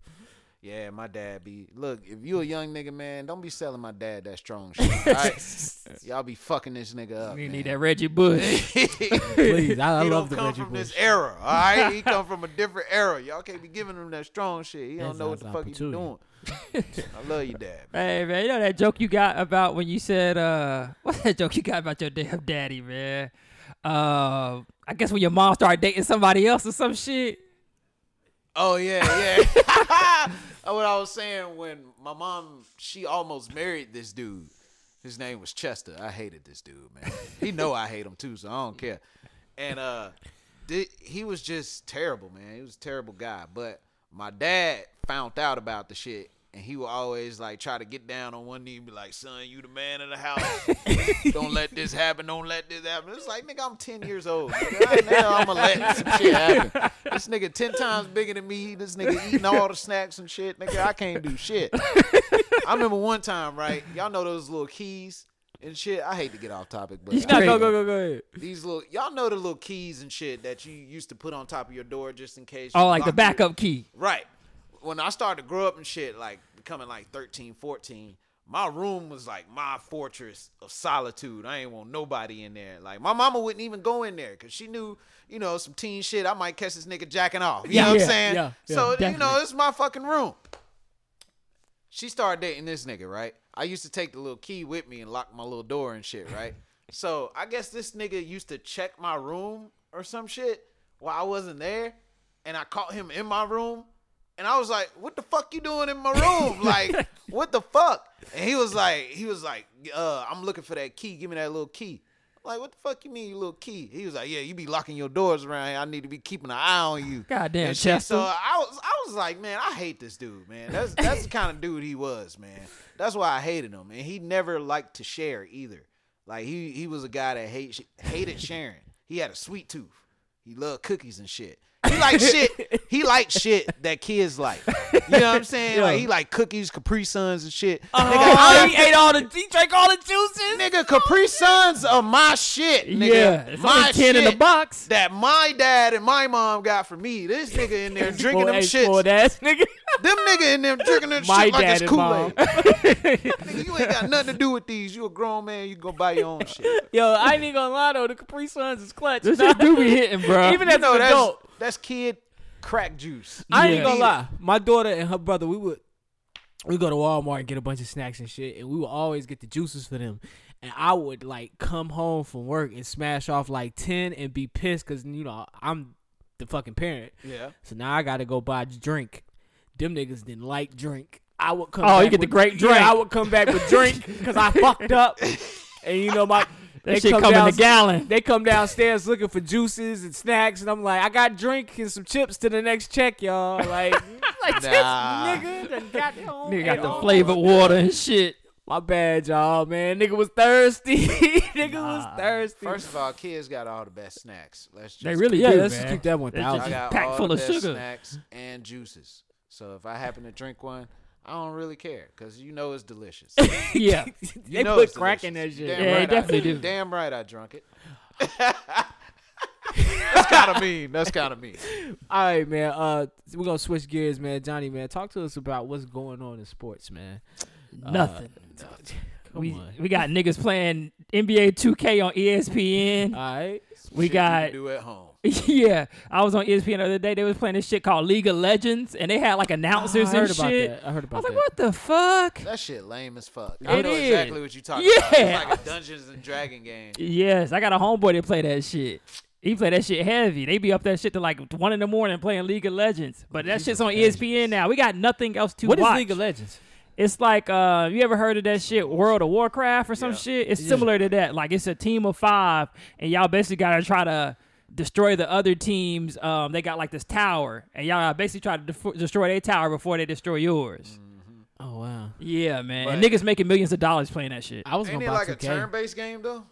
[SPEAKER 4] Yeah, my dad be. Look, if you a young nigga, man, don't be selling my dad that strong shit. all right? Y'all be fucking this nigga up.
[SPEAKER 3] You
[SPEAKER 4] man.
[SPEAKER 3] need that Reggie Bush.
[SPEAKER 5] Please, I, I
[SPEAKER 4] he
[SPEAKER 5] love
[SPEAKER 4] don't
[SPEAKER 5] the
[SPEAKER 4] come
[SPEAKER 5] Reggie
[SPEAKER 4] from
[SPEAKER 5] Bush.
[SPEAKER 4] this era, all right? He come from a different era. Y'all can't be giving him that strong shit. He
[SPEAKER 5] That's
[SPEAKER 4] don't know what the
[SPEAKER 5] Zaza
[SPEAKER 4] fuck he be
[SPEAKER 5] Pachulia.
[SPEAKER 4] doing. I love you, dad.
[SPEAKER 3] Hey man, you know that joke you got about when you said uh what's that joke you got about your damn daddy, man? Uh I guess when your mom started dating somebody else or some shit.
[SPEAKER 4] Oh yeah, yeah. what I was saying when my mom, she almost married this dude. His name was Chester. I hated this dude, man. He know I hate him too, so I don't care. And uh, thi- he was just terrible, man. He was a terrible guy. But my dad found out about the shit, and he would always like try to get down on one knee and be like, "Son, you the man of the house. don't let this happen. Don't let this happen." It's like, nigga, I'm ten years old. Nigga, How the hell I'm gonna let some shit happen. This nigga ten times bigger than me. This nigga eating all the snacks and shit. Nigga, I can't do shit. I remember one time, right? Y'all know those little keys and shit. I hate to get off topic, but
[SPEAKER 5] No, go go go go ahead.
[SPEAKER 4] these little y'all know the little keys and shit that you used to put on top of your door just in case.
[SPEAKER 3] Oh,
[SPEAKER 4] you
[SPEAKER 3] like the
[SPEAKER 4] lock your-
[SPEAKER 3] backup key.
[SPEAKER 4] Right. When I started to grow up and shit, like becoming like 13, 14, my room was like my fortress of solitude. I ain't want nobody in there. Like my mama wouldn't even go in there because she knew, you know, some teen shit. I might catch this nigga jacking off. You
[SPEAKER 3] Yeah,
[SPEAKER 4] know what
[SPEAKER 3] yeah,
[SPEAKER 4] I'm saying?
[SPEAKER 5] yeah, yeah,
[SPEAKER 4] so you know,
[SPEAKER 3] definitely.
[SPEAKER 4] this is my fucking room. She started dating this nigga, right? I used to take the little key with me and lock my little door and shit, right? so I guess this nigga used to check my room or some shit while I wasn't there, and I caught him in my room, and I was like, "What the fuck you doing in my room? Like, what the fuck?" And he was like, "He was like, uh, I'm looking for that key. Give me that little key." I'm Like, what the fuck you mean, you little key? He was like, yeah, you be locking your doors around here. I need to be keeping an eye on you.
[SPEAKER 3] Goddamn,
[SPEAKER 4] And shit.
[SPEAKER 3] Chester.
[SPEAKER 4] So I was I was like, man, I hate this dude, man. That's that's the kind of dude he was, man. That's why I hated him, and he never liked to share either. Like he he was a guy that hate hated sharing. He had a sweet tooth. He loved cookies and shit. He liked shit. He liked shit that kids like. You know what I'm saying? Like he like cookies, Capri Suns, and shit.
[SPEAKER 3] Uh-huh.
[SPEAKER 4] Nigga,
[SPEAKER 5] Oh,
[SPEAKER 4] I-
[SPEAKER 5] he ate all the he drank all the juices.
[SPEAKER 4] Nigga, Capri Suns are my shit, nigga.
[SPEAKER 3] Yeah. It's
[SPEAKER 4] my
[SPEAKER 3] only ten in the
[SPEAKER 4] shit
[SPEAKER 3] box.
[SPEAKER 4] That my dad and my mom got for me. This nigga in there drinking them
[SPEAKER 5] Spoiled-
[SPEAKER 4] shit.
[SPEAKER 5] spoiled ass nigga.
[SPEAKER 4] Them nigga in there drinking them
[SPEAKER 5] My
[SPEAKER 4] shit like
[SPEAKER 5] dad
[SPEAKER 4] it's
[SPEAKER 5] and
[SPEAKER 4] Kool
[SPEAKER 5] mom.
[SPEAKER 4] Aid. nigga, you ain't got nothing to do with these. You a grown man. You go buy your own shit.
[SPEAKER 5] Yo, I ain't even gonna lie though. The Capri Suns is clutch.
[SPEAKER 3] This shit do be hitting, bro.
[SPEAKER 5] Even as
[SPEAKER 4] No,
[SPEAKER 5] an
[SPEAKER 4] that's
[SPEAKER 5] adult,
[SPEAKER 4] that's kid crack juice.
[SPEAKER 5] I ain't
[SPEAKER 3] Yeah.
[SPEAKER 5] gonna lie. My daughter and her brother, we would we go to Walmart and get a bunch of snacks and shit, and we would always get the juices for them. And I would like come home from work and smash off like ten and be pissed because you know I'm the fucking parent.
[SPEAKER 4] Yeah.
[SPEAKER 5] So now I gotta go buy drink. Them niggas didn't like drink. I would come.
[SPEAKER 3] Oh, you
[SPEAKER 5] back
[SPEAKER 3] get the
[SPEAKER 5] with-
[SPEAKER 3] great
[SPEAKER 5] Yeah,
[SPEAKER 3] drink.
[SPEAKER 5] I would come back with drink because I fucked up, and you know my
[SPEAKER 3] that shit come in the gallon.
[SPEAKER 5] they come downstairs looking for juices and snacks, and I'm like, I got drink and some chips to the next check, y'all. Like, like this
[SPEAKER 4] Nah.
[SPEAKER 5] nigga done got home.
[SPEAKER 3] Nigga
[SPEAKER 5] ate
[SPEAKER 3] got the
[SPEAKER 5] all-
[SPEAKER 3] flavored water and shit.
[SPEAKER 5] My bad, y'all, man. Nigga was thirsty. nigga was thirsty.
[SPEAKER 4] First of all, kids got all the best snacks. Let's just
[SPEAKER 3] They really
[SPEAKER 5] yeah,
[SPEAKER 3] do,
[SPEAKER 5] let's just
[SPEAKER 3] man.
[SPEAKER 5] keep that one
[SPEAKER 3] It's
[SPEAKER 5] thousand.
[SPEAKER 4] I
[SPEAKER 3] just
[SPEAKER 4] got
[SPEAKER 3] packed
[SPEAKER 4] all
[SPEAKER 3] full
[SPEAKER 4] the
[SPEAKER 3] of
[SPEAKER 4] best
[SPEAKER 3] sugar.
[SPEAKER 4] snacks and juices. So if I happen to drink one, I don't really care because you know it's delicious.
[SPEAKER 3] yeah.
[SPEAKER 4] You
[SPEAKER 5] they
[SPEAKER 4] know
[SPEAKER 5] put
[SPEAKER 4] it's
[SPEAKER 5] crack in that
[SPEAKER 4] delicious.
[SPEAKER 5] shit.
[SPEAKER 4] Damn
[SPEAKER 3] Yeah, they
[SPEAKER 4] right I-
[SPEAKER 3] definitely do.
[SPEAKER 4] Damn right, I drunk it. that's gotta mean. That's gotta mean.
[SPEAKER 5] All right, man. Uh, we're gonna switch gears, man. Johnny, man, talk to us about what's going on in sports, man.
[SPEAKER 3] Nothing.
[SPEAKER 5] Uh, Come
[SPEAKER 3] we
[SPEAKER 5] on.
[SPEAKER 3] we got niggas playing NBA 2K on E ESPN.
[SPEAKER 5] All right.
[SPEAKER 3] we
[SPEAKER 4] Shit you
[SPEAKER 3] got
[SPEAKER 4] can do at home.
[SPEAKER 3] yeah. I was on E ESPN the other day. They was playing this shit called League of Legends, and they had like announcers
[SPEAKER 5] I heard
[SPEAKER 3] and
[SPEAKER 5] about
[SPEAKER 3] shit.
[SPEAKER 5] that. I heard
[SPEAKER 3] I was
[SPEAKER 5] about
[SPEAKER 3] like,
[SPEAKER 5] that.
[SPEAKER 3] what the fuck?
[SPEAKER 4] That shit lame as fuck. I
[SPEAKER 3] It
[SPEAKER 4] know
[SPEAKER 3] is.
[SPEAKER 4] exactly what you're talking about.
[SPEAKER 3] Yeah.
[SPEAKER 4] It's like a Dungeons and Dragon game.
[SPEAKER 3] Yes, I got a homeboy that play that shit. He play that shit heavy. They be up that shit to like one in the morning playing League of Legends. But that shit's on E ESPN now. We got nothing else to
[SPEAKER 5] What is
[SPEAKER 3] watch.
[SPEAKER 5] League of Legends?
[SPEAKER 3] It's like uh, you ever heard of that shit, World of Warcraft or some shit? It's similar to that. Like it's a team of five, and y'all basically gotta try to destroy the other teams. Um, they got like this tower, and y'all gotta basically try to def- destroy their tower before they destroy yours.
[SPEAKER 5] Oh wow.
[SPEAKER 3] Yeah, man. and niggas making millions of dollars playing that shit.
[SPEAKER 5] I was
[SPEAKER 4] Ain't
[SPEAKER 5] gonna
[SPEAKER 4] it
[SPEAKER 5] buy
[SPEAKER 4] like a
[SPEAKER 5] 2K.
[SPEAKER 4] turn-based game though?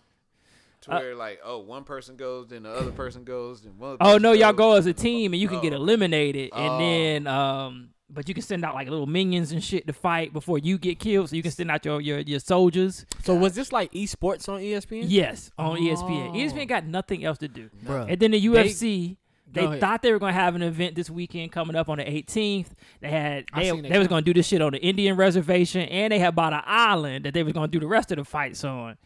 [SPEAKER 3] Uh,
[SPEAKER 4] To where like, oh, one person goes, then the other person goes, then one.
[SPEAKER 3] Oh
[SPEAKER 4] person
[SPEAKER 3] no, y'all
[SPEAKER 4] goes.
[SPEAKER 3] go as a team and you can get
[SPEAKER 4] Oh.
[SPEAKER 3] eliminated, and
[SPEAKER 4] Oh.
[SPEAKER 3] then um, but you can send out like little minions and shit to fight before you get killed, so you can send out your your, your soldiers.
[SPEAKER 5] So was this like esports on E ESPN?
[SPEAKER 3] Yes, on E ESPN.
[SPEAKER 5] Mm-hmm. Oh.
[SPEAKER 3] ESPN got nothing else to do,
[SPEAKER 5] Bruh.
[SPEAKER 3] And then the UFC. They
[SPEAKER 5] Go ahead.
[SPEAKER 3] thought they were going to have an event this weekend coming up on the 18th. They had
[SPEAKER 5] I
[SPEAKER 3] they,
[SPEAKER 5] seen that
[SPEAKER 3] they was going to do this shit on the Indian reservation, and they had bought an island that they was going to do the rest of the fights on.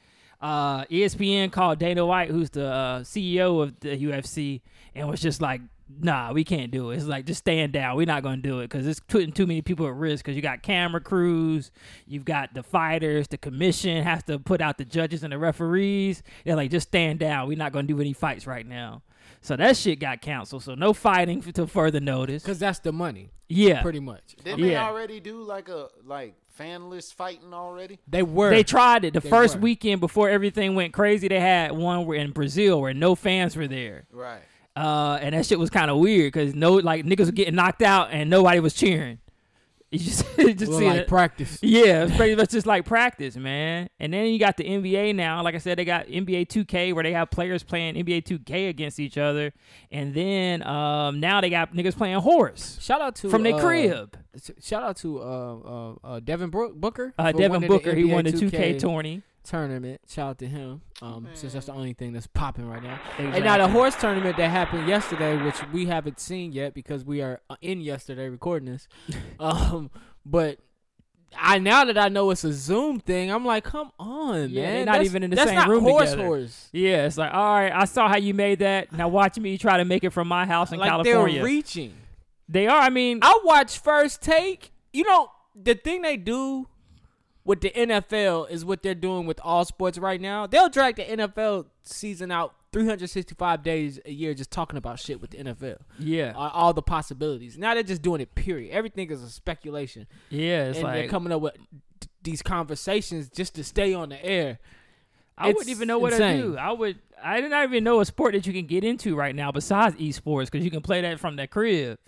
[SPEAKER 3] Uh, ESPN called Dana White, who's the uh, CEO of the UFC, and was just like, "Nah, we can't do it. It's like just stand down. We're not going to do it because it's putting too many people at risk. Because you got camera crews, you've got the fighters, the commission has to put out the judges and the referees. They're like, just stand down. We're not going to do any fights right now." So that shit got canceled. So no fighting f- till further notice.
[SPEAKER 5] Cause that's the money,
[SPEAKER 3] Yeah,
[SPEAKER 5] pretty much.
[SPEAKER 4] Didn't they
[SPEAKER 3] Yeah.
[SPEAKER 4] already do like a like fanless fighting already?
[SPEAKER 5] They were.
[SPEAKER 3] They tried it the
[SPEAKER 5] They
[SPEAKER 3] first
[SPEAKER 5] were.
[SPEAKER 3] weekend before everything went crazy. They had one where in Brazil where no fans were there,
[SPEAKER 4] Right.
[SPEAKER 3] uh, and that shit was kind of weird because no like niggas were getting knocked out and nobody was cheering. You just, you just
[SPEAKER 5] Well,
[SPEAKER 3] see
[SPEAKER 5] like
[SPEAKER 3] it.
[SPEAKER 5] practice.
[SPEAKER 3] Yeah, it's pretty much just like practice, man. And then you got the NBA now. Like I said, they got NBA 2K where they have players playing NBA 2K against each other, and then um, now they got niggas playing horse
[SPEAKER 5] Shout out to
[SPEAKER 3] from their
[SPEAKER 5] uh,
[SPEAKER 3] crib.
[SPEAKER 5] s- Shout out to uh, uh, uh, Devin Brook, Booker.
[SPEAKER 3] Uh,
[SPEAKER 5] for
[SPEAKER 3] Devin
[SPEAKER 5] winning
[SPEAKER 3] Booker, he
[SPEAKER 5] NBA
[SPEAKER 3] won the 2K tourney.
[SPEAKER 5] tournament. Shout out to him, um, since that's the only thing that's popping right now. And now the
[SPEAKER 3] Exactly.
[SPEAKER 5] horse tournament that happened yesterday, which we haven't seen yet because we are uh, in yesterday recording this. um, but I now that I know it's a Zoom thing, I'm like, come on,
[SPEAKER 3] Yeah,
[SPEAKER 5] man,
[SPEAKER 3] they're not
[SPEAKER 5] That's-
[SPEAKER 3] even in the
[SPEAKER 5] that's
[SPEAKER 3] same
[SPEAKER 5] not
[SPEAKER 3] room
[SPEAKER 5] horse
[SPEAKER 3] together.
[SPEAKER 5] horse.
[SPEAKER 3] Yeah, it's like, all right, I saw how you made that. Now watch me try to make it from my house in
[SPEAKER 5] Like
[SPEAKER 3] California.
[SPEAKER 5] they're reaching.
[SPEAKER 3] they are. I mean,
[SPEAKER 5] I watch First Take. You know the thing they do with the NFL is what they're doing with all sports right now. They'll drag the NFL season out 365 days a year, just talking about shit with the NFL.
[SPEAKER 3] yeah,
[SPEAKER 5] All- all the possibilities. Now they're just doing it. Period. Everything is a speculation,
[SPEAKER 3] yeah. It's
[SPEAKER 5] and they're
[SPEAKER 3] like
[SPEAKER 5] coming up with d- these conversations just to stay on the air.
[SPEAKER 3] I
[SPEAKER 5] it's
[SPEAKER 3] wouldn't even know what
[SPEAKER 5] insane.
[SPEAKER 3] to do. I would. I did not even know a sport that you can get into right now besides esports because you can play that from the crib.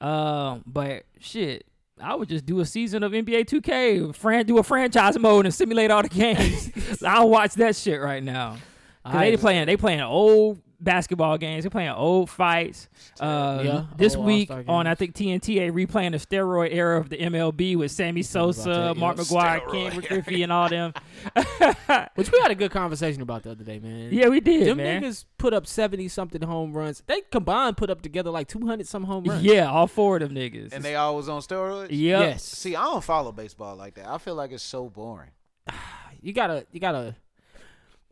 [SPEAKER 3] Um, but shit, I would just do a season of NBA 2K, fran- do a franchise mode and simulate all the games. I'll watch that shit right now. 'Cause they
[SPEAKER 5] Alright.
[SPEAKER 3] playing they playing old basketball games. They're playing old fights. Uh,
[SPEAKER 5] Yeah,
[SPEAKER 3] this
[SPEAKER 5] old
[SPEAKER 3] week
[SPEAKER 5] All-Star
[SPEAKER 3] on I
[SPEAKER 5] games.
[SPEAKER 3] think TNT they replaying the steroid era of the MLB with Sammy Sosa,
[SPEAKER 5] that,
[SPEAKER 3] Mark
[SPEAKER 5] yeah.
[SPEAKER 3] McGuire, Ken Griffey, and all them.
[SPEAKER 5] Which we had a good conversation about the other day, man.
[SPEAKER 3] Yeah, we did,
[SPEAKER 5] Them
[SPEAKER 3] man.
[SPEAKER 5] niggas put up 70 something home runs. They combined put up together like 200 some home runs.
[SPEAKER 3] Yeah, all four of them niggas.
[SPEAKER 4] And they always on steroids.
[SPEAKER 3] yep.
[SPEAKER 5] Yes.
[SPEAKER 4] See, I don't follow baseball like that. I feel like it's so boring.
[SPEAKER 5] You gotta, you gotta.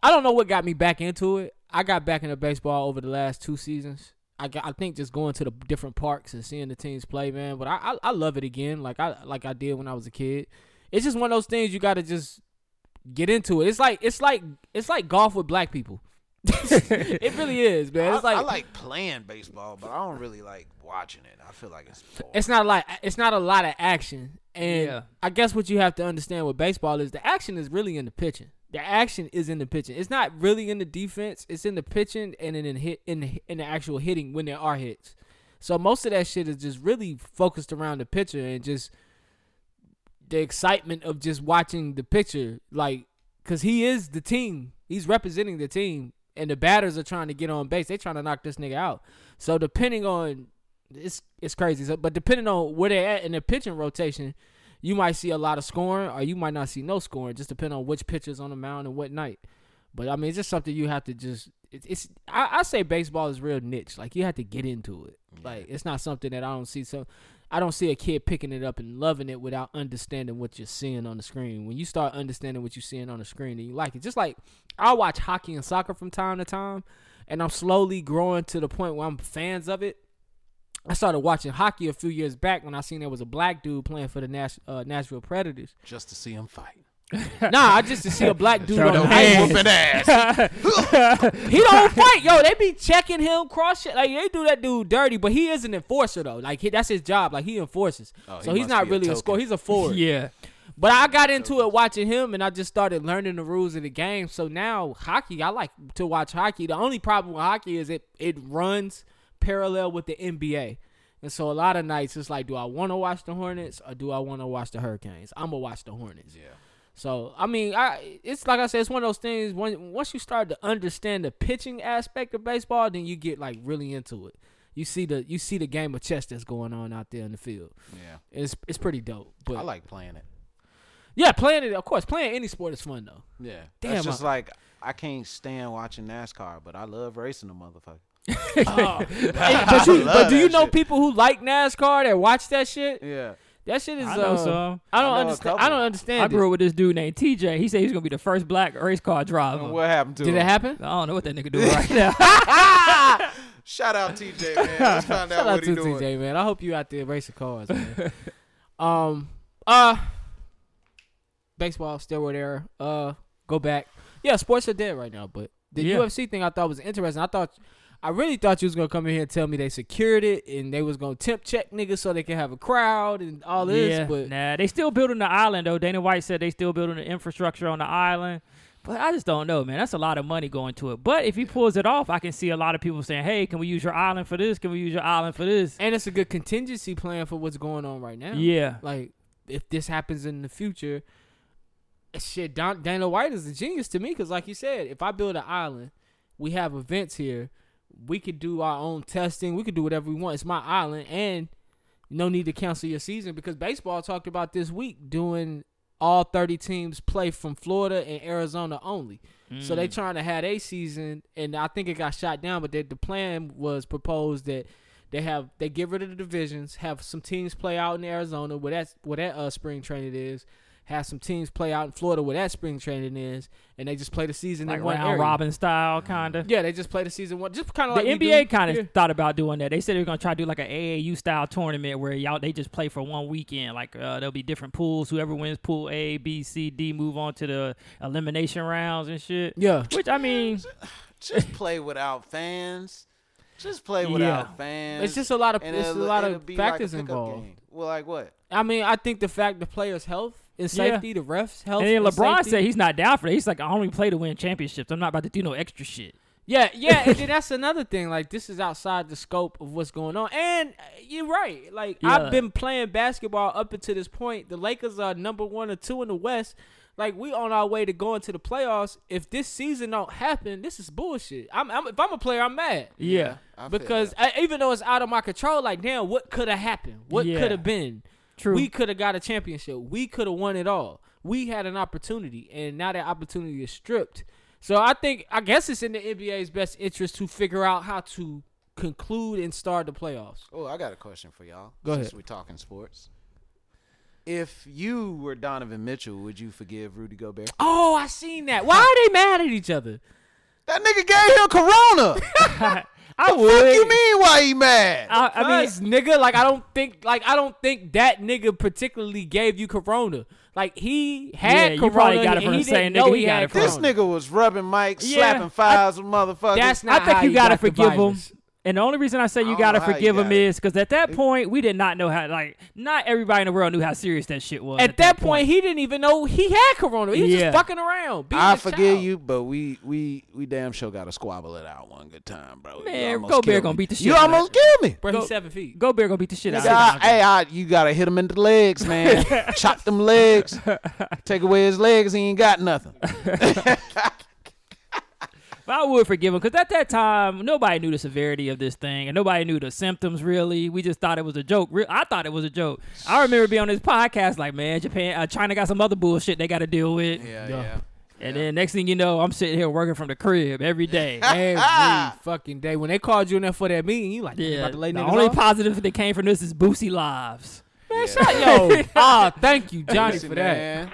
[SPEAKER 5] I don't know what got me back into it. I got back into baseball over the last two seasons. I got, I think just going to the different parks and seeing the teams play, man. But I, I, I love it again, like I, like I did when I was a kid. It's just one of those things you gotta just get into it. It's like, it's like, it's like golf with black people. it really is, man.
[SPEAKER 4] I,
[SPEAKER 5] It's like,
[SPEAKER 4] I like playing baseball, but I don't really like watching it. I feel like it's boring.
[SPEAKER 5] it's not a lot. It's not a lot of action, and
[SPEAKER 3] Yeah.
[SPEAKER 5] I guess what you have to understand with baseball is the action is really in the pitching. The action is in the pitching. It's not really in the defense. It's in the pitching and in in hit in the, in the actual hitting when there are hits. So most of that shit is just really focused around the pitcher and just the excitement of just watching the pitcher, like, cause he is the team. He's representing the team, and the batters are trying to get on base. They trying to knock this nigga out. So depending on it's it's crazy. So, but depending on where they're at in their pitching rotation, you might see a lot of scoring, or you might not see no scoring. Just depending on which pitcher's on the mound and what night. But I mean, it's just something you have to just. It's, it's I, I say baseball is real niche. Like you have to get into it. Like it's not something that I don't see. So I don't see a kid picking it up and loving it without understanding what you're seeing on the screen. When you start understanding what you're seeing on the screen, and you like it. Just like I watch hockey and soccer from time to time, and I'm slowly growing to the point where I'm fans of it. I started watching hockey a few years back when I seen there was a black dude playing for the Nash, uh, Nashville Predators.
[SPEAKER 4] just to see him fight.
[SPEAKER 5] Nah, I just to see a black dude on the ice.
[SPEAKER 3] hands.
[SPEAKER 4] Whooping ass.
[SPEAKER 5] He don't fight, yo. They be checking him, cross shit. Like they do that dude dirty, but he is an enforcer though. Like he, that's his job. Like he enforces.
[SPEAKER 4] Oh, he
[SPEAKER 5] so he's
[SPEAKER 4] must
[SPEAKER 5] not
[SPEAKER 4] be a
[SPEAKER 5] really a,
[SPEAKER 4] token.
[SPEAKER 5] scorer. He's a forward.
[SPEAKER 3] Yeah.
[SPEAKER 5] But I got into it watching him, and I just started learning the rules of the game. So now hockey, I like to watch hockey. The only problem with hockey is it it runs parallel with the NBA, and so a lot of nights it's like, do I want to watch the Hornets or do I want to watch the Hurricanes? I'm gonna watch the Hornets. Yeah. So I mean, I it's like I said, it's one of those things. When once you start to understand the pitching aspect of baseball, then you get like really into it. You see the you see the game of chess that's going on out there in the field.
[SPEAKER 4] Yeah.
[SPEAKER 5] It's it's pretty dope. But
[SPEAKER 4] I like playing it.
[SPEAKER 5] yeah, playing it, of course, playing any sport is fun though.
[SPEAKER 4] Yeah.
[SPEAKER 5] Damn,
[SPEAKER 4] It's just
[SPEAKER 5] I-
[SPEAKER 4] like I can't stand watching NASCAR, but I love racing the motherfucker.
[SPEAKER 5] but, you- but
[SPEAKER 4] love
[SPEAKER 5] do you
[SPEAKER 4] that
[SPEAKER 5] know
[SPEAKER 4] shit.
[SPEAKER 5] people who like NASCAR that watch that shit?
[SPEAKER 4] Yeah.
[SPEAKER 5] That shit is.
[SPEAKER 3] I know
[SPEAKER 5] uh,
[SPEAKER 3] some.
[SPEAKER 5] I don't
[SPEAKER 4] I know a
[SPEAKER 5] understand. I
[SPEAKER 4] couple.
[SPEAKER 5] don't understand.
[SPEAKER 3] I
[SPEAKER 5] it.
[SPEAKER 3] grew up with this dude named TJ. He said he was gonna be the first black race car driver.
[SPEAKER 4] What happened to
[SPEAKER 5] Did
[SPEAKER 4] him?
[SPEAKER 5] it happen?
[SPEAKER 3] I don't know what that nigga doing right now.
[SPEAKER 4] Shout out TJ, man. Let's find out
[SPEAKER 5] Shout out
[SPEAKER 4] what he
[SPEAKER 5] to
[SPEAKER 4] doing.
[SPEAKER 5] TJ, man. I hope you out there racing cars, man. um, uh, baseball steroid era. Uh, go back. Yeah, sports are dead right now, but the
[SPEAKER 3] Yeah.
[SPEAKER 5] UFC thing I thought was interesting. I thought, I really thought you was gonna come in here and tell me they secured it and they was gonna temp check niggas so they can have a crowd and all this,
[SPEAKER 3] yeah,
[SPEAKER 5] but
[SPEAKER 3] nah, they still building the island though. Dana White said they still building the infrastructure on the island, but I just don't know, man. That's a lot of money going to it. But if he pulls it off, I can see a lot of people saying, "Hey, can we use your island for this? Can we use your island for this?"
[SPEAKER 5] and it's a good contingency plan for what's going on right now.
[SPEAKER 3] Yeah,
[SPEAKER 5] Like, if this happens in the future, shit, Don, Dana White is a genius to me because, like you said, if I build an island, we have events here, we could do our own testing, we could do whatever we want. It's my island, and no need to cancel your season because baseball talked about this week doing all 30 teams play from Florida and Arizona only. So
[SPEAKER 3] Mm.
[SPEAKER 5] they trying to have a season, and I think it got shot down. But they, the plan was proposed that they have they get rid of the divisions, have some teams play out in Arizona where that's where that uh, spring training is, have some teams play out in Florida where that spring training is, and they just play the season
[SPEAKER 3] like
[SPEAKER 5] in one
[SPEAKER 3] round
[SPEAKER 5] area.
[SPEAKER 3] robin style, kind of.
[SPEAKER 5] Yeah, they just play the season one, just kind of
[SPEAKER 3] The
[SPEAKER 5] like we
[SPEAKER 3] NBA
[SPEAKER 5] do.
[SPEAKER 3] kind of
[SPEAKER 5] Yeah.
[SPEAKER 3] thought about doing that. They said they're gonna try to do like an AAU style tournament where y'all they just play for one weekend. Like uh, there'll be different pools. Whoever wins pool A, B, C, D move on to the elimination rounds and shit.
[SPEAKER 5] Yeah.
[SPEAKER 3] which I mean,
[SPEAKER 4] Just play without fans. Just play
[SPEAKER 3] Yeah.
[SPEAKER 4] without fans.
[SPEAKER 5] It's just a lot of-
[SPEAKER 4] And
[SPEAKER 5] it's a
[SPEAKER 4] it'll-
[SPEAKER 5] lot of
[SPEAKER 4] it'll be like a
[SPEAKER 5] factors
[SPEAKER 4] pickup
[SPEAKER 5] involved.
[SPEAKER 4] game. Well, like what?
[SPEAKER 5] I mean, I think the fact the players' health and
[SPEAKER 3] Yeah.
[SPEAKER 5] safety, the refs' health,
[SPEAKER 3] and then LeBron
[SPEAKER 5] safety.
[SPEAKER 3] said he's not down for that. He's like, I only play to win championships. I'm not about to do no extra shit.
[SPEAKER 5] Yeah, yeah, and then that's another thing. Like this is outside the scope of what's going on, and uh, you're right. Like
[SPEAKER 3] Yeah.
[SPEAKER 5] I've been playing basketball up until this point. The Lakers are number one or two in the West. Like we on our way to going to the playoffs. If this season don't happen, this is bullshit. I'm, I'm if I'm a player, I'm mad
[SPEAKER 3] Yeah.
[SPEAKER 4] I feel
[SPEAKER 5] because
[SPEAKER 4] that.
[SPEAKER 5] I, even though it's out of my control, like damn, what could have happened? What
[SPEAKER 3] Yeah.
[SPEAKER 5] could have been?
[SPEAKER 3] True.
[SPEAKER 5] We could have got a championship. We could have won it all. We had an opportunity, and now that opportunity is stripped. So I think, I guess it's in the NBA's best interest to figure out how to conclude and start the playoffs.
[SPEAKER 4] Oh, I got a question for y'all.
[SPEAKER 5] Go
[SPEAKER 4] since
[SPEAKER 5] ahead.
[SPEAKER 4] we talking sports. If you were Donovan Mitchell, would you forgive Rudy Gobert?
[SPEAKER 5] Oh, I seen that. Why are they mad at each other?
[SPEAKER 4] That nigga gave him corona.
[SPEAKER 3] I would.
[SPEAKER 4] what you mean? Why he mad?
[SPEAKER 3] I, I mean,
[SPEAKER 5] Cuz, nigga, like I don't think, like I don't think that nigga particularly gave you corona. Like he
[SPEAKER 3] Yeah,
[SPEAKER 5] had
[SPEAKER 3] you
[SPEAKER 5] corona.
[SPEAKER 3] probably got it
[SPEAKER 5] and
[SPEAKER 3] from
[SPEAKER 5] he
[SPEAKER 3] the same
[SPEAKER 5] didn't know
[SPEAKER 3] nigga he
[SPEAKER 5] he
[SPEAKER 3] got
[SPEAKER 5] had
[SPEAKER 3] it from.
[SPEAKER 5] corona.
[SPEAKER 4] this nigga was rubbing mics,
[SPEAKER 3] Yeah,
[SPEAKER 4] slapping fives with motherfuckers.
[SPEAKER 5] That's not
[SPEAKER 3] I think
[SPEAKER 5] how
[SPEAKER 3] you
[SPEAKER 5] he
[SPEAKER 3] gotta
[SPEAKER 5] got the
[SPEAKER 3] forgive him.
[SPEAKER 5] virus.
[SPEAKER 3] And the only reason I say
[SPEAKER 4] I
[SPEAKER 3] you
[SPEAKER 4] don't
[SPEAKER 3] gotta
[SPEAKER 4] know how he
[SPEAKER 3] forgive him
[SPEAKER 4] got it.
[SPEAKER 3] is because at that point we did not know how. Like, not everybody in the world knew how serious that shit was.
[SPEAKER 5] At, that, point, he didn't even know he had corona. He was
[SPEAKER 3] Yeah.
[SPEAKER 5] just fucking around. being
[SPEAKER 4] I
[SPEAKER 5] a
[SPEAKER 4] forgive
[SPEAKER 5] child.
[SPEAKER 4] you, but we we we damn sure gotta squabble it out one good time, bro. You
[SPEAKER 3] Man,
[SPEAKER 4] almost
[SPEAKER 3] Gobert
[SPEAKER 4] killed
[SPEAKER 3] gonna
[SPEAKER 4] me.
[SPEAKER 3] beat the shit
[SPEAKER 4] You
[SPEAKER 3] out of
[SPEAKER 4] almost killed me.
[SPEAKER 5] Bro,
[SPEAKER 3] Go-
[SPEAKER 5] he's seven feet.
[SPEAKER 3] Gobert gonna beat the shit out
[SPEAKER 4] Nigga, I-
[SPEAKER 3] of him.
[SPEAKER 4] hey, I, you gotta hit him in the legs, man. Chop them legs. Take away his legs, he ain't got nothing.
[SPEAKER 3] But I would forgive him because at that time nobody knew the severity of this thing and nobody knew the symptoms really. We just thought it was a joke. Re- I thought it was a joke. I remember being on this podcast like, man, Japan, uh, China got some other bullshit they got to deal with.
[SPEAKER 4] Yeah,
[SPEAKER 5] Yeah.
[SPEAKER 4] yeah.
[SPEAKER 3] And then next thing you know, I'm sitting here working from the crib every day.
[SPEAKER 5] Every fucking day. When they called you in there for that meeting, you like, yeah,
[SPEAKER 3] yeah,
[SPEAKER 5] about to lay
[SPEAKER 3] the
[SPEAKER 5] niggas
[SPEAKER 3] only
[SPEAKER 5] off?
[SPEAKER 3] positive that came from this is Boosie lives.
[SPEAKER 5] Yo, ah, thank you, Johnny,
[SPEAKER 4] Listen,
[SPEAKER 5] for that.
[SPEAKER 4] man.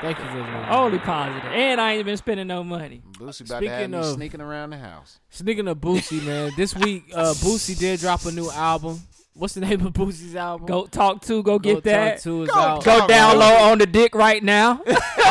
[SPEAKER 5] Thank you for that.
[SPEAKER 3] Only positive, and I ain't been spending no money.
[SPEAKER 4] Boosie about to have
[SPEAKER 5] Speaking
[SPEAKER 4] me
[SPEAKER 5] of-
[SPEAKER 4] sneaking around the house.
[SPEAKER 5] Speaking of Boosie, man, this week uh, Boosie did drop a new album. What's the name of Boosie's album?
[SPEAKER 3] Go talk to, go,
[SPEAKER 5] Go
[SPEAKER 3] get that.
[SPEAKER 5] Talk to is
[SPEAKER 4] Go
[SPEAKER 5] out.
[SPEAKER 4] Talk
[SPEAKER 3] Go down
[SPEAKER 4] to.
[SPEAKER 3] low on the dick right now.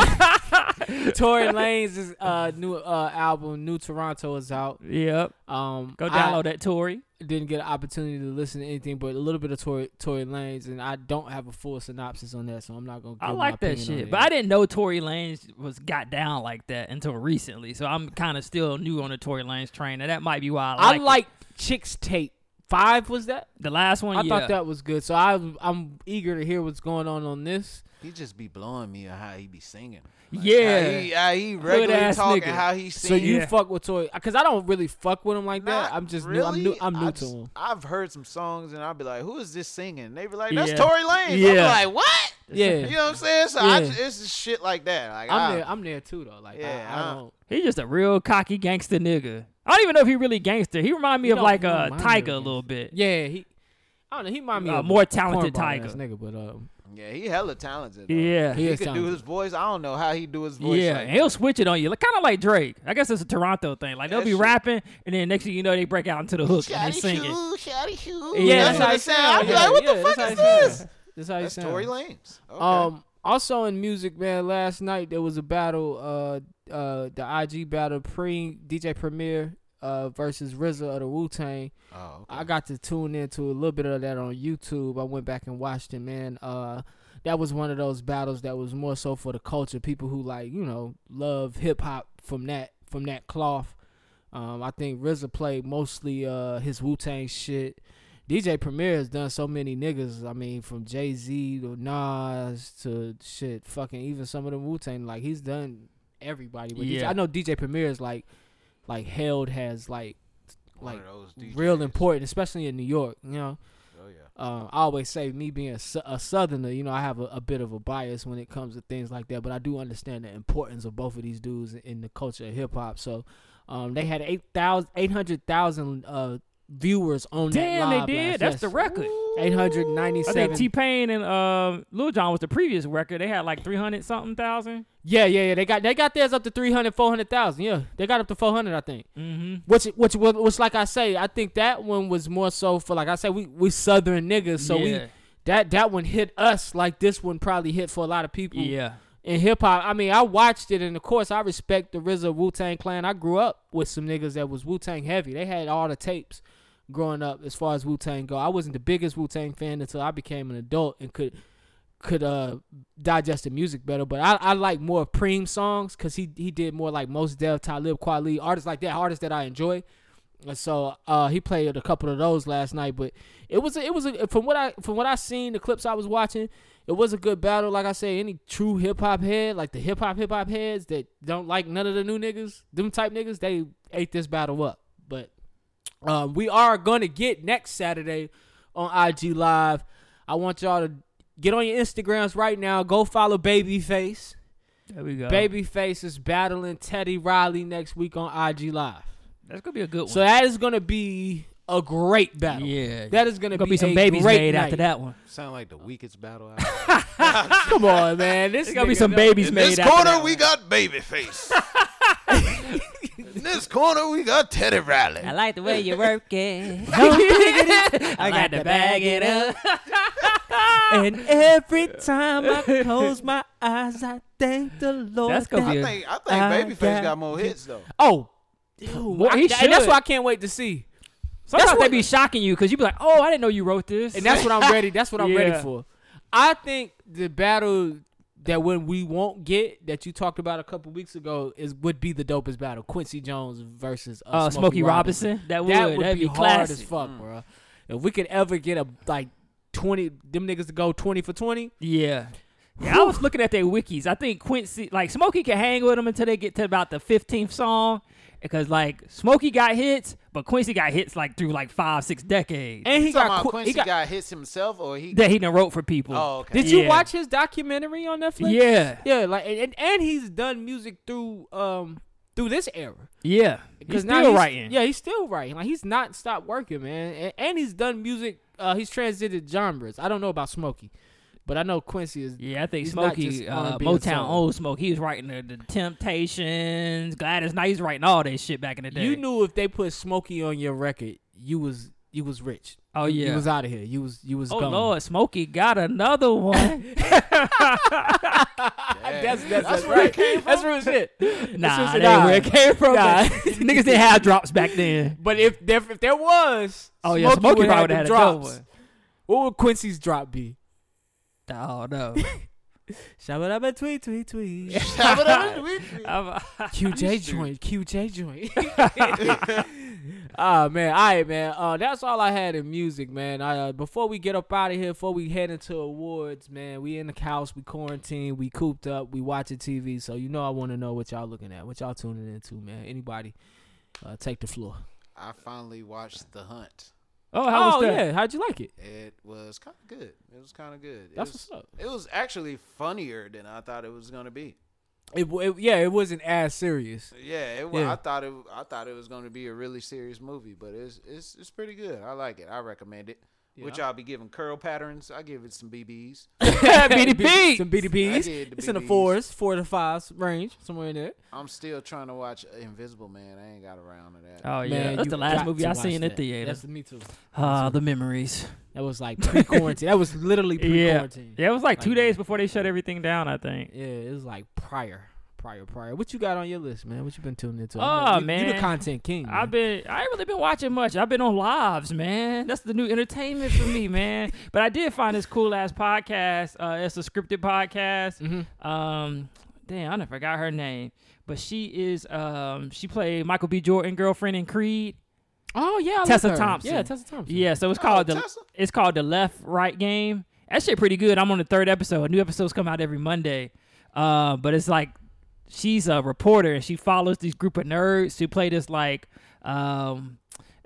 [SPEAKER 5] Tory Lanez's uh, new uh, album, New Toronto, is out.
[SPEAKER 3] yep.
[SPEAKER 5] Um,
[SPEAKER 3] Go
[SPEAKER 5] I
[SPEAKER 3] download that Tory.
[SPEAKER 5] Didn't get an opportunity to listen to anything, but a little bit of Tory, Tory Lanez, and I don't have a full synopsis on that, so I'm not gonna. Give
[SPEAKER 3] I
[SPEAKER 5] my
[SPEAKER 3] like that
[SPEAKER 5] opinion on
[SPEAKER 3] shit,
[SPEAKER 5] it.
[SPEAKER 3] but I didn't know Tory Lanez was got down like that until recently. So I'm kind of still new on the Tory Lanez train, and that might be why I
[SPEAKER 5] I
[SPEAKER 3] like,
[SPEAKER 5] like Chicks Tape Five. Was that?
[SPEAKER 3] the last one.
[SPEAKER 5] I
[SPEAKER 3] yeah.
[SPEAKER 5] thought that was good, so I, I'm eager to hear what's going on on this.
[SPEAKER 4] He just be blowing me on how he be singing.
[SPEAKER 3] yeah,
[SPEAKER 5] uh,
[SPEAKER 4] How he, how he regularly
[SPEAKER 3] ass
[SPEAKER 4] talking
[SPEAKER 3] nigga.
[SPEAKER 4] how he
[SPEAKER 5] So
[SPEAKER 4] singing.
[SPEAKER 5] you
[SPEAKER 3] Yeah.
[SPEAKER 5] fuck with Tory? Because I don't really fuck with him like that.
[SPEAKER 4] Not
[SPEAKER 5] I'm just new. I'm new.
[SPEAKER 4] really.
[SPEAKER 5] I'm new
[SPEAKER 4] I
[SPEAKER 5] to
[SPEAKER 4] just-
[SPEAKER 5] him.
[SPEAKER 4] I've heard some songs and I'll be like, "Who is this singing?" And they be like, "That's
[SPEAKER 3] Yeah.
[SPEAKER 4] Tory Lanez."
[SPEAKER 3] Yeah.
[SPEAKER 4] I'm like, "What?" You
[SPEAKER 5] Yeah,
[SPEAKER 4] know what I'm saying? So I
[SPEAKER 5] Yeah.
[SPEAKER 4] just, it's just shit like that. Like
[SPEAKER 5] I'm
[SPEAKER 4] I,
[SPEAKER 5] there. I'm there too though. Like
[SPEAKER 4] Yeah,
[SPEAKER 5] I, I
[SPEAKER 4] I-
[SPEAKER 5] don't.
[SPEAKER 3] he's just a real cocky gangster nigga. I don't even know if he really gangster. He remind me
[SPEAKER 5] He
[SPEAKER 3] of
[SPEAKER 5] don't-
[SPEAKER 3] like
[SPEAKER 5] he
[SPEAKER 3] a
[SPEAKER 5] remind me of
[SPEAKER 3] Tiger a
[SPEAKER 5] gangster.
[SPEAKER 3] little bit.
[SPEAKER 5] Yeah, he. I don't know. He might be
[SPEAKER 3] A
[SPEAKER 5] a
[SPEAKER 3] more talented
[SPEAKER 5] cornball ass
[SPEAKER 3] Tiger.
[SPEAKER 5] nigga, but um,
[SPEAKER 4] yeah, he hella talented. though.
[SPEAKER 3] Yeah,
[SPEAKER 5] He
[SPEAKER 4] he,
[SPEAKER 5] is
[SPEAKER 4] could do
[SPEAKER 5] talented.
[SPEAKER 4] his voice. I don't know how he do his voice.
[SPEAKER 3] Yeah,
[SPEAKER 4] like
[SPEAKER 3] and he'll
[SPEAKER 4] that.
[SPEAKER 3] switch it on you, like, kind of like Drake. I guess it's a Toronto thing. Like they'll
[SPEAKER 4] That
[SPEAKER 3] be
[SPEAKER 4] shit-
[SPEAKER 3] rapping, and then next thing you know, they break out into the hook and they
[SPEAKER 4] Shawty
[SPEAKER 3] sing it.
[SPEAKER 4] shoo, shawty shoo.
[SPEAKER 3] Yeah, that's
[SPEAKER 4] that's what it
[SPEAKER 5] how he
[SPEAKER 4] sound. I'm
[SPEAKER 5] sound.
[SPEAKER 4] like, what
[SPEAKER 5] Yeah,
[SPEAKER 4] the
[SPEAKER 5] that's
[SPEAKER 4] fuck
[SPEAKER 5] how
[SPEAKER 4] is
[SPEAKER 5] he sound.
[SPEAKER 4] this?
[SPEAKER 5] that's how he
[SPEAKER 4] That's
[SPEAKER 5] sounds.
[SPEAKER 4] Tory Lanez. Okay.
[SPEAKER 5] Um, also in music, man. Last night there was a battle. Uh, uh, the IG battle, pre DJ Premier, uh, versus RZA of the Wu Tang.
[SPEAKER 4] oh, okay.
[SPEAKER 5] I got to tune into a little bit of that on YouTube. I went back and watched it, man. Uh, that was one of those battles that was more so for the culture, people who like you know love hip hop from that from that cloth. Um, I think RZA played mostly uh, his Wu Tang shit. DJ Premier has done so many niggas. I mean, from Jay Z to Nas to shit, fucking even some of them Wu Tang. Like he's done everybody. But DJ,
[SPEAKER 3] Yeah.
[SPEAKER 5] I know DJ Premier is like like held has like
[SPEAKER 4] One
[SPEAKER 5] like
[SPEAKER 4] of those
[SPEAKER 5] real
[SPEAKER 4] DJs.
[SPEAKER 5] important, especially in New York. You know,
[SPEAKER 4] Oh yeah.
[SPEAKER 5] um, I always say me being a, Sou- a Southerner, you know, I have a, a bit of a bias when it comes to things like that, but I do understand the importance of both of these dudes in the culture of hip hop. So, um, they had 8,000 800,000 uh, viewers on
[SPEAKER 3] Damn,
[SPEAKER 5] that.
[SPEAKER 3] they
[SPEAKER 5] live
[SPEAKER 3] did.
[SPEAKER 5] last-
[SPEAKER 3] That's
[SPEAKER 5] yes.
[SPEAKER 3] the record.
[SPEAKER 5] Eight hundred
[SPEAKER 3] I think
[SPEAKER 5] ninety-seven.
[SPEAKER 3] T Pain and um, Lil Jon was the previous record. They had like three hundred something thousand.
[SPEAKER 5] yeah, yeah, yeah. They got they got theirs up to 300, 400,000. Yeah, they got up to four hundred, I think.
[SPEAKER 3] Mm-hmm.
[SPEAKER 5] Which, which, which, which, like I say, I think that one was more so for, like I say, we we Southern niggas, so we
[SPEAKER 3] Yeah.
[SPEAKER 5] that that one hit us like this one probably hit for a lot of people
[SPEAKER 3] Yeah,
[SPEAKER 5] in hip hop. I mean, I watched it, and of course, I respect the RZA Wu Tang Clan. I grew up with some niggas that was Wu Tang heavy. They had all the tapes growing up as far as Wu Tang go. I wasn't the biggest Wu Tang fan until I became an adult and could could uh digest the music better. But I, I like more Preem songs because he he did more like Most Def, Talib Kweli, artists like that, artists that I enjoy. And so uh, he played a couple of those last night, but it was a, it was a, from what I from what I seen the clips I was watching, it was a good battle. Like I say, any true hip hop head, like the hip hop hip hop heads that don't like none of the new niggas, them type niggas, they ate this battle up. But um, we are gonna get next Saturday on IG Live. I want y'all to get on your Instagrams right now. Go follow Babyface.
[SPEAKER 3] there we go.
[SPEAKER 5] Babyface is battling Teddy Riley next week on IG Live.
[SPEAKER 3] that's gonna be a good one.
[SPEAKER 5] So that is gonna be a great battle.
[SPEAKER 3] Yeah.
[SPEAKER 5] that is gonna,
[SPEAKER 3] gonna be, some
[SPEAKER 5] a
[SPEAKER 3] babies
[SPEAKER 5] great
[SPEAKER 3] made
[SPEAKER 5] night.
[SPEAKER 3] after that one.
[SPEAKER 4] Sound like the weakest battle.
[SPEAKER 5] Come on, man, this
[SPEAKER 3] There's gonna be
[SPEAKER 5] nigga-
[SPEAKER 3] some babies
[SPEAKER 4] In
[SPEAKER 3] made
[SPEAKER 4] this
[SPEAKER 3] after
[SPEAKER 4] corner,
[SPEAKER 3] that
[SPEAKER 4] we
[SPEAKER 3] one.
[SPEAKER 4] got Babyface. In this corner, we got Teddy Riley.
[SPEAKER 9] I like the way you work it.
[SPEAKER 3] I got to bag it up.
[SPEAKER 9] and every time I close my eyes, I thank the Lord.
[SPEAKER 3] That's gonna be.
[SPEAKER 4] I
[SPEAKER 3] A,
[SPEAKER 4] think I think
[SPEAKER 9] I
[SPEAKER 4] Babyface
[SPEAKER 9] got-
[SPEAKER 4] got, more hits though.
[SPEAKER 5] Oh,
[SPEAKER 3] Well, he
[SPEAKER 5] I- and that's
[SPEAKER 3] should.
[SPEAKER 5] what I can't wait to see.
[SPEAKER 3] sometimes
[SPEAKER 5] that's
[SPEAKER 3] they
[SPEAKER 5] what-
[SPEAKER 3] be shocking you because you be like, "Oh, I didn't know you wrote this."
[SPEAKER 5] And that's what I'm ready. That's what I'm ready
[SPEAKER 3] Yeah.
[SPEAKER 5] for. I think the battle that when we won't get that you talked about a couple weeks ago is would be the dopest battle: Quincy Jones versus uh,
[SPEAKER 3] uh, Smokey Robinson. That would
[SPEAKER 5] That would
[SPEAKER 3] that'd
[SPEAKER 5] be,
[SPEAKER 3] be
[SPEAKER 5] hard as
[SPEAKER 3] classic. Mm.
[SPEAKER 5] fuck, bro. If we could ever get a like twenty them niggas to go twenty for twenty,
[SPEAKER 3] Yeah. Yeah, I was looking at their wikis. I think Quincy, like Smokey, can hang with them until they get to about the fifteenth song, because like Smokey got hits, but Quincy got hits like through like five, six decades
[SPEAKER 5] And he
[SPEAKER 4] He got
[SPEAKER 5] got, qu-
[SPEAKER 4] Quincy
[SPEAKER 5] he got.
[SPEAKER 4] got hits himself, or he
[SPEAKER 3] that he done wrote for people.
[SPEAKER 4] Oh, okay.
[SPEAKER 5] Did you
[SPEAKER 3] Yeah.
[SPEAKER 5] watch his documentary on Netflix?
[SPEAKER 3] Yeah.
[SPEAKER 5] yeah. Like, and, and- and he's done music through um through this era.
[SPEAKER 3] Yeah, he's
[SPEAKER 5] now
[SPEAKER 3] still writing.
[SPEAKER 5] Yeah, he's still writing. Like he's not stopped working, man. And, and he's done music. Uh, he's transited genres. I don't know about Smokey, but I know Quincy is.
[SPEAKER 3] Yeah, I think
[SPEAKER 5] He's not
[SPEAKER 3] Smokey,
[SPEAKER 5] just
[SPEAKER 3] uh,
[SPEAKER 5] R&B or
[SPEAKER 3] Motown
[SPEAKER 5] soul.
[SPEAKER 3] old Smoke, he was writing the, the Temptations, Gladys Knight, he's writing all that shit back in the day.
[SPEAKER 5] You knew if they put Smokey on your record, you was you was rich.
[SPEAKER 3] Oh,
[SPEAKER 5] You-
[SPEAKER 3] yeah.
[SPEAKER 5] you was out of here. You was you was
[SPEAKER 3] oh
[SPEAKER 5] gone.
[SPEAKER 3] Lord, Smokey got another one.
[SPEAKER 5] that's that's, that's
[SPEAKER 4] where it
[SPEAKER 5] right. That's real shit.
[SPEAKER 3] nah,
[SPEAKER 5] just
[SPEAKER 3] that
[SPEAKER 5] an
[SPEAKER 3] ain't
[SPEAKER 5] eye.
[SPEAKER 3] where it came from.
[SPEAKER 5] Nah.
[SPEAKER 3] Niggas didn't have drops back then.
[SPEAKER 5] But if there if there was,
[SPEAKER 3] Oh, yeah, Smokey
[SPEAKER 5] would
[SPEAKER 3] probably
[SPEAKER 5] them
[SPEAKER 3] had a dope
[SPEAKER 5] drops.
[SPEAKER 3] one.
[SPEAKER 5] What would Quincy's drop be?
[SPEAKER 3] Oh no,
[SPEAKER 5] Shabba tweet tweet tweet.
[SPEAKER 3] I'm-
[SPEAKER 5] QJ joint, QJ joint. Ah man, all right, man. Uh, that's all I had in music, man. I, uh, before we get up out of here, before we head into awards, man, we in the house, we quarantined, we cooped up, we watching TV. So you know, I want to know what y'all looking at, what y'all tuning into, man. Anybody, uh, take the floor.
[SPEAKER 4] I finally watched The Hunt.
[SPEAKER 3] oh, how
[SPEAKER 5] oh
[SPEAKER 3] was that?
[SPEAKER 5] yeah, how'd you like it?
[SPEAKER 4] It was kind of good. It was kind of good. It
[SPEAKER 5] That's
[SPEAKER 4] was,
[SPEAKER 5] what's up.
[SPEAKER 4] It was actually funnier than I thought it was gonna be.
[SPEAKER 5] It, w- it- yeah, it wasn't as serious.
[SPEAKER 4] Yeah, it was,
[SPEAKER 5] Yeah.
[SPEAKER 4] I thought it. I thought it was going to be a really serious movie, but it's it's it's pretty good. I like it. I recommend it. Which I'll be giving curl patterns. I give it some BBs.
[SPEAKER 5] BDPs, some
[SPEAKER 4] I
[SPEAKER 5] BDPs.
[SPEAKER 4] did the
[SPEAKER 5] It's in the
[SPEAKER 4] BDPs.
[SPEAKER 5] fours, four to fives range, somewhere in there.
[SPEAKER 4] I'm still trying to watch Invisible Man. I ain't got around to that.
[SPEAKER 3] Oh yeah,
[SPEAKER 5] Man,
[SPEAKER 3] that's
[SPEAKER 5] you
[SPEAKER 3] the last
[SPEAKER 5] got
[SPEAKER 3] movie
[SPEAKER 5] to
[SPEAKER 3] I
[SPEAKER 5] watch
[SPEAKER 3] seen in
[SPEAKER 5] that.
[SPEAKER 3] theaters.
[SPEAKER 5] That's me too.
[SPEAKER 3] Ah, the memories.
[SPEAKER 5] That was like pre-quarantine. that was literally
[SPEAKER 3] Yeah,
[SPEAKER 5] pre-quarantine.
[SPEAKER 3] yeah, it was like two
[SPEAKER 5] Like-
[SPEAKER 3] days before they shut everything down. I think.
[SPEAKER 5] Yeah, it was like prior, prior, prior. What you got on your list, man? What you been tuning into? I
[SPEAKER 3] Oh,
[SPEAKER 5] know you, you the
[SPEAKER 3] man.
[SPEAKER 5] content king. Man.
[SPEAKER 3] I've been I ain't really been watching much. I've been on lives, man. That's the new entertainment for me, man. But I did find this cool ass podcast. Uh, it's a scripted podcast.
[SPEAKER 5] Mm-hmm.
[SPEAKER 3] Um, damn, I done forgot her name, but she is um she played Michael B. Jordan girlfriend in Creed.
[SPEAKER 5] oh yeah, I like
[SPEAKER 3] Tessa
[SPEAKER 5] her.
[SPEAKER 3] Thompson.
[SPEAKER 5] Yeah, Tessa Thompson.
[SPEAKER 3] Yeah, so it's called the
[SPEAKER 4] Tessa.
[SPEAKER 3] it's called the left right game. That shit pretty good. I'm on the third episode. new episodes come out every Monday. Uh, but it's like she's a reporter and she follows these group of nerds who play this like um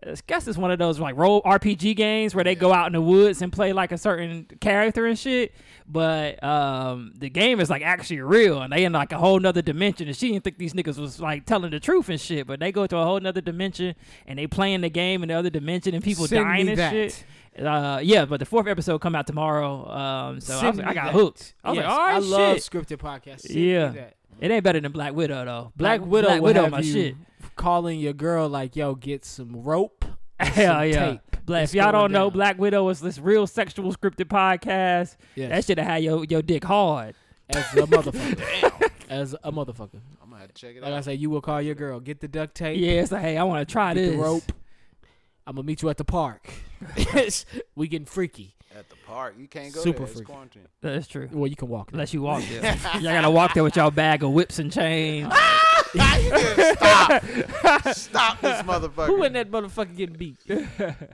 [SPEAKER 3] I guess it's one of those like role RPG games where they go out in the woods and play like a certain character and shit. But um the game is like actually real and they in like a whole nother dimension and she didn't think these niggas was like telling the truth and shit, but they go to a whole nother dimension and they playing the game in the other dimension and people
[SPEAKER 5] Send
[SPEAKER 3] dying
[SPEAKER 5] me
[SPEAKER 3] and
[SPEAKER 5] that.
[SPEAKER 3] shit. Uh, yeah, but the fourth episode come out tomorrow. Um, so I, was
[SPEAKER 5] Send
[SPEAKER 3] like, I
[SPEAKER 5] me
[SPEAKER 3] got
[SPEAKER 5] that.
[SPEAKER 3] hooked. I was
[SPEAKER 5] Yes,
[SPEAKER 3] like, all right,
[SPEAKER 5] I love
[SPEAKER 3] shit.
[SPEAKER 5] scripted podcasts. Send me
[SPEAKER 3] Yeah,
[SPEAKER 5] that.
[SPEAKER 3] it ain't better than Black Widow though.
[SPEAKER 5] Black Widow
[SPEAKER 3] Black
[SPEAKER 5] will
[SPEAKER 3] Widow,
[SPEAKER 5] have
[SPEAKER 3] my
[SPEAKER 5] you
[SPEAKER 3] shit.
[SPEAKER 5] calling your girl like, "Yo, get some rope." and
[SPEAKER 3] Hell
[SPEAKER 5] some
[SPEAKER 3] yeah.
[SPEAKER 5] tape.
[SPEAKER 3] Black,
[SPEAKER 5] It's
[SPEAKER 3] if y'all
[SPEAKER 5] going
[SPEAKER 3] don't know,
[SPEAKER 5] down."
[SPEAKER 3] Black Widow is this real sexual scripted podcast.
[SPEAKER 5] Yes.
[SPEAKER 3] That should have had your, your dick hard.
[SPEAKER 5] as a motherfucker. As a motherfucker.
[SPEAKER 4] I'm gonna have to check it
[SPEAKER 5] Like I
[SPEAKER 4] out.
[SPEAKER 5] said, you will call your girl. Get the duct tape.
[SPEAKER 3] Yeah, it's like, hey, I want to try
[SPEAKER 5] Get
[SPEAKER 3] this.
[SPEAKER 5] the rope. I'm gonna meet you at the park. we getting freaky.
[SPEAKER 4] At the park, you can't go
[SPEAKER 5] Super
[SPEAKER 4] there. It's
[SPEAKER 5] freaky.
[SPEAKER 4] quarantine.
[SPEAKER 3] That's true.
[SPEAKER 5] Well, you can walk. there.
[SPEAKER 3] Unless you walk there. y'all got to walk there with y'all bag of whips and chains.
[SPEAKER 4] Stop! Stop this motherfucker.
[SPEAKER 5] Who in that motherfucker getting beat?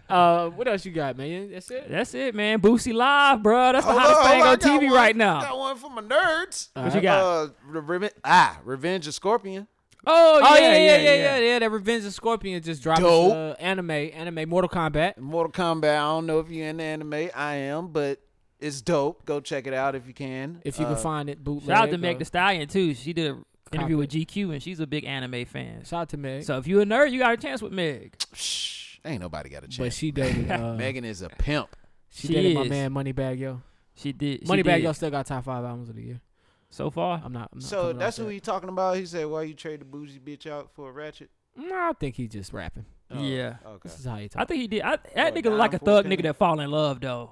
[SPEAKER 5] uh, what else you got, man? That's it.
[SPEAKER 3] That's it, man. Boosie Live, bro. That's the
[SPEAKER 5] Oh,
[SPEAKER 4] Hold
[SPEAKER 3] hottest
[SPEAKER 4] on,
[SPEAKER 3] thing
[SPEAKER 4] hold on, Oh, I
[SPEAKER 3] on
[SPEAKER 4] got
[SPEAKER 3] TV
[SPEAKER 4] one.
[SPEAKER 3] right
[SPEAKER 4] I got
[SPEAKER 3] now.
[SPEAKER 4] one for my nerds.
[SPEAKER 3] What you got?
[SPEAKER 4] Uh, the Reven- ah, Revenge of Scorpion.
[SPEAKER 3] oh,
[SPEAKER 5] Oh yeah, yeah, yeah, yeah, yeah. That Revenge of Scorpion just dropped
[SPEAKER 4] Dope.
[SPEAKER 5] uh, anime, anime Mortal Kombat.
[SPEAKER 4] Mortal Kombat. I don't know if you're into anime. I am, but it's dope. Go check it out if you can.
[SPEAKER 5] If you
[SPEAKER 4] Uh,
[SPEAKER 5] can find it, bootleg. uh,
[SPEAKER 3] Shout out to
[SPEAKER 5] or-
[SPEAKER 3] Meg The Stallion, too. She did an interview
[SPEAKER 5] Copy.
[SPEAKER 3] with GQ, and she's a big anime fan.
[SPEAKER 5] Shout out to Meg.
[SPEAKER 3] So if you a nerd, you got a chance with Meg.
[SPEAKER 4] Shh, ain't nobody got a chance.
[SPEAKER 5] but she dated. Uh,
[SPEAKER 4] Megan is a pimp.
[SPEAKER 5] she,
[SPEAKER 3] She
[SPEAKER 5] dated my
[SPEAKER 3] is.
[SPEAKER 5] man Moneybag Yo.
[SPEAKER 3] She did. She
[SPEAKER 5] Moneybag
[SPEAKER 3] did.
[SPEAKER 5] Yo still got top five albums of the year.
[SPEAKER 3] So far,
[SPEAKER 5] I'm not. I'm not
[SPEAKER 4] So
[SPEAKER 5] coming off
[SPEAKER 4] that's
[SPEAKER 5] that.
[SPEAKER 4] who he talking about. He said, "Why you trade the bougie bitch out for a ratchet?"
[SPEAKER 5] Nah, I think he just rapping.
[SPEAKER 4] Oh,
[SPEAKER 3] Yeah.
[SPEAKER 4] Okay.
[SPEAKER 5] This is how he talk.
[SPEAKER 3] I think he did. I, that
[SPEAKER 4] What,
[SPEAKER 3] nigga look like a
[SPEAKER 4] nine,
[SPEAKER 3] thug
[SPEAKER 4] 14?
[SPEAKER 3] nigga that fall in love though.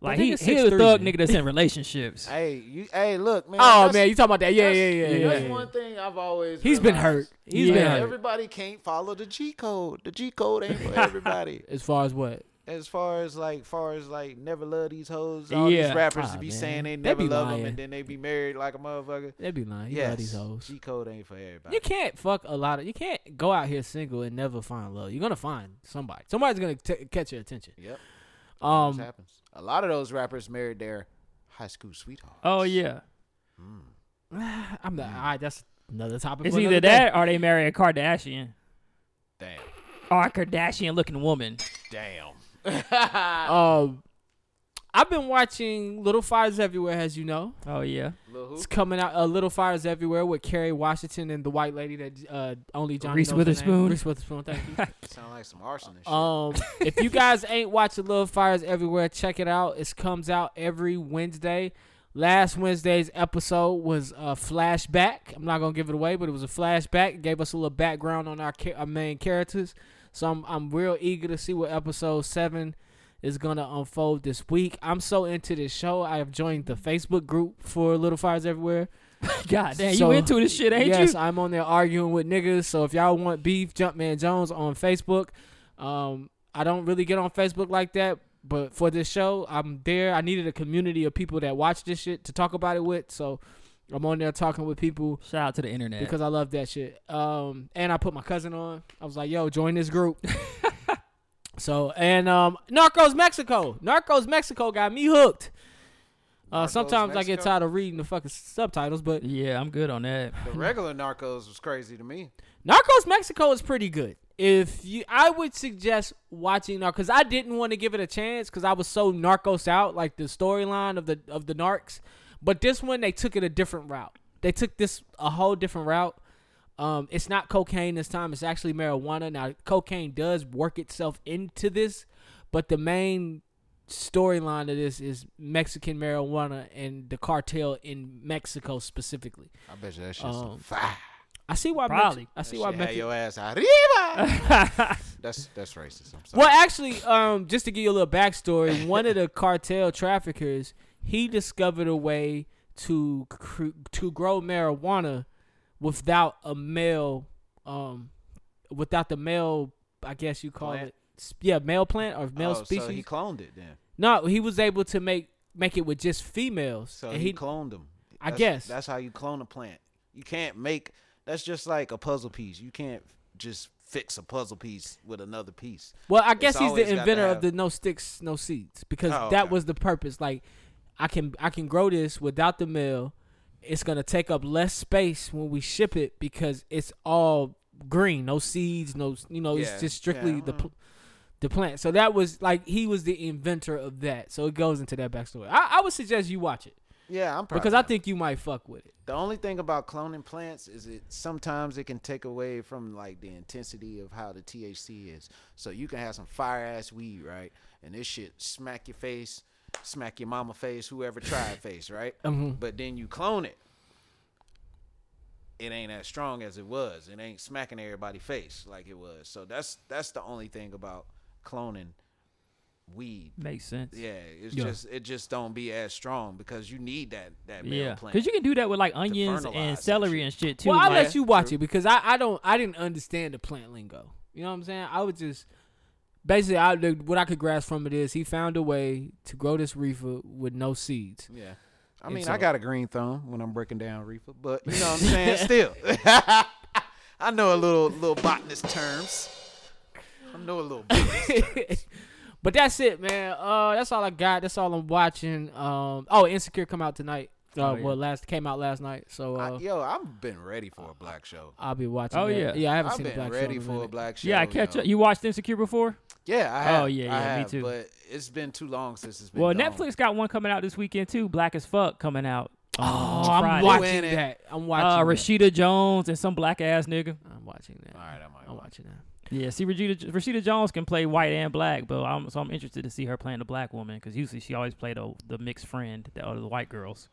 [SPEAKER 3] Like he,
[SPEAKER 5] nigga
[SPEAKER 3] he a
[SPEAKER 5] 6'3",
[SPEAKER 3] thug
[SPEAKER 5] man.
[SPEAKER 3] nigga that's in relationships.
[SPEAKER 4] Hey, you. Hey, look, man.
[SPEAKER 5] oh
[SPEAKER 4] that's-
[SPEAKER 5] man, you talking about that? Yeah,
[SPEAKER 4] that's-
[SPEAKER 5] yeah, yeah. yeah,
[SPEAKER 4] That's
[SPEAKER 5] yeah.
[SPEAKER 4] one thing I've always.
[SPEAKER 5] He's been hurt.
[SPEAKER 4] realized.
[SPEAKER 5] He's
[SPEAKER 3] Yeah.
[SPEAKER 5] been hurt.
[SPEAKER 4] Everybody can't follow the G code. The G code ain't for everybody.
[SPEAKER 5] As far as what?
[SPEAKER 4] as far as like, far as like, never love these hoes. All
[SPEAKER 3] Yeah.
[SPEAKER 4] these rappers
[SPEAKER 5] Ah,
[SPEAKER 4] be
[SPEAKER 5] man.
[SPEAKER 4] saying they
[SPEAKER 5] They
[SPEAKER 4] never
[SPEAKER 5] be
[SPEAKER 4] love them,
[SPEAKER 5] lying.
[SPEAKER 4] and then they be married like a motherfucker.
[SPEAKER 5] They'd be lying. You love
[SPEAKER 4] Yes,
[SPEAKER 5] these hoes.
[SPEAKER 4] G code ain't for everybody.
[SPEAKER 5] You can't fuck a lot of. You can't go out here single and never find love. You're gonna find somebody. Somebody's gonna t- catch your attention.
[SPEAKER 4] Yep. This
[SPEAKER 5] Um,
[SPEAKER 4] happens. A lot of those rappers married their High School Sweethearts.
[SPEAKER 3] Oh yeah.
[SPEAKER 5] I'm not. All right, that's another topic.
[SPEAKER 3] It's
[SPEAKER 5] for
[SPEAKER 3] either
[SPEAKER 5] another day.
[SPEAKER 3] that or they marry a Kardashian
[SPEAKER 4] Damn.
[SPEAKER 3] or a Kardashian looking woman.
[SPEAKER 4] Damn.
[SPEAKER 5] Um, I've been watching Little Fires Everywhere, as you know.
[SPEAKER 3] Oh yeah.
[SPEAKER 5] It's coming out. Uh, Little Fires Everywhere with Kerry Washington and the white lady that uh, only Johnny
[SPEAKER 3] Reese
[SPEAKER 5] knows her name.
[SPEAKER 3] Witherspoon.
[SPEAKER 5] Reese Witherspoon, thank you.
[SPEAKER 4] Sound like some arson and shit.
[SPEAKER 5] Um, if you guys ain't watching Love Fires Everywhere, check it out. It comes out every Wednesday. Last Wednesday's episode was a flashback. I'm not gonna give it away, but it was a flashback. It gave us a little background on our, cha- our main characters. So I'm I'm real eager to see what episode seven is gonna unfold this week. I'm so into this show. I have joined the Facebook group for Little Fires Everywhere.
[SPEAKER 3] God damn,
[SPEAKER 5] So-
[SPEAKER 3] you into this shit, ain't
[SPEAKER 5] yes,
[SPEAKER 3] you?
[SPEAKER 5] I'm on there arguing with niggas. So if y'all want beef, Jumpman Jones on Facebook. Um, I don't really get on Facebook like that, but for this show, I'm there. I needed a community of people that watch this shit to talk about it with. So I'm on there talking with people
[SPEAKER 3] Shout out to the internet.
[SPEAKER 5] because I love that shit. Um, and I put my cousin on. I was like, yo, join this group. so and um, Narcos Mexico, Narcos Mexico got me hooked. Uh,
[SPEAKER 4] Narcos
[SPEAKER 5] sometimes I get
[SPEAKER 4] Mexico?
[SPEAKER 5] tired of reading the fucking subtitles, but
[SPEAKER 3] yeah, I'm good on that.
[SPEAKER 4] the regular Narcos was crazy to me.
[SPEAKER 5] Narcos Mexico is pretty good. If you, I would suggest watching Narcos. 'cause I didn't want to give it a chance because I was so Narcos out, like the storyline of the of the Narcs. But this one, they took it a different route. They took this a whole different route. Um, it's not cocaine this time. It's actually marijuana. Now, cocaine does work itself into this, but the main storyline of this is Mexican marijuana and the cartel in Mexico specifically.
[SPEAKER 4] I bet you that shit's
[SPEAKER 5] Um,
[SPEAKER 4] fire.
[SPEAKER 5] I see why.
[SPEAKER 3] Probably.
[SPEAKER 5] Mex- I see
[SPEAKER 4] Shit
[SPEAKER 5] why.
[SPEAKER 4] had
[SPEAKER 5] Mexico.
[SPEAKER 4] your ass arriba. that's that's racist. I'm sorry.
[SPEAKER 5] Well, actually, um, just to give you a little backstory, one of the cartel traffickers he discovered a way to cr- to grow marijuana without a male, um, without the male, I guess you call
[SPEAKER 4] Plant?
[SPEAKER 5] it, sp- yeah, male plant or male
[SPEAKER 4] oh,
[SPEAKER 5] species.
[SPEAKER 4] So he cloned it then.
[SPEAKER 5] no, he was able to make make it with just females.
[SPEAKER 4] So
[SPEAKER 5] and
[SPEAKER 4] he,
[SPEAKER 5] he,
[SPEAKER 4] cloned them.
[SPEAKER 5] I guess.
[SPEAKER 4] that's how you clone a plant. You can't make. That's just like a puzzle piece. You can't just fix a puzzle piece with another piece.
[SPEAKER 5] well, I
[SPEAKER 4] It's
[SPEAKER 5] guess he's
[SPEAKER 4] always got
[SPEAKER 5] the
[SPEAKER 4] to
[SPEAKER 5] inventor of
[SPEAKER 4] have-
[SPEAKER 5] the no sticks, no seeds because
[SPEAKER 4] Oh,
[SPEAKER 5] that
[SPEAKER 4] okay.
[SPEAKER 5] was the purpose. Like, I can I can grow this without the mill. It's gonna take up less space when we ship it because it's all green, no seeds, no you know,
[SPEAKER 4] Yeah,
[SPEAKER 5] it's just strictly
[SPEAKER 4] yeah. uh-huh.
[SPEAKER 5] the pl- the plant. So that was like he was the inventor of that. So it goes into that backstory. I, I would suggest you watch it
[SPEAKER 4] Yeah, I'm probably
[SPEAKER 5] because I think you might fuck with it.
[SPEAKER 4] The only thing about cloning plants is it sometimes it can take away from like the intensity of how the THC is. So you can have some fire ass weed, right? And this shit smack your face, smack your mama face, whoever tried face, right?
[SPEAKER 3] Mm-hmm.
[SPEAKER 4] But then you clone it. It ain't as strong as it was. It ain't smacking everybody face like it was. So that's that's the only thing about cloning weed.
[SPEAKER 3] Makes sense.
[SPEAKER 4] Yeah, it's just it just don't be as strong because you need that that male
[SPEAKER 3] Yeah,
[SPEAKER 4] plant.
[SPEAKER 3] because you can do that with like onions
[SPEAKER 4] fertilize
[SPEAKER 3] and
[SPEAKER 4] and
[SPEAKER 3] celery
[SPEAKER 4] shit.
[SPEAKER 3] and shit too.
[SPEAKER 5] well, I'll
[SPEAKER 3] like-
[SPEAKER 5] let you watch it because I, I don't I didn't understand the plant lingo. You know what I'm saying? I was just basically I the- what I could grasp from it is he found a way to grow this reefer with no seeds.
[SPEAKER 4] Yeah. I
[SPEAKER 5] And
[SPEAKER 4] mean,
[SPEAKER 5] so-
[SPEAKER 4] I got a green thumb when I'm breaking down reefer, but you know what I'm saying? Still, I know a little little botanist terms. I know a little bit.
[SPEAKER 5] but that's it, man. Uh, that's all I got. That's all I'm watching. Um, oh, Insecure come out tonight. Uh,
[SPEAKER 3] Oh, yeah.
[SPEAKER 5] well, last came out last night, so
[SPEAKER 4] I-
[SPEAKER 5] uh,
[SPEAKER 4] yo, I've been ready for a black show.
[SPEAKER 5] I'll be watching.
[SPEAKER 3] Oh,
[SPEAKER 5] that.
[SPEAKER 3] yeah.
[SPEAKER 5] yeah. I haven't
[SPEAKER 4] I've
[SPEAKER 5] seen
[SPEAKER 4] been
[SPEAKER 5] the black
[SPEAKER 4] ready
[SPEAKER 5] Show in a
[SPEAKER 4] for a
[SPEAKER 5] minute.
[SPEAKER 4] black show.
[SPEAKER 3] yeah, I catch
[SPEAKER 4] yo.
[SPEAKER 3] up. You watched Insecure before?
[SPEAKER 4] Yeah, I have.
[SPEAKER 3] Oh, yeah,
[SPEAKER 4] I
[SPEAKER 3] yeah, me
[SPEAKER 4] have,
[SPEAKER 3] too.
[SPEAKER 4] But it's been too long since it's been.
[SPEAKER 3] Well,
[SPEAKER 4] gone.
[SPEAKER 3] Netflix got one coming out this weekend too. Black as fuck coming out. um, on
[SPEAKER 5] Oh, I'm
[SPEAKER 3] Friday.
[SPEAKER 5] watching
[SPEAKER 4] Win it.
[SPEAKER 5] that. I'm
[SPEAKER 3] Uh,
[SPEAKER 5] watching. that. Uh,
[SPEAKER 3] Rashida Jones and some black ass nigga.
[SPEAKER 5] I'm watching that.
[SPEAKER 4] All right, I might.
[SPEAKER 5] I'm
[SPEAKER 4] watch.
[SPEAKER 5] watching that.
[SPEAKER 3] Yeah, see, Rashida, Rashida Jones can play white and black, but I'm, so I'm interested to see her playing the black woman because usually she always played the, the mixed friend, the, other the white girls.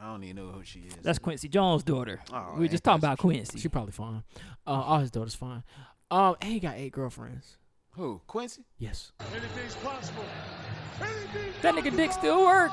[SPEAKER 4] I don't even know who she is.
[SPEAKER 3] That's Quincy Jones' daughter.
[SPEAKER 4] Oh,
[SPEAKER 3] we were
[SPEAKER 4] ain't
[SPEAKER 3] just talking
[SPEAKER 4] that
[SPEAKER 3] about Quincy.
[SPEAKER 5] She probably fine. Uh, all his daughters fine. Um, and he got eight girlfriends.
[SPEAKER 4] who Quincy.
[SPEAKER 5] Yes.
[SPEAKER 3] That nigga dick still work.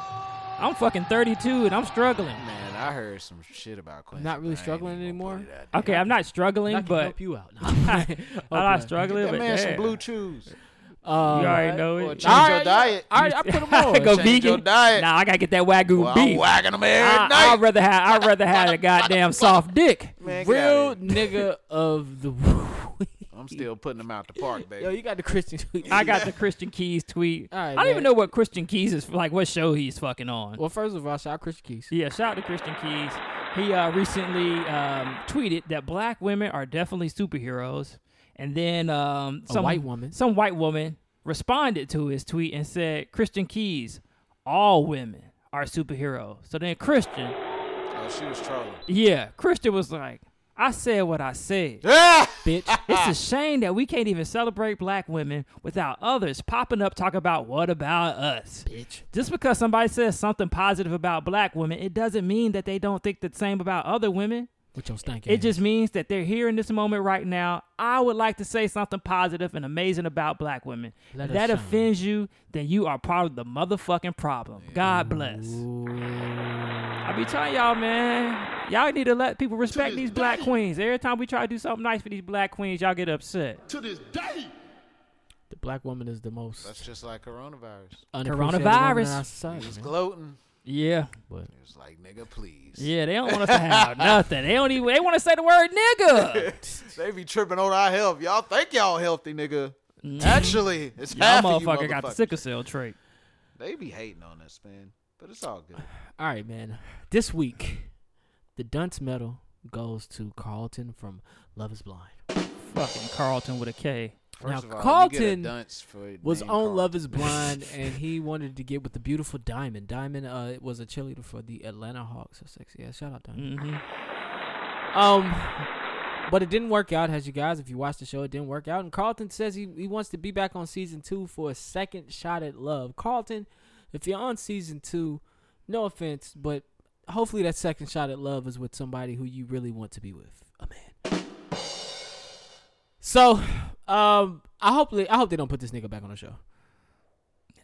[SPEAKER 3] I'm fucking 32 and I'm struggling.
[SPEAKER 4] Man, I heard some shit about Quincy.
[SPEAKER 5] Not really
[SPEAKER 4] but I ain't
[SPEAKER 5] struggling
[SPEAKER 4] even gonna put
[SPEAKER 5] anymore?
[SPEAKER 4] it out there.
[SPEAKER 3] Okay, I'm not
[SPEAKER 5] I
[SPEAKER 3] struggling,
[SPEAKER 5] can
[SPEAKER 3] but
[SPEAKER 5] help you out. No,
[SPEAKER 3] I'm not
[SPEAKER 5] Okay.
[SPEAKER 3] struggling.
[SPEAKER 4] That
[SPEAKER 3] but
[SPEAKER 4] man some
[SPEAKER 3] damn.
[SPEAKER 4] blue chews.
[SPEAKER 5] Um,
[SPEAKER 3] You already know
[SPEAKER 4] Or
[SPEAKER 3] it.
[SPEAKER 4] change
[SPEAKER 5] All
[SPEAKER 4] your
[SPEAKER 5] right,
[SPEAKER 4] diet.
[SPEAKER 5] All right, I put them on.
[SPEAKER 3] go
[SPEAKER 4] change
[SPEAKER 3] vegan.
[SPEAKER 4] your diet.
[SPEAKER 3] Nah, I gotta get that wagyu
[SPEAKER 4] Well, I'm
[SPEAKER 3] beef.
[SPEAKER 4] whacking them every
[SPEAKER 3] I,
[SPEAKER 4] night.
[SPEAKER 3] I'd rather have I'd rather have a goddamn soft dick.
[SPEAKER 4] Man, get outta
[SPEAKER 5] Real
[SPEAKER 4] here.
[SPEAKER 5] nigga of the week.
[SPEAKER 4] I'm still putting them out the park, baby.
[SPEAKER 5] Yo, you got the Christian tweet.
[SPEAKER 3] I got the Christian Keys tweet.
[SPEAKER 5] All right,
[SPEAKER 3] I don't even
[SPEAKER 5] man.
[SPEAKER 3] know what Christian Keys is like. What show he's fucking on?
[SPEAKER 5] Well, first of all, shout out Christian Keys.
[SPEAKER 3] yeah, shout out to Christian Keys. He uh, recently um, tweeted that black women are definitely superheroes, and then um, some
[SPEAKER 5] white woman.
[SPEAKER 3] some white woman responded to his tweet and said, "Christian Keys, all women are superheroes." So then Christian,
[SPEAKER 4] Oh, she was trolling.
[SPEAKER 3] yeah, Christian was like, "I said what I said."
[SPEAKER 5] Bitch.
[SPEAKER 3] It's a shame that we can't even celebrate black women without others popping up talking about what about us.
[SPEAKER 5] Bitch.
[SPEAKER 3] Just because somebody says something positive about black women, it doesn't mean that they don't think the same about other women.
[SPEAKER 5] With your stank
[SPEAKER 3] It just means that they're here in this moment right now. I would like to say something positive and amazing about black women.
[SPEAKER 5] Let
[SPEAKER 3] if
[SPEAKER 5] us
[SPEAKER 3] that
[SPEAKER 5] shine.
[SPEAKER 3] offends you, then you are part of the motherfucking problem. God bless. I be telling y'all, man, y'all need to let people respect
[SPEAKER 1] this
[SPEAKER 3] these black
[SPEAKER 1] day.
[SPEAKER 3] queens. Every time we try to do something nice for these black queens, y'all get upset.
[SPEAKER 1] To this day,
[SPEAKER 5] the black woman is the
[SPEAKER 4] That's
[SPEAKER 5] most
[SPEAKER 4] just like coronavirus.
[SPEAKER 3] Coronavirus.
[SPEAKER 5] unappreciated woman in our
[SPEAKER 4] He was
[SPEAKER 5] society. man.
[SPEAKER 4] gloating.
[SPEAKER 3] Yeah.
[SPEAKER 4] He was like, nigga, please.
[SPEAKER 3] Yeah, they don't want us to have nothing. They don't even they want to say the word nigga.
[SPEAKER 4] They be tripping on our health. Y'all think y'all healthy, nigga.
[SPEAKER 5] Mm.
[SPEAKER 4] Actually, it's
[SPEAKER 3] Y'all
[SPEAKER 4] half of you
[SPEAKER 3] motherfucker got the
[SPEAKER 4] motherfuckers.
[SPEAKER 3] sickle cell trait.
[SPEAKER 4] They be hating on us, man. But it's all good.
[SPEAKER 5] All right, man. This week, the dunce medal goes to Carlton from Love Is Blind.
[SPEAKER 3] Fucking Carlton with a K.
[SPEAKER 4] First
[SPEAKER 5] now,
[SPEAKER 4] of all, you
[SPEAKER 5] Carlton
[SPEAKER 4] get a dunce for
[SPEAKER 5] was on
[SPEAKER 4] name Carlton.
[SPEAKER 5] Love Is Blind, and he wanted to get with the beautiful Diamond. Diamond uh, was a cheerleader for the Atlanta Hawks. So sexy. Yeah, shout out Diamond.
[SPEAKER 3] Mm-hmm.
[SPEAKER 5] Um, but it didn't work out, as you guys, if you watched the show, it didn't work out. And Carlton says he, he wants to be back on season two for a second shot at love. Carlton, if you're on season two, no offense, but hopefully that second shot at love is with somebody who you really want to be with, a man. So, um, I hope I hope they don't put this nigga back on the show.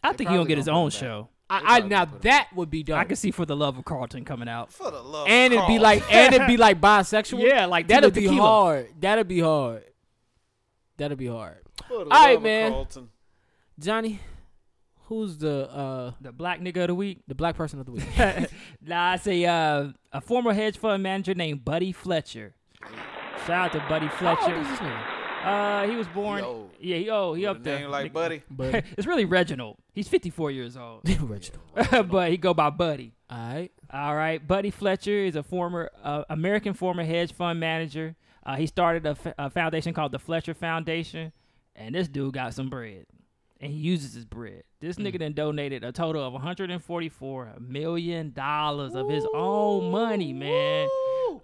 [SPEAKER 3] I think he gonna
[SPEAKER 4] probably
[SPEAKER 3] get his
[SPEAKER 4] gonna
[SPEAKER 3] own
[SPEAKER 4] put him back.
[SPEAKER 3] show.
[SPEAKER 5] I, I now that would be dope.
[SPEAKER 3] I can see for the love of Carlton coming out.
[SPEAKER 4] For the love
[SPEAKER 5] and
[SPEAKER 4] of
[SPEAKER 5] it'd be
[SPEAKER 4] Carl.
[SPEAKER 5] like and it'd be like bisexual.
[SPEAKER 3] Yeah, like
[SPEAKER 5] that'll
[SPEAKER 3] Tito
[SPEAKER 5] be
[SPEAKER 3] Tequila.
[SPEAKER 5] hard. That'll be hard. That'll be hard.
[SPEAKER 4] For the
[SPEAKER 5] all right,
[SPEAKER 4] love of
[SPEAKER 5] man.
[SPEAKER 4] Carlton.
[SPEAKER 5] Johnny, who's the uh
[SPEAKER 3] The black nigga of the week.
[SPEAKER 5] the black person of the week?
[SPEAKER 3] nah, I say uh, a former hedge fund manager named Buddy Fletcher. Shout out to Buddy
[SPEAKER 5] How old
[SPEAKER 3] Fletcher.
[SPEAKER 5] is this nigga?
[SPEAKER 3] Uh, he was born.
[SPEAKER 4] old.
[SPEAKER 3] Yeah, he, oh, he
[SPEAKER 4] With a
[SPEAKER 3] up there.
[SPEAKER 4] name like
[SPEAKER 3] Nigga.
[SPEAKER 4] Buddy.
[SPEAKER 5] But
[SPEAKER 3] it's really Reginald. He's 54 years old,
[SPEAKER 5] Reginald.
[SPEAKER 3] but he go by Buddy.
[SPEAKER 5] All right.
[SPEAKER 3] All right, Buddy Fletcher is a former uh, American former hedge fund manager. Uh, he started a, f- a foundation called the Fletcher Foundation, and this dude got some bread, and he uses his bread. This nigga then donated a total of 144 million dollars of his own money, man,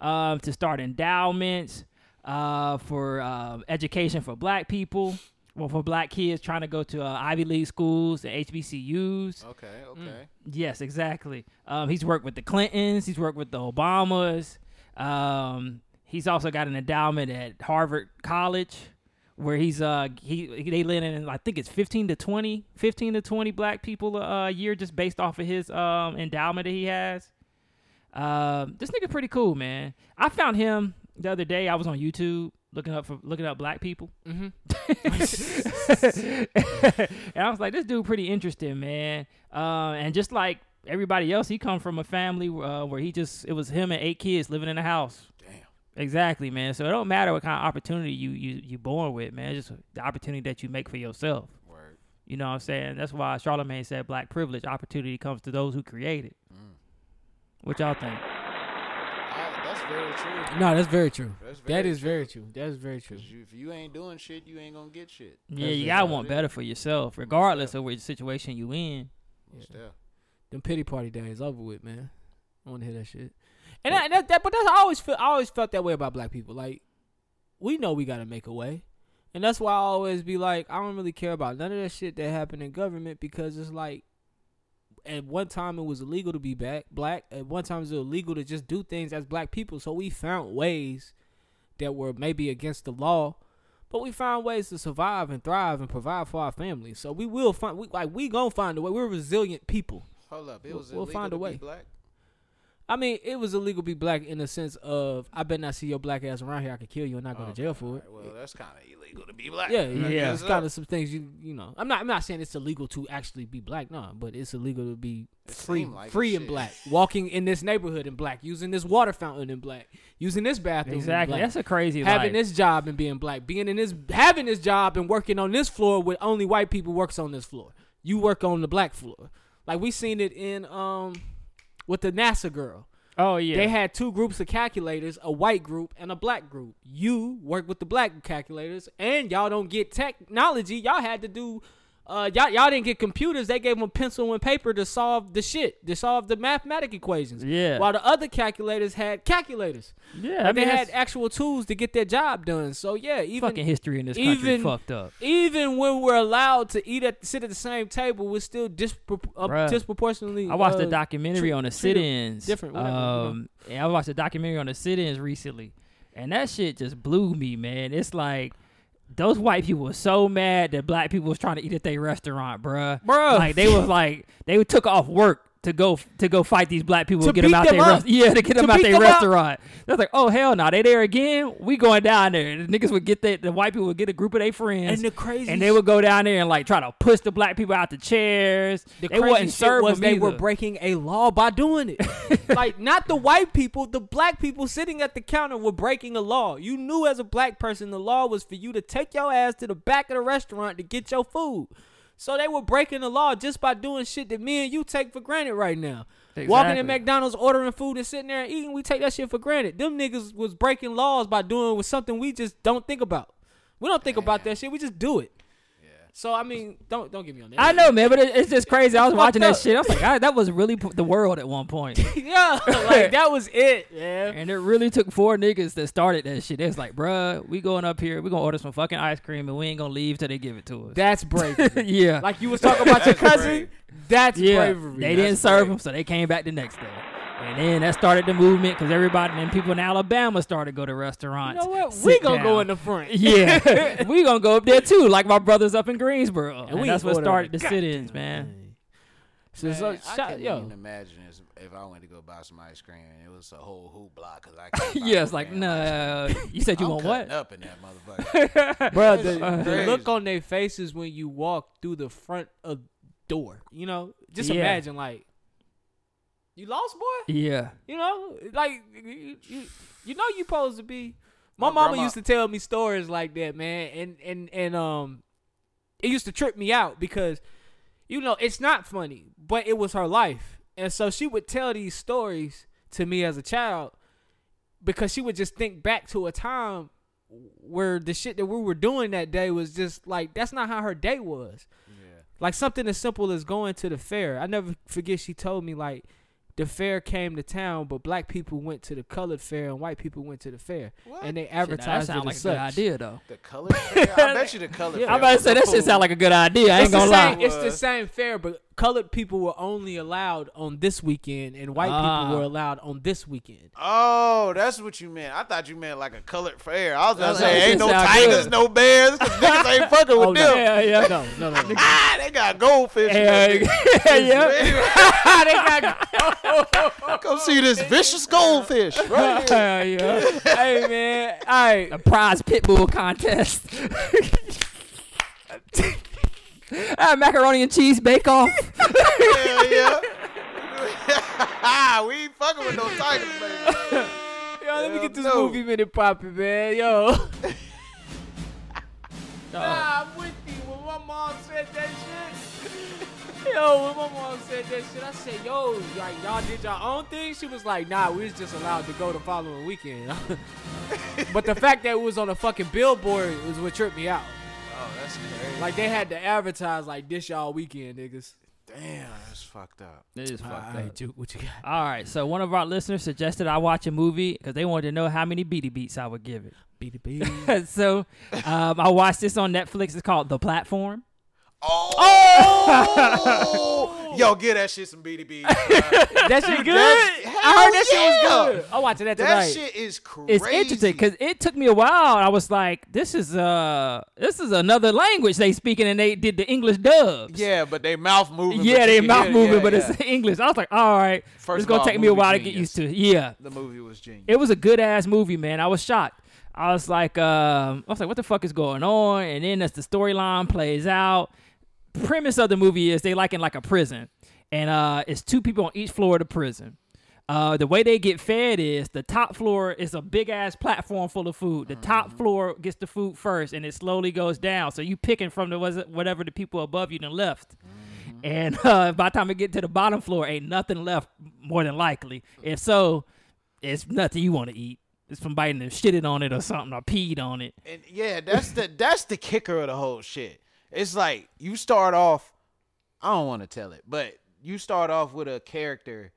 [SPEAKER 3] um, to start endowments uh, for uh, education for Black people. Well, for black kids trying to go to uh, Ivy League schools and HBCUs,
[SPEAKER 4] Okay,
[SPEAKER 5] Mm.
[SPEAKER 4] okay.
[SPEAKER 3] Yes, exactly. Um, he's worked with the Clintons. He's worked with the Obamas. Um, he's also got an endowment at Harvard College, where he's uh he they let in I think it's fifteen to 20, 15 to twenty black people a year just based off of his um endowment that he has. Um, this nigga pretty cool, man. I found him the other day. I was on YouTube looking up for looking up black people. Mm-hmm. and I was like, this dude pretty interesting, man. Uh, and just like everybody else, he come from a family uh, where he just it was him and eight kids living in a house. Damn. Exactly, man. So it don't matter what kind of opportunity you you you born with, man. It's just the opportunity that you make for yourself.
[SPEAKER 4] Word.
[SPEAKER 3] You know what I'm saying? That's why Charlemagne said black privilege opportunity comes to those who create it.
[SPEAKER 5] Mm.
[SPEAKER 3] What y'all think?
[SPEAKER 4] I, that's very true.
[SPEAKER 5] No, that's very true.
[SPEAKER 4] That's very
[SPEAKER 5] That is very true. That is very true.
[SPEAKER 4] 'Cause you- If you ain't doing shit, you ain't gonna get shit.
[SPEAKER 3] Yeah,
[SPEAKER 5] That's
[SPEAKER 3] you
[SPEAKER 5] just
[SPEAKER 3] gotta
[SPEAKER 5] how
[SPEAKER 3] want
[SPEAKER 4] it
[SPEAKER 3] better for yourself, regardless of which situation you in.
[SPEAKER 4] Most def.
[SPEAKER 5] Them pity party days over with, man. I want to hear that shit. And that, that, that but that's I always feel I always felt that way about black people. Like we know we gotta make a way. And that's why I always be like, I don't really care about none of that shit that happened in government because it's like at one time it was illegal to be back black. At one time it was illegal to just do things as black people. So we found ways that were maybe against the law, but we found ways to survive and thrive and provide for our families. So we will find we like we gonna find a way. We're resilient people.
[SPEAKER 4] Hold up, it
[SPEAKER 5] We'll-
[SPEAKER 4] was
[SPEAKER 5] we'll
[SPEAKER 4] illegal
[SPEAKER 5] find a
[SPEAKER 4] to
[SPEAKER 5] way.
[SPEAKER 4] be black.
[SPEAKER 5] I mean, it was illegal to be black in the sense of I better not see your black ass around here. I could kill you and not go
[SPEAKER 3] Oh,
[SPEAKER 5] to jail for it.
[SPEAKER 4] Well, that's kind of illegal to be black.
[SPEAKER 5] Yeah, yeah.
[SPEAKER 3] Yeah.
[SPEAKER 5] It's kind of some things you you know. I'm not I'm not saying it's illegal to actually be black, no, but it's illegal to be free,
[SPEAKER 4] seem like
[SPEAKER 5] free
[SPEAKER 4] it,
[SPEAKER 5] and
[SPEAKER 4] shit.
[SPEAKER 5] black, walking in this neighborhood in black, using this water fountain in black, using this bathroom. in
[SPEAKER 3] Exactly.
[SPEAKER 5] black,
[SPEAKER 3] That's a crazy
[SPEAKER 5] having
[SPEAKER 3] life.
[SPEAKER 5] this job and being black, being in this having this job and working on this floor with only white people works on this floor. You work on the black floor. Like we seen it in um with the NASA girl.
[SPEAKER 3] Oh yeah.
[SPEAKER 5] They had two groups of calculators, a white group and a black group. You work with the black calculators, and y'all don't get technology. Y'all had to do, uh, y'all, y'all didn't get computers. They gave them pencil and paper to solve the shit, to solve the mathematic equations.
[SPEAKER 3] Yeah.
[SPEAKER 5] While the other calculators had calculators.
[SPEAKER 3] Yeah,
[SPEAKER 5] Like,
[SPEAKER 3] I mean,
[SPEAKER 5] they had
[SPEAKER 3] that's-
[SPEAKER 5] actual tools to get their job done. So yeah, even
[SPEAKER 3] fucking history in this country
[SPEAKER 5] even-
[SPEAKER 3] fucked up.
[SPEAKER 5] Even when we're allowed to eat at sit at the same table, we're still dispropor- uh,
[SPEAKER 3] Bruh.
[SPEAKER 5] disproportionately.
[SPEAKER 3] I watched a
[SPEAKER 5] uh,
[SPEAKER 3] documentary on the
[SPEAKER 5] treat 'em
[SPEAKER 3] sit-ins.
[SPEAKER 5] different, whatever, you know.
[SPEAKER 3] um, and I watched a documentary on the sit-ins recently, and that shit just blew me, man. It's like those white people were so mad that black people was trying to eat at their restaurant, bruh.
[SPEAKER 5] Bruh.
[SPEAKER 3] like they was like they took off work. To go to go fight these black people
[SPEAKER 5] To
[SPEAKER 3] to get them
[SPEAKER 5] beat
[SPEAKER 3] out
[SPEAKER 5] them
[SPEAKER 3] their
[SPEAKER 5] up.
[SPEAKER 3] rest- yeah to get them
[SPEAKER 5] To
[SPEAKER 3] out
[SPEAKER 5] beat
[SPEAKER 3] their
[SPEAKER 5] them up.
[SPEAKER 3] restaurant. They're like, oh hell no, they there again. We going down there. The niggas would get that the white people would get a group of their friends
[SPEAKER 5] And the crazy
[SPEAKER 3] and they would go down there and like try to push the black people out the chairs. they
[SPEAKER 5] The crazy
[SPEAKER 3] wouldn't
[SPEAKER 5] shit
[SPEAKER 3] serve
[SPEAKER 5] was
[SPEAKER 3] them
[SPEAKER 5] they were
[SPEAKER 3] either.
[SPEAKER 5] breaking a law by doing it. like not the white people, the black people sitting at the counter were breaking a law. You knew as a black person the law was for you to take your ass to the back of the restaurant to get your food. So they were breaking the law just by doing shit that me and you take for granted right now. Walking in
[SPEAKER 3] Exactly.
[SPEAKER 5] McDonald's, ordering food and sitting there and eating, we take that shit for granted. Them niggas was breaking laws by doing with something we just don't think about. We don't think about that shit. We just do it. So I mean, don't don't get me on that.
[SPEAKER 3] I know, man, but it, it's just crazy. I was
[SPEAKER 5] It's
[SPEAKER 3] watching
[SPEAKER 5] fucked
[SPEAKER 3] that shit.
[SPEAKER 5] up.
[SPEAKER 3] I was like, God, that was really p- the world at one point.
[SPEAKER 5] yeah, like that was it, man.
[SPEAKER 3] And it really took four niggas that started that shit. It's like, bruh, we going up here. We gonna order some fucking ice cream, and we ain't gonna leave till they give it to us.
[SPEAKER 5] That's bravery.
[SPEAKER 3] yeah,
[SPEAKER 5] like you was talking about your cousin. That's
[SPEAKER 3] yeah.
[SPEAKER 5] bravery.
[SPEAKER 3] They didn't serve them, so they came back the next day. And then that started the movement because everybody and people in Alabama started to go to
[SPEAKER 5] You
[SPEAKER 3] restaurants.
[SPEAKER 5] know what?
[SPEAKER 3] sit
[SPEAKER 5] We gonna
[SPEAKER 3] down.
[SPEAKER 5] go in the front.
[SPEAKER 3] yeah, we gonna go up there too, like my brothers up in Greensboro, and,
[SPEAKER 5] we
[SPEAKER 3] that's what
[SPEAKER 5] ain't ordering
[SPEAKER 3] started
[SPEAKER 5] a
[SPEAKER 3] the sit-ins, man.
[SPEAKER 5] So, so
[SPEAKER 4] Man, I
[SPEAKER 5] shout-
[SPEAKER 4] couldn't
[SPEAKER 5] yo.
[SPEAKER 4] even imagine this- if I went to go buy some ice cream and it was a whole hoopla because I can't buy
[SPEAKER 3] Yeah, it's
[SPEAKER 4] no
[SPEAKER 3] like,
[SPEAKER 4] damn ice
[SPEAKER 3] no, you said you
[SPEAKER 4] cream. I'm
[SPEAKER 3] want
[SPEAKER 4] cutting
[SPEAKER 3] what?
[SPEAKER 4] Up in that motherfucker.
[SPEAKER 5] bro. The,
[SPEAKER 4] That's
[SPEAKER 5] the
[SPEAKER 4] crazy.
[SPEAKER 5] look on their faces when you walk through the front of door. You know, just
[SPEAKER 3] Yeah.
[SPEAKER 5] imagine like you lost, boy.
[SPEAKER 3] Yeah.
[SPEAKER 5] You know, like you, you, you know you supposed to be. My,
[SPEAKER 4] My
[SPEAKER 5] mama
[SPEAKER 4] grandma-
[SPEAKER 5] used to tell me stories like that, man, and and and um, it used to trip me out because you know it's not funny, but it was her life, and so she would tell these stories to me as a child because she would just think back to a time where the shit that we were doing that day was just like that's not how her day was. Like something as simple as going to the fair. I never forget she told me like the fair came to town, but black people went to the colored fair and white people went to the fair, and they
[SPEAKER 3] Shit, now
[SPEAKER 5] advertised
[SPEAKER 3] that sounds
[SPEAKER 5] it
[SPEAKER 3] like
[SPEAKER 5] as
[SPEAKER 3] a good
[SPEAKER 5] such.
[SPEAKER 3] idea, though.
[SPEAKER 4] the color. fair? I bet you the color. fair
[SPEAKER 3] I'm about to
[SPEAKER 4] was
[SPEAKER 3] say
[SPEAKER 4] a
[SPEAKER 3] that shit
[SPEAKER 4] fool.
[SPEAKER 3] sound like a good idea. I ain't
[SPEAKER 5] It's the,
[SPEAKER 3] gonna
[SPEAKER 5] same,
[SPEAKER 3] lie.
[SPEAKER 5] it's the same fair, but colored people were only allowed on this weekend, and white
[SPEAKER 3] Ah.
[SPEAKER 5] people were allowed on this weekend.
[SPEAKER 4] Oh, that's what you meant. I thought you meant like a colored fair. I was gonna
[SPEAKER 3] That
[SPEAKER 4] say, ain't
[SPEAKER 3] shit
[SPEAKER 4] no
[SPEAKER 3] sound
[SPEAKER 4] tigers,
[SPEAKER 3] good. Oh,
[SPEAKER 4] no bears, 'cause niggas ain't fucking with them.
[SPEAKER 3] Yeah, yeah.
[SPEAKER 5] No, no, no. no.
[SPEAKER 4] Ah, they got goldfish. in that
[SPEAKER 3] Yeah,
[SPEAKER 4] bitch.
[SPEAKER 3] yeah.
[SPEAKER 5] they got
[SPEAKER 4] Come see this vicious goldfish. Right here.
[SPEAKER 3] Yeah, yeah.
[SPEAKER 5] hey man, all right.
[SPEAKER 3] A prize pit bull contest. Ah, macaroni and cheese bake off.
[SPEAKER 4] Hell yeah. we ain't fucking with no tigers, man.
[SPEAKER 5] Yo, let me
[SPEAKER 4] Hell
[SPEAKER 5] get this
[SPEAKER 4] no.
[SPEAKER 5] movie minute popping, man. Yo. Nah, I'm with you. When my mom said that shit. Yo, when my mom said that shit, I said, yo, like y'all did your own thing? She was like, nah, we was just allowed to go the following weekend. but the fact that it was on a fucking billboard is what tripped me out.
[SPEAKER 4] Oh, that's crazy.
[SPEAKER 5] Like they had to advertise like this y'all weekend, niggas.
[SPEAKER 4] damn, that's fucked up.
[SPEAKER 3] It is fucked
[SPEAKER 5] Alright, Duke, what you got?
[SPEAKER 3] All right, so one of our listeners suggested I watch a movie because they wanted to know how many beady beats I would give it.
[SPEAKER 5] B to B.
[SPEAKER 3] so um, I Oh! watched this on Netflix. It's called The Platform.
[SPEAKER 4] Oh, yo, get that shit some BDB. bruh.
[SPEAKER 5] That shit good. I
[SPEAKER 4] That's-
[SPEAKER 5] heard that shit
[SPEAKER 4] hell
[SPEAKER 5] was
[SPEAKER 4] yeah.
[SPEAKER 5] good. I watched that
[SPEAKER 4] that
[SPEAKER 5] tonight.
[SPEAKER 4] shit is crazy.
[SPEAKER 3] It's interesting because it took me a while. I was like, "This is uh, this is another language they speaking," and they did the English dubs.
[SPEAKER 4] yeah, but they mouth moving. but
[SPEAKER 3] yeah,
[SPEAKER 4] you
[SPEAKER 3] they
[SPEAKER 4] can
[SPEAKER 3] mouth
[SPEAKER 4] hear-
[SPEAKER 3] moving,
[SPEAKER 4] yeah,
[SPEAKER 3] but
[SPEAKER 4] yeah.
[SPEAKER 3] it's English. I was like, "All right,
[SPEAKER 4] First
[SPEAKER 3] it's
[SPEAKER 4] of
[SPEAKER 3] gonna
[SPEAKER 4] all,
[SPEAKER 3] take me a
[SPEAKER 4] movie
[SPEAKER 3] while
[SPEAKER 4] genius.
[SPEAKER 3] to get used to." Yeah,
[SPEAKER 4] the movie was genius.
[SPEAKER 3] it was a good ass movie, man. I was shocked. I was like, um, I was like, what the fuck is going on? And then as the storyline plays out, premise of the movie is they like in like a prison, and uh, it's two people on each floor of the prison. Uh, the way they get fed is the top floor is a big ass platform full of food. The top floor gets the food first, and it slowly goes down. So you picking from the was- whatever the people above you done left. And uh, by the time it get to the bottom floor, ain't nothing left more than likely. If so, it's nothing you want to eat. It's from biting and shitted on it or something or peed on it.
[SPEAKER 4] And yeah, that's the that's the kicker of the whole shit. It's like you start off. I don't want to tell it, but you start off with a character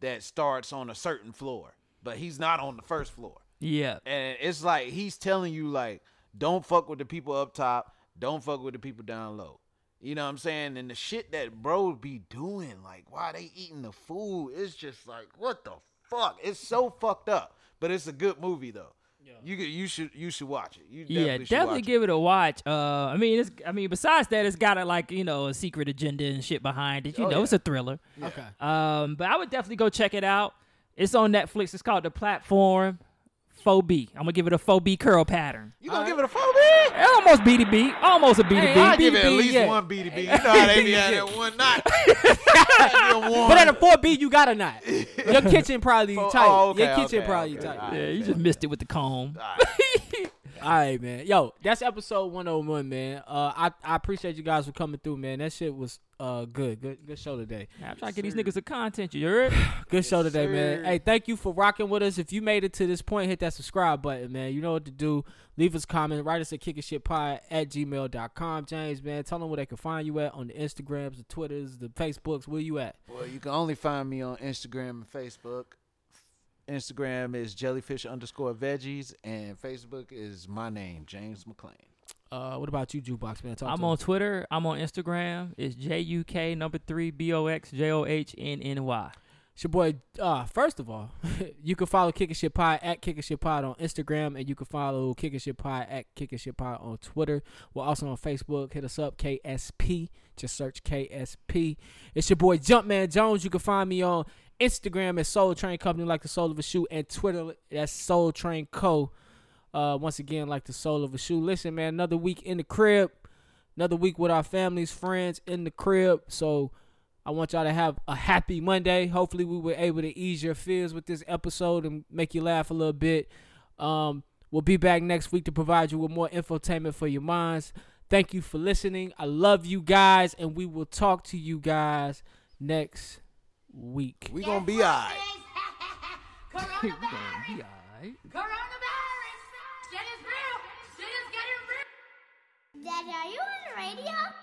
[SPEAKER 4] that starts on a certain floor, but he's not on the first floor,
[SPEAKER 3] Yeah.
[SPEAKER 4] and it's like he's telling you like, don't fuck with the people up top, don't fuck with the people down low. You know what I'm saying? And the shit that bros be doing, like, why they eating the food? It's just like, what the fuck? It's so fucked up. But it's a good movie though. You could, you should you should watch it. You definitely
[SPEAKER 3] yeah,
[SPEAKER 4] should
[SPEAKER 3] definitely
[SPEAKER 4] watch it.
[SPEAKER 3] give it. a watch. Uh, I mean, it's, I mean, besides that, it's got a, like you know a secret agenda and shit behind
[SPEAKER 4] Oh,
[SPEAKER 3] it. You know, it's a thriller.
[SPEAKER 5] Okay.
[SPEAKER 3] Um, but I would definitely go check it out. It's on Netflix. It's called The Platform. 4B. I'm gonna give it a 4B curl pattern.
[SPEAKER 4] You gonna give it a four B?
[SPEAKER 3] It almost BDB. Almost a BDB.
[SPEAKER 4] I give it at
[SPEAKER 5] BDB,
[SPEAKER 4] least
[SPEAKER 5] yeah.
[SPEAKER 4] one B to B. You know how they be out there one knot. Goddamn one.
[SPEAKER 5] But at a four B, you got a knot. Your kitchen probably
[SPEAKER 4] Four-
[SPEAKER 5] tight.
[SPEAKER 4] oh, okay,
[SPEAKER 5] Your kitchen
[SPEAKER 4] okay,
[SPEAKER 5] probably
[SPEAKER 4] okay,
[SPEAKER 5] tight.
[SPEAKER 4] all right.
[SPEAKER 3] yeah, you just missed it with the comb.
[SPEAKER 4] Ah,
[SPEAKER 5] All right, man. Yo, that's episode one hundred and one, man. Uh, I I appreciate you guys for coming through, man. That shit was uh good, good, good show today.
[SPEAKER 3] I'm trying to get these niggas a content. You heard?
[SPEAKER 5] Good show today, man. Hey, thank you for rocking with us. If you made it to this point, hit that subscribe button, man. You know what to do. Leave us a comment. Write us at kickashitpod at gmail.com. James, man, tell them where they can find you at on the Instagrams, the Twitters, the Facebooks. Where you at?
[SPEAKER 4] Well, you can only find me on Instagram and Facebook. Instagram is jellyfish underscore veggies, and Facebook is my name, James McLean.
[SPEAKER 5] Uh, what about you, Jukebox, man? Talk
[SPEAKER 3] I'm
[SPEAKER 5] to
[SPEAKER 3] on
[SPEAKER 5] us.
[SPEAKER 3] Twitter. I'm on Instagram. It's J U K number three B O X J O H N N Y.
[SPEAKER 5] It's your boy. Uh, first of all, you can follow Kickin' Shit Pod at Kickin' Shit Pod on Instagram, and you can follow Kickin' Shit Pod at Kickin' Shit Pod on Twitter. We're also on Facebook. Hit us up, KSP. Just search KSP. It's your boy Jumpman Jones. You can find me on Instagram at Soul Train Company, like the soul of a shoe, and Twitter that's Soul Train Co. Uh, once again, like the soul of a shoe. Listen, man, another week in the crib, another week with our families, friends in the crib. So. I want y'all to have a happy Monday. Hopefully, we were able to ease your fears with this episode and make you laugh a little bit. Um, we'll be back next week to provide you with more infotainment for your minds. Thank you for listening. I love you guys, and we will talk to you guys next week.
[SPEAKER 4] We gonna be alright.
[SPEAKER 10] Coronavirus! Shit is real! Shit is getting real!
[SPEAKER 2] Daddy, are you on the radio?